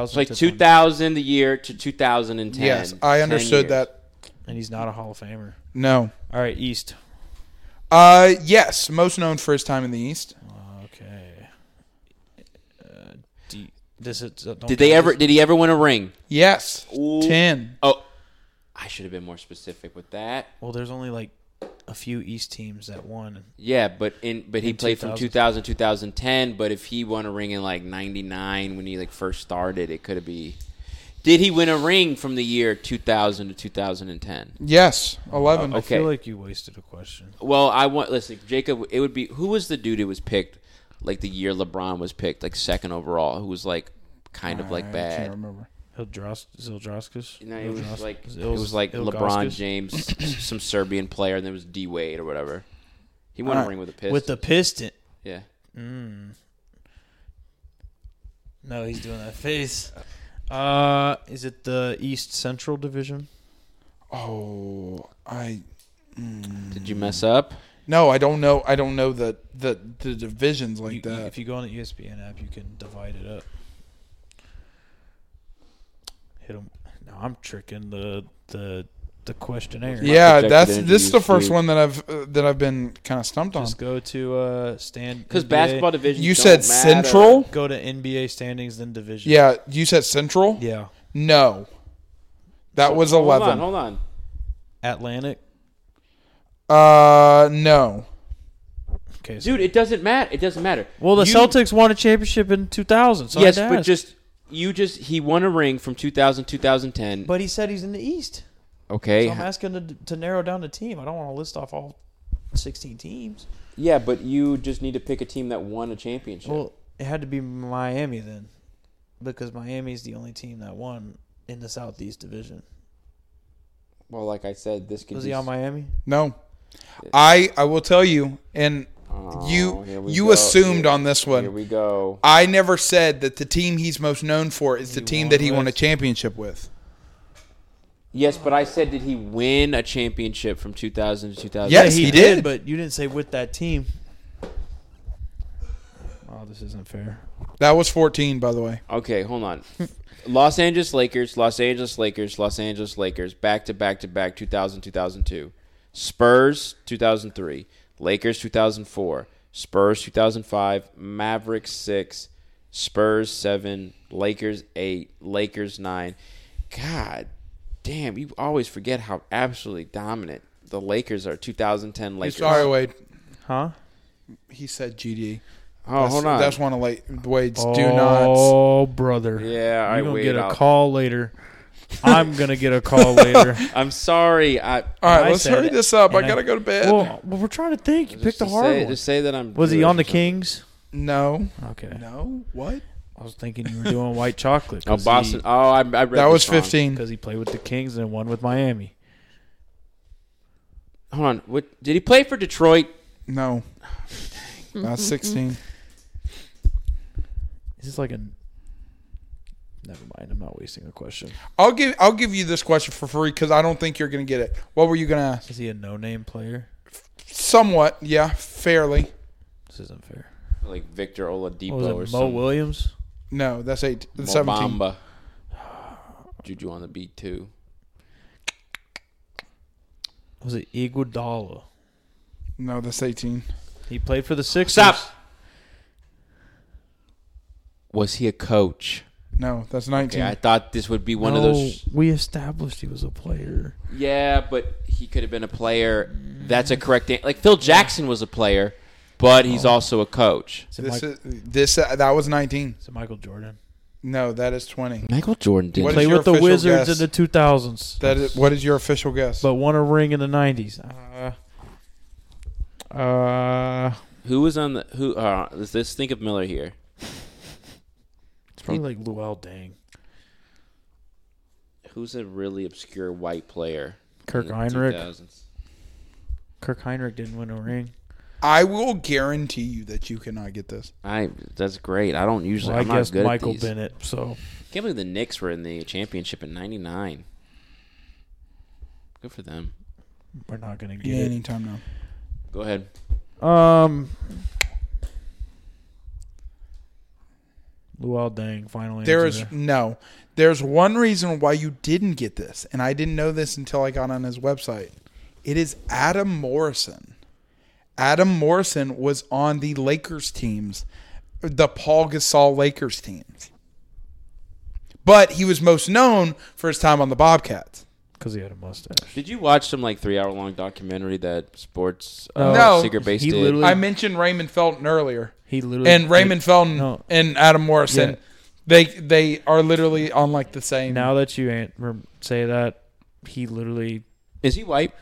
[SPEAKER 2] It's like
[SPEAKER 3] to 2000.
[SPEAKER 2] 2000 the year to 2010.
[SPEAKER 1] yes. I
[SPEAKER 2] 10
[SPEAKER 1] understood
[SPEAKER 2] years.
[SPEAKER 1] that.
[SPEAKER 3] and he's not a Hall of Famer.
[SPEAKER 1] No.
[SPEAKER 3] All right, East.
[SPEAKER 1] Uh yes, most known for his time in the East.
[SPEAKER 3] Okay. Uh, D-
[SPEAKER 4] This is, don't
[SPEAKER 2] Did they ever? Did he ever win a ring?
[SPEAKER 1] Yes. Ten.
[SPEAKER 2] Oh, I should have been more specific with that.
[SPEAKER 4] Well, there's only like a few East teams that won.
[SPEAKER 2] Yeah, but in but he
[SPEAKER 4] In
[SPEAKER 2] played from
[SPEAKER 4] 2000.
[SPEAKER 2] 2000 2010. But if he won a ring in like '99 when he like first started, it could have be. Did he win a ring from the year 2000 to 2010?
[SPEAKER 1] Yes. Eleven.
[SPEAKER 2] Oh,
[SPEAKER 4] I
[SPEAKER 2] okay.
[SPEAKER 4] feel like you wasted a question.
[SPEAKER 2] Well, I want listen, Jacob. It would be who was the dude who was picked like the year LeBron was picked, like second overall, who was like kind of like
[SPEAKER 1] I can't
[SPEAKER 2] bad.
[SPEAKER 1] remember.
[SPEAKER 4] Hildros- Zildroskus?
[SPEAKER 2] No, it was like it
[SPEAKER 4] Zil-
[SPEAKER 2] was like
[SPEAKER 4] Ilgauskas?
[SPEAKER 2] LeBron James, some Serbian player, and there was D Wade or whatever. He won a
[SPEAKER 1] Alright.
[SPEAKER 2] ring with a piss.
[SPEAKER 4] With the piston.
[SPEAKER 2] yeah.
[SPEAKER 4] No, he's doing that face. Uh, is it the East Central Division?
[SPEAKER 1] Oh, I
[SPEAKER 2] Did you mess up?
[SPEAKER 1] no, I don't know. I don't know the the, the divisions like
[SPEAKER 4] You- you-
[SPEAKER 1] that.
[SPEAKER 4] if you go on the E ESPN app, you can divide it up. Hit him. No, I'm tricking the the the questionnaire.
[SPEAKER 1] yeah,
[SPEAKER 2] projected
[SPEAKER 1] that's
[SPEAKER 2] into
[SPEAKER 1] this is the
[SPEAKER 2] next
[SPEAKER 1] first
[SPEAKER 2] week.
[SPEAKER 1] one that I've uh, that I've been kind of stumped on.
[SPEAKER 4] Just go to uh stand
[SPEAKER 2] Because
[SPEAKER 4] NBA.
[SPEAKER 2] basketball division.
[SPEAKER 1] You said Central.
[SPEAKER 4] Go to NBA standings then division.
[SPEAKER 1] Yeah, you said Central.
[SPEAKER 4] Yeah.
[SPEAKER 1] No, that was
[SPEAKER 2] Hold on,
[SPEAKER 1] eleven.
[SPEAKER 2] hold on.
[SPEAKER 4] Atlantic.
[SPEAKER 1] Uh, no.
[SPEAKER 4] Okay. So
[SPEAKER 2] Dude, it doesn't matter. It doesn't matter.
[SPEAKER 4] well, the
[SPEAKER 2] You-
[SPEAKER 4] Celtics won a championship in 2000. So I
[SPEAKER 2] Yes,
[SPEAKER 4] had to
[SPEAKER 2] but
[SPEAKER 4] ask.
[SPEAKER 2] just you just he won a ring from 2000 2010.
[SPEAKER 4] But he said he's in the East.
[SPEAKER 2] okay.
[SPEAKER 4] So I'm asking to, to narrow down the team. I don't want to list off all 16 teams.
[SPEAKER 2] yeah, but you just need to pick a team that won a championship.
[SPEAKER 4] Well, it had to be Miami then, because Miami's the only team that won in the Southeast Division.
[SPEAKER 2] Well, like I said, this could
[SPEAKER 4] Was
[SPEAKER 2] be
[SPEAKER 4] he on
[SPEAKER 2] s-
[SPEAKER 4] Miami?
[SPEAKER 1] No. I I will tell you, and
[SPEAKER 2] Oh, here
[SPEAKER 1] you
[SPEAKER 2] we
[SPEAKER 1] you
[SPEAKER 2] go.
[SPEAKER 1] assumed
[SPEAKER 2] Here-
[SPEAKER 1] on this
[SPEAKER 2] Here
[SPEAKER 1] one.
[SPEAKER 2] we go.
[SPEAKER 1] I never said that the team he's most known for is the
[SPEAKER 4] He
[SPEAKER 1] team
[SPEAKER 4] won
[SPEAKER 1] that he won a
[SPEAKER 4] with.
[SPEAKER 1] championship with.
[SPEAKER 2] Yes, but I said, did he win a championship from 2000 to 2000?
[SPEAKER 1] Yeah. Yes, he did.
[SPEAKER 4] But you didn't say with that team. Oh, this isn't fair.
[SPEAKER 1] That was 14, by the way.
[SPEAKER 2] Okay, hold on. Los Angeles Lakers, Los Angeles Lakers, Los Angeles Lakers, back to back to back, 2000, 2002. Spurs, 2003. Lakers, 2004. Spurs, 2005. Mavericks, 6. Spurs, 7. Lakers, 8. Lakers, 9. God damn, you always forget how absolutely dominant the Lakers are. 2010 Lakers.
[SPEAKER 1] Sorry, Wade.
[SPEAKER 4] Huh?
[SPEAKER 1] He said GD.
[SPEAKER 2] Oh,
[SPEAKER 1] that's,
[SPEAKER 2] hold on.
[SPEAKER 1] That's one of late Wade's. Do
[SPEAKER 4] Oh,
[SPEAKER 1] not.
[SPEAKER 4] brother.
[SPEAKER 2] yeah, I
[SPEAKER 4] You're going to
[SPEAKER 2] wait.
[SPEAKER 4] get a
[SPEAKER 2] I'll-
[SPEAKER 4] call later. I'm going to get a call later.
[SPEAKER 2] I'm sorry. I
[SPEAKER 1] All right,
[SPEAKER 4] I
[SPEAKER 1] let's
[SPEAKER 4] said
[SPEAKER 1] hurry
[SPEAKER 4] it,
[SPEAKER 1] this up. I
[SPEAKER 4] and I-
[SPEAKER 1] gotta go to bed.
[SPEAKER 4] well, well, we're trying to think. You
[SPEAKER 2] just
[SPEAKER 4] picked the
[SPEAKER 2] to
[SPEAKER 4] hard
[SPEAKER 2] say,
[SPEAKER 4] one.
[SPEAKER 2] Just say that I'm.
[SPEAKER 4] was he
[SPEAKER 2] Jewish
[SPEAKER 4] on the
[SPEAKER 2] or something.
[SPEAKER 4] Kings?
[SPEAKER 1] no,
[SPEAKER 4] Okay.
[SPEAKER 1] no, what?
[SPEAKER 4] I was thinking you were doing white chocolate.
[SPEAKER 2] Oh, Boston. Oh, I, I read
[SPEAKER 1] That was
[SPEAKER 2] this wrong.
[SPEAKER 1] 15.
[SPEAKER 4] Because he played with the Kings and won with Miami.
[SPEAKER 2] Hold on. What did he play for Detroit?
[SPEAKER 1] No, that's 16.
[SPEAKER 4] Is this like a. Never mind. I'm not wasting a question.
[SPEAKER 1] I'll give I'll give you this question for free because I don't think you're gonna get it. What were you gonna ask?
[SPEAKER 4] Is he a no name player?
[SPEAKER 1] Somewhat, yeah, fairly.
[SPEAKER 4] This isn't fair.
[SPEAKER 2] Like Victor Oladipo
[SPEAKER 4] What was it,
[SPEAKER 2] or
[SPEAKER 4] Mo
[SPEAKER 2] something.
[SPEAKER 4] Williams?
[SPEAKER 1] No, that's eight.
[SPEAKER 2] Mo
[SPEAKER 1] 17.
[SPEAKER 2] Bamba. Juju on the beat too.
[SPEAKER 4] Was it Iguodala?
[SPEAKER 1] No, that's 18.
[SPEAKER 4] He played for the Sixers.
[SPEAKER 2] Stop. Was he a coach?
[SPEAKER 1] No, that's
[SPEAKER 2] Okay,
[SPEAKER 1] 19.
[SPEAKER 2] I thought this would be one of
[SPEAKER 4] No,
[SPEAKER 2] those.
[SPEAKER 4] We established he was a player.
[SPEAKER 2] Yeah, but he could have been a player. That's a correct answer. Like Phil Jackson was a player, but he's
[SPEAKER 4] Oh.
[SPEAKER 2] also a coach.
[SPEAKER 4] Is it,
[SPEAKER 1] this
[SPEAKER 4] Mike,
[SPEAKER 1] is, this uh, that was 19.
[SPEAKER 4] is it Michael Jordan?
[SPEAKER 1] No, that is 20.
[SPEAKER 2] Michael Jordan did.
[SPEAKER 1] What is
[SPEAKER 4] Played
[SPEAKER 1] your
[SPEAKER 4] with the
[SPEAKER 1] official
[SPEAKER 4] Wizards
[SPEAKER 1] guess?
[SPEAKER 4] in the 2000s.
[SPEAKER 1] That is what is your official guess?
[SPEAKER 4] but won a ring in the 90s. Uh, uh,
[SPEAKER 2] Who was on the who? Uh, let's, let's think of Miller here.
[SPEAKER 4] it's probably like Luol Deng.
[SPEAKER 2] Who's a really obscure white player?
[SPEAKER 4] Kirk
[SPEAKER 2] in the
[SPEAKER 4] Heinrich.
[SPEAKER 2] 2000s?
[SPEAKER 4] Kirk Heinrich didn't win a ring.
[SPEAKER 1] I will guarantee you that you cannot get this.
[SPEAKER 2] I that's great. I don't usually.
[SPEAKER 4] Well, I
[SPEAKER 2] I'm not
[SPEAKER 4] guess
[SPEAKER 2] good
[SPEAKER 4] Michael
[SPEAKER 2] at these.
[SPEAKER 4] Bennett. So
[SPEAKER 2] Can't believe the Knicks were in the championship in '99. Good for them.
[SPEAKER 4] we're not gonna get
[SPEAKER 1] Yeah, anytime now.
[SPEAKER 2] Go ahead.
[SPEAKER 4] it. Um, Luol Deng. Finally,
[SPEAKER 1] There is no. There's one reason why you didn't get this, and I didn't know this until I got on his website. It is Adam Morrison. Adam Morrison was on the Lakers teams, the Paul Gasol Lakers teams. But he was most known for his time on the Bobcats.
[SPEAKER 4] because he had a mustache.
[SPEAKER 2] Did you watch some like three hour long documentary that sports uh,
[SPEAKER 1] No.
[SPEAKER 2] secret base
[SPEAKER 3] He
[SPEAKER 2] did?
[SPEAKER 3] literally-
[SPEAKER 1] I mentioned Raymond Felton earlier.
[SPEAKER 3] He literally
[SPEAKER 1] And Raymond Felton
[SPEAKER 3] No.
[SPEAKER 1] and Adam Morrison,
[SPEAKER 3] Yeah.
[SPEAKER 1] they they are literally on like the same.
[SPEAKER 3] Now that you an- rem- say that, he literally
[SPEAKER 2] Is he white?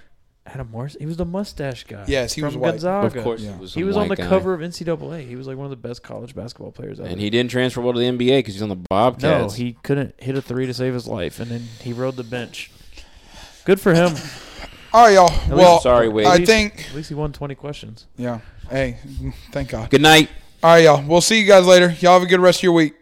[SPEAKER 3] had a Morris. He was the mustache guy.
[SPEAKER 1] Yes, he
[SPEAKER 3] from
[SPEAKER 1] was white.
[SPEAKER 3] Gonzaga.
[SPEAKER 2] Of course,
[SPEAKER 1] Yeah.
[SPEAKER 2] he was.
[SPEAKER 3] He
[SPEAKER 2] some
[SPEAKER 3] was on the
[SPEAKER 2] white guy.
[SPEAKER 3] cover of NCAA. He was like one of the best college basketball players ever.
[SPEAKER 2] and he didn't transfer well to the NBA because he's on the
[SPEAKER 3] no,
[SPEAKER 2] Bobcats.
[SPEAKER 3] he couldn't hit a three to save his life, and then he rode the bench. Good for him.
[SPEAKER 1] All right, y'all. Well,
[SPEAKER 2] sorry, Wade.
[SPEAKER 1] I
[SPEAKER 3] At least-
[SPEAKER 1] think.
[SPEAKER 3] At least he won twenty questions.
[SPEAKER 1] Yeah. Hey, thank God.
[SPEAKER 2] Good night.
[SPEAKER 1] All right, y'all. We'll see you guys later. Y'all have a good rest of your week.